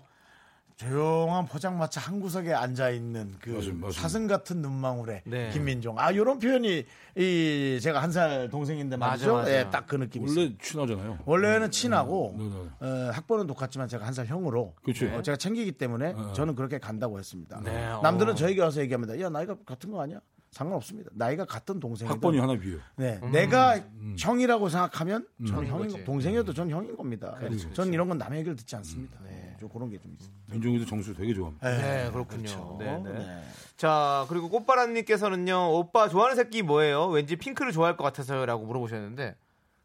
[SPEAKER 2] 조용한 포장마차 한 구석에 앉아 있는 그
[SPEAKER 6] 맞습니다, 맞습니다.
[SPEAKER 2] 사슴 같은 눈망울에
[SPEAKER 1] 네.
[SPEAKER 2] 김민종. 아, 요런 표현이 이 제가 한 살 동생인데 말이죠.
[SPEAKER 1] 맞아, 맞아.
[SPEAKER 2] 예, 딱 그 느낌이 있어요.
[SPEAKER 6] 원래 친하잖아요.
[SPEAKER 2] 원래는 친하고
[SPEAKER 6] 네, 네.
[SPEAKER 2] 어, 학번은 똑같지만 제가 한 살 형으로
[SPEAKER 6] 그치.
[SPEAKER 2] 어, 제가 챙기기 때문에
[SPEAKER 6] 네.
[SPEAKER 2] 저는 그렇게 간다고 했습니다.
[SPEAKER 1] 네, 어.
[SPEAKER 2] 남들은 저에게 와서 얘기합니다. 야 나이가 같은 거 아니야? 상관없습니다. 나이가 같은 동생이든
[SPEAKER 6] 학번이 하나 비요.
[SPEAKER 2] 네, 내가 형이라고 생각하면 저는
[SPEAKER 1] 형인
[SPEAKER 2] 형인
[SPEAKER 1] 거지.
[SPEAKER 2] 거, 동생이어도 저는 형인 겁니다. 네. 저는 이런 건 남의 얘기를 듣지 않습니다. 네, 좀 그런 게 좀 있어요.
[SPEAKER 6] 민종이도 정수 되게 좋아합니다.
[SPEAKER 1] 네, 그렇군요. 네, 네.
[SPEAKER 2] 네.
[SPEAKER 1] 자, 그리고 꽃바람님께서는요, 오빠 좋아하는 새끼 뭐예요? 왠지 핑크를 좋아할 것 같아서요. 라고 물어보셨는데.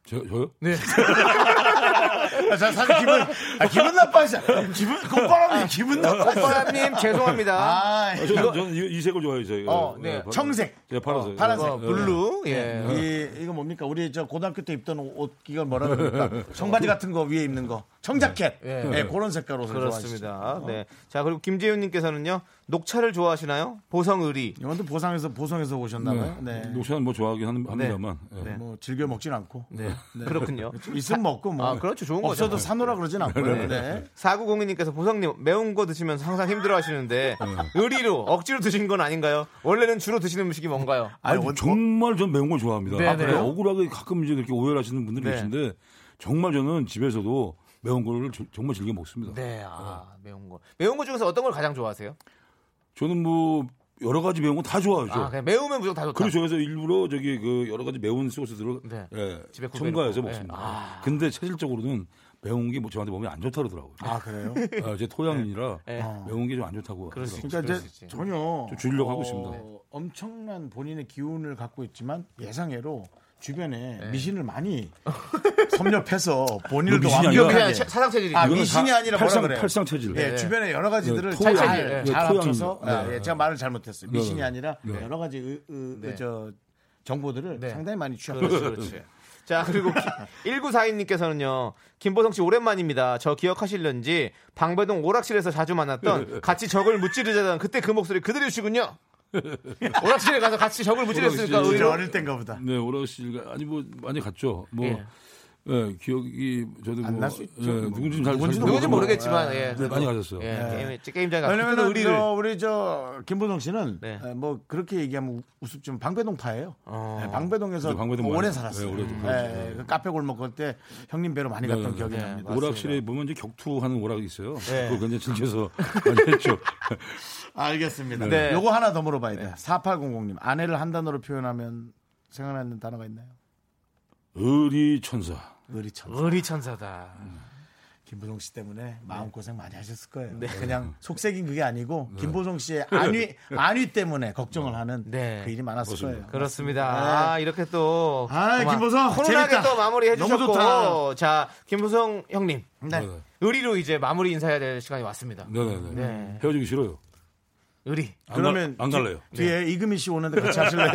[SPEAKER 6] 저, 저요?
[SPEAKER 1] 네.
[SPEAKER 2] 아, 자, 사실 기분 아, 기분 나빠지 기분 콧바람이 기분 나빠지.
[SPEAKER 1] 꽃바람님, 죄송합니다.
[SPEAKER 2] 아,
[SPEAKER 6] 아, 저는, 저는 이, 이 색을 좋아해요. 저희.
[SPEAKER 1] 어, 네.
[SPEAKER 2] 청색.
[SPEAKER 6] 네, 파란색.
[SPEAKER 2] 어, 파란색.
[SPEAKER 1] 어, 블루. 예.
[SPEAKER 2] 이 이거 뭡니까? 우리 저 고등학교 때 입던 옷 이걸 뭐라 그럽니까? 청바지 같은 거 위에 입는 거 청자켓. 예,
[SPEAKER 1] 예.
[SPEAKER 2] 그런 색깔 옷을
[SPEAKER 1] 그렇습니다. 네. 자, 그리고 김재윤님께서는요, 녹차를 좋아하시나요? 보성의리.
[SPEAKER 2] 이번도 보상에서 보성에서 오셨나봐요. 네.
[SPEAKER 6] 녹차는 뭐 좋아하긴 하는- 합니다만. 예.
[SPEAKER 1] 네.
[SPEAKER 2] 뭐 즐겨 먹진 않고.
[SPEAKER 1] 네. 그렇군요.
[SPEAKER 2] 있으면 먹고 뭐.
[SPEAKER 1] 아, 그렇죠. 좋은 거죠.
[SPEAKER 2] 없어도 사노라 그러진 않고. 네. 네.
[SPEAKER 1] 4902님께서 보성님 매운 거 드시면서 항상 힘들어 하시는데 의리로 억지로 드신 건 아닌가요? 원래는 주로 드시는 음식이 뭔가요?
[SPEAKER 6] 아니, 정말 전 매운 걸 좋아합니다.
[SPEAKER 1] 네,
[SPEAKER 6] 아,
[SPEAKER 1] 네.
[SPEAKER 6] 그래요? 억울하게 가끔 이제 그렇게 오해하시는 분들이
[SPEAKER 1] 네.
[SPEAKER 6] 계신데 정말 저는 집에서도 매운 거를 저- 정말 즐겨 먹습니다.
[SPEAKER 1] 네,
[SPEAKER 6] 어.
[SPEAKER 1] 아, 매운 거. 매운 거 중에서 어떤 걸 가장 좋아하세요?
[SPEAKER 6] 저는 뭐 여러 가지 매운 거 다 좋아하죠.
[SPEAKER 1] 아, 그냥 매우면 무조건 다 좋다.
[SPEAKER 6] 그래서 저에서 일부러 저기 그 여러 가지 매운 소스들을
[SPEAKER 1] 네.
[SPEAKER 6] 예,
[SPEAKER 1] 집에 구워
[SPEAKER 6] 첨가해서
[SPEAKER 1] 놓고.
[SPEAKER 6] 먹습니다.
[SPEAKER 1] 예.
[SPEAKER 6] 근데 체질적으로는 매운 게 뭐 저한테 몸에 안 좋다 그러더라고요.
[SPEAKER 2] 아 그래요? 어.
[SPEAKER 6] 아, 제 토양인이라
[SPEAKER 1] 네.
[SPEAKER 6] 매운 게 좀 안 좋다고.
[SPEAKER 1] 그럴 수
[SPEAKER 6] 하더라고요.
[SPEAKER 1] 있죠.
[SPEAKER 2] 그러니까
[SPEAKER 1] 그럴 수 있지.
[SPEAKER 2] 이제 전혀
[SPEAKER 6] 좀 줄이려고 하고
[SPEAKER 2] 어,
[SPEAKER 6] 있습니다.
[SPEAKER 2] 엄청난 본인의 기운을 갖고 있지만 예상외로 주변에 미신을 많이 섭렵해서 본인을
[SPEAKER 6] 너
[SPEAKER 2] 더
[SPEAKER 6] 미신이 네. 아니라
[SPEAKER 1] 그냥
[SPEAKER 2] 완벽하게
[SPEAKER 1] 사- 사상 체질이.
[SPEAKER 2] 아,
[SPEAKER 6] 이거는
[SPEAKER 2] 미신이
[SPEAKER 6] 다
[SPEAKER 2] 아니라 뭐라
[SPEAKER 6] 팔상,
[SPEAKER 2] 그래요?
[SPEAKER 6] 팔상 체질.
[SPEAKER 2] 예, 주변의 여러 가지들을
[SPEAKER 6] 네,
[SPEAKER 2] 잘,
[SPEAKER 6] 토양,
[SPEAKER 2] 잘,
[SPEAKER 6] 네,
[SPEAKER 2] 잘
[SPEAKER 6] 토양인-
[SPEAKER 2] 합쳐서
[SPEAKER 6] 네,
[SPEAKER 2] 아, 예, 제가 말을 잘못했어요. 미신이
[SPEAKER 6] 네,
[SPEAKER 2] 아니라
[SPEAKER 6] 네. 그렇죠,
[SPEAKER 2] 여러 가지 의, 의,
[SPEAKER 1] 네.
[SPEAKER 2] 저 정보들을
[SPEAKER 1] 네.
[SPEAKER 2] 상당히 많이 취하고
[SPEAKER 1] 그렇지,
[SPEAKER 2] 있어요.
[SPEAKER 1] 그렇지. 자, 그리고 1942님께서는요, 김보성 씨 오랜만입니다. 저 기억하실런지 방배동 오락실에서 자주 만났던 같이 적을 무찌르자던 그때 그 목소리 그들이시군요. 오락실에 가서 같이 적을 무찌르셨으니까
[SPEAKER 6] 오락실.
[SPEAKER 2] 진짜
[SPEAKER 1] 의외로.
[SPEAKER 2] 어릴 땐가 보다.
[SPEAKER 6] 네, 오락 씨가 아니 뭐 많이 갔죠. 뭐
[SPEAKER 1] 예.
[SPEAKER 6] 예, 기억이 저도
[SPEAKER 2] 안
[SPEAKER 6] 뭐
[SPEAKER 2] 날수 있죠.
[SPEAKER 6] 예, 누군지 잘잘
[SPEAKER 2] 누군지도
[SPEAKER 6] 모르고.
[SPEAKER 1] 누군지 모르겠지만, 예.
[SPEAKER 6] 네, 많이 가셨어요.
[SPEAKER 1] 예, 게임, 게임장에 가서.
[SPEAKER 2] 왜냐면
[SPEAKER 1] 그때 의리를.
[SPEAKER 2] 저 우리 저 김보성 씨는
[SPEAKER 1] 네.
[SPEAKER 2] 에, 뭐 그렇게 얘기하면 우- 우습지만 방배동파예요.
[SPEAKER 1] 어.
[SPEAKER 2] 네, 방배동에서
[SPEAKER 6] 그죠, 방배동
[SPEAKER 2] 오래
[SPEAKER 6] 많이-
[SPEAKER 2] 살았어요.
[SPEAKER 6] 네, 오래 좀
[SPEAKER 2] 예,
[SPEAKER 6] 살았죠.
[SPEAKER 2] 예, 그 카페 골목 그때 형님 배로 많이 갔던
[SPEAKER 6] 네, 네,
[SPEAKER 2] 기억이
[SPEAKER 6] 네.
[SPEAKER 2] 납니다. 예.
[SPEAKER 6] 오락실에 보면 이제 격투하는 오락이 있어요.
[SPEAKER 1] 네.
[SPEAKER 6] 그거 굉장히 즐겨서 많이 했죠.
[SPEAKER 2] 알겠습니다.
[SPEAKER 1] 네.
[SPEAKER 2] 요거 하나 더 물어봐야 돼. 요 4800님 아내를 한 단어로 표현하면 생각나는 단어가 있나요?
[SPEAKER 6] 의리 천사.
[SPEAKER 2] 의리천.
[SPEAKER 1] 의리 천사다.
[SPEAKER 2] 그렇죠. 김보성 씨 때문에 마음 고생 많이 하셨을 거예요. 그냥 속색인 그게 아니고 김보성 씨의 안위 안위 때문에 걱정을 하는
[SPEAKER 1] 네.
[SPEAKER 2] 그 일이 많았을 거예요.
[SPEAKER 1] 그렇습니다. 아, 이렇게 또.
[SPEAKER 2] 음, 아,
[SPEAKER 1] 정말
[SPEAKER 2] 김보성,
[SPEAKER 1] 훈훈하게
[SPEAKER 2] 재밌다.
[SPEAKER 1] 또 마무리
[SPEAKER 2] 너무
[SPEAKER 1] 해주셨고.
[SPEAKER 2] 좋다.
[SPEAKER 1] 자, 김보성 형님.
[SPEAKER 2] 네.
[SPEAKER 1] 의리로 이제 마무리 인사해야 될 시간이 왔습니다.
[SPEAKER 6] 네네네.
[SPEAKER 1] 네.
[SPEAKER 6] 헤어지기 싫어요.
[SPEAKER 1] 의리.
[SPEAKER 6] 안
[SPEAKER 2] 그러면
[SPEAKER 6] 갈- 안 갈래요.
[SPEAKER 2] 네. 뒤, 에 이금희 씨 오는데 같이 하실래요?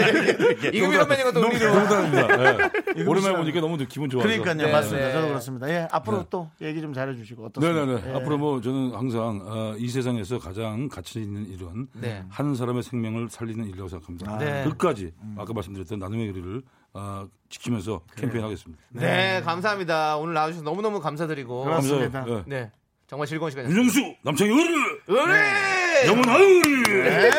[SPEAKER 1] 이금희 선배님과 또 의리로.
[SPEAKER 6] 농담입니다. 예.
[SPEAKER 2] 이금희
[SPEAKER 6] 오랜만에
[SPEAKER 2] 씨랑-
[SPEAKER 6] 보니까 너무 기분 좋아서.
[SPEAKER 2] 그러니까요,
[SPEAKER 1] 네,
[SPEAKER 2] 맞습니다.
[SPEAKER 1] 네.
[SPEAKER 2] 저도 그렇습니다. 예, 앞으로 또 얘기 좀 잘해주시고 어떻습니까?
[SPEAKER 6] 네네네.
[SPEAKER 2] 예.
[SPEAKER 6] 앞으로 뭐 저는 항상 아, 이 세상에서 가장 가치 있는 일은
[SPEAKER 1] 네.
[SPEAKER 6] 한 사람의 생명을 살리는 일이라고
[SPEAKER 2] 아,
[SPEAKER 6] 생각합니다.
[SPEAKER 1] 네.
[SPEAKER 6] 끝까지
[SPEAKER 2] 음.
[SPEAKER 6] 아까 말씀드렸던 나눔의 의리를 아, 지키면서 캠페인하겠습니다.
[SPEAKER 1] 네, 감사합니다. 오늘 나와주셔서 너무너무 감사드리고.
[SPEAKER 2] 그렇습니다.
[SPEAKER 6] 감사합니다. 예.
[SPEAKER 1] 네. 정말 즐거운 시간이었습니다.
[SPEAKER 6] 윤정수 남창의 의리
[SPEAKER 2] 음.
[SPEAKER 1] 의리!
[SPEAKER 6] 영원한 의리
[SPEAKER 2] 네,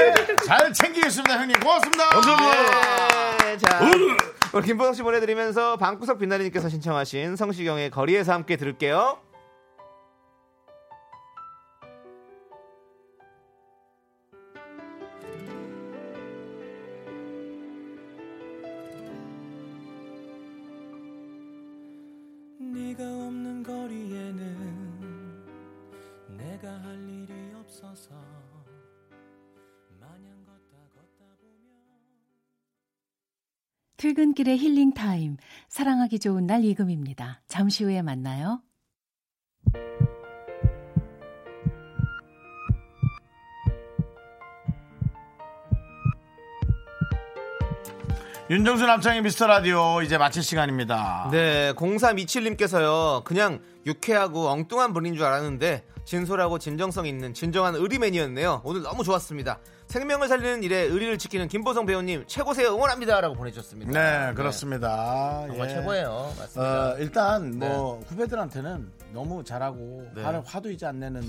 [SPEAKER 2] 잘 챙기겠습니다, 형님. 고맙습니다. 예.
[SPEAKER 1] 네, 자.
[SPEAKER 2] 음.
[SPEAKER 1] 오늘 김보성 씨 보내드리면서 방구석 빛나리님께서 신청하신 성시경의 거리에서 함께 들을게요.
[SPEAKER 8] 네가 없는 거리에는 내가 할 일이 없어서 마냥 걷다 걷다 보면
[SPEAKER 9] 퇴근길의 힐링 타임. 사랑하기 좋은 날 이금입니다. 잠시 후에 만나요.
[SPEAKER 2] 윤정수 남창의 미스터 라디오 이제 마칠 시간입니다.
[SPEAKER 1] 네, 0327님께서요. 그냥 유쾌하고 엉뚱한 분인 줄 알았는데 진솔하고 진정성 있는 진정한 의리맨이었네요. 오늘 너무 좋았습니다. 생명을 살리는 일에 의리를 지키는 김보성 배우님 최고세요. 응원합니다라고 보내주셨습니다. 네,
[SPEAKER 2] 네, 그렇습니다.
[SPEAKER 1] 정말
[SPEAKER 2] 예.
[SPEAKER 1] 최고예요. 맞습니다.
[SPEAKER 2] 어, 일단 뭐 후배들한테는 너무 잘하고
[SPEAKER 1] 네.
[SPEAKER 2] 화를 화도 이제 안 내는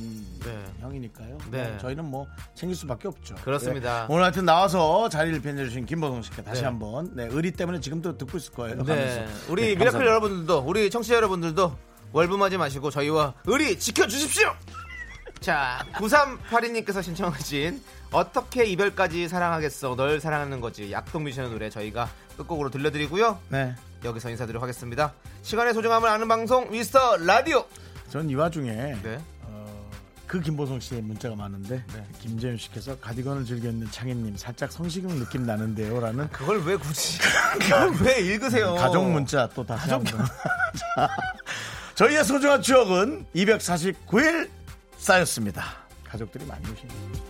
[SPEAKER 1] 네.
[SPEAKER 2] 형이니까요.
[SPEAKER 1] 네.
[SPEAKER 2] 뭐 저희는 뭐 챙길 수밖에 없죠.
[SPEAKER 1] 그렇습니다.
[SPEAKER 2] 예. 오늘 하여튼 나와서 자리를 변해주신 김보성 씨께 다시
[SPEAKER 1] 네.
[SPEAKER 2] 한번 네, 의리 때문에 지금도 듣고 있을 거예요.
[SPEAKER 1] 네,
[SPEAKER 2] 하면서.
[SPEAKER 1] 우리
[SPEAKER 2] 네,
[SPEAKER 1] 미라클
[SPEAKER 2] 감사합니다.
[SPEAKER 1] 여러분들도 우리 청취자 여러분들도 월분하지 마시고 저희와 의리 지켜주십시오. 자, 9382님께서 신청하신 어떻게 이별까지 사랑하겠어 널 사랑하는 거지 약동뮤지션의 노래 저희가 끝곡으로 들려드리고요.
[SPEAKER 2] 네.
[SPEAKER 1] 여기서 인사드리도록 하겠습니다. 시간의 소중함을 아는 방송 미스터 라디오.
[SPEAKER 2] 전 이 와중에
[SPEAKER 1] 네.
[SPEAKER 2] 어, 그 김보성 씨의 문자가 많은데 김재윤 씨께서 가디건을 즐겨 입는 창희님 살짝 성시경 느낌 나는데요라는
[SPEAKER 1] 그걸 왜 굳이? 그걸 왜 읽으세요?
[SPEAKER 2] 가족 문자 또 다시 한번. 자, 저희의 소중한 추억은 249일 쌓였습니다. 가족들이 많이 오시네요.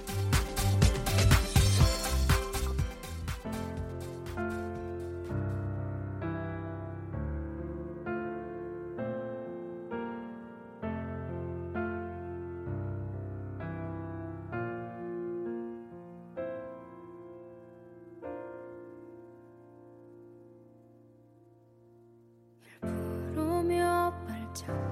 [SPEAKER 4] 참.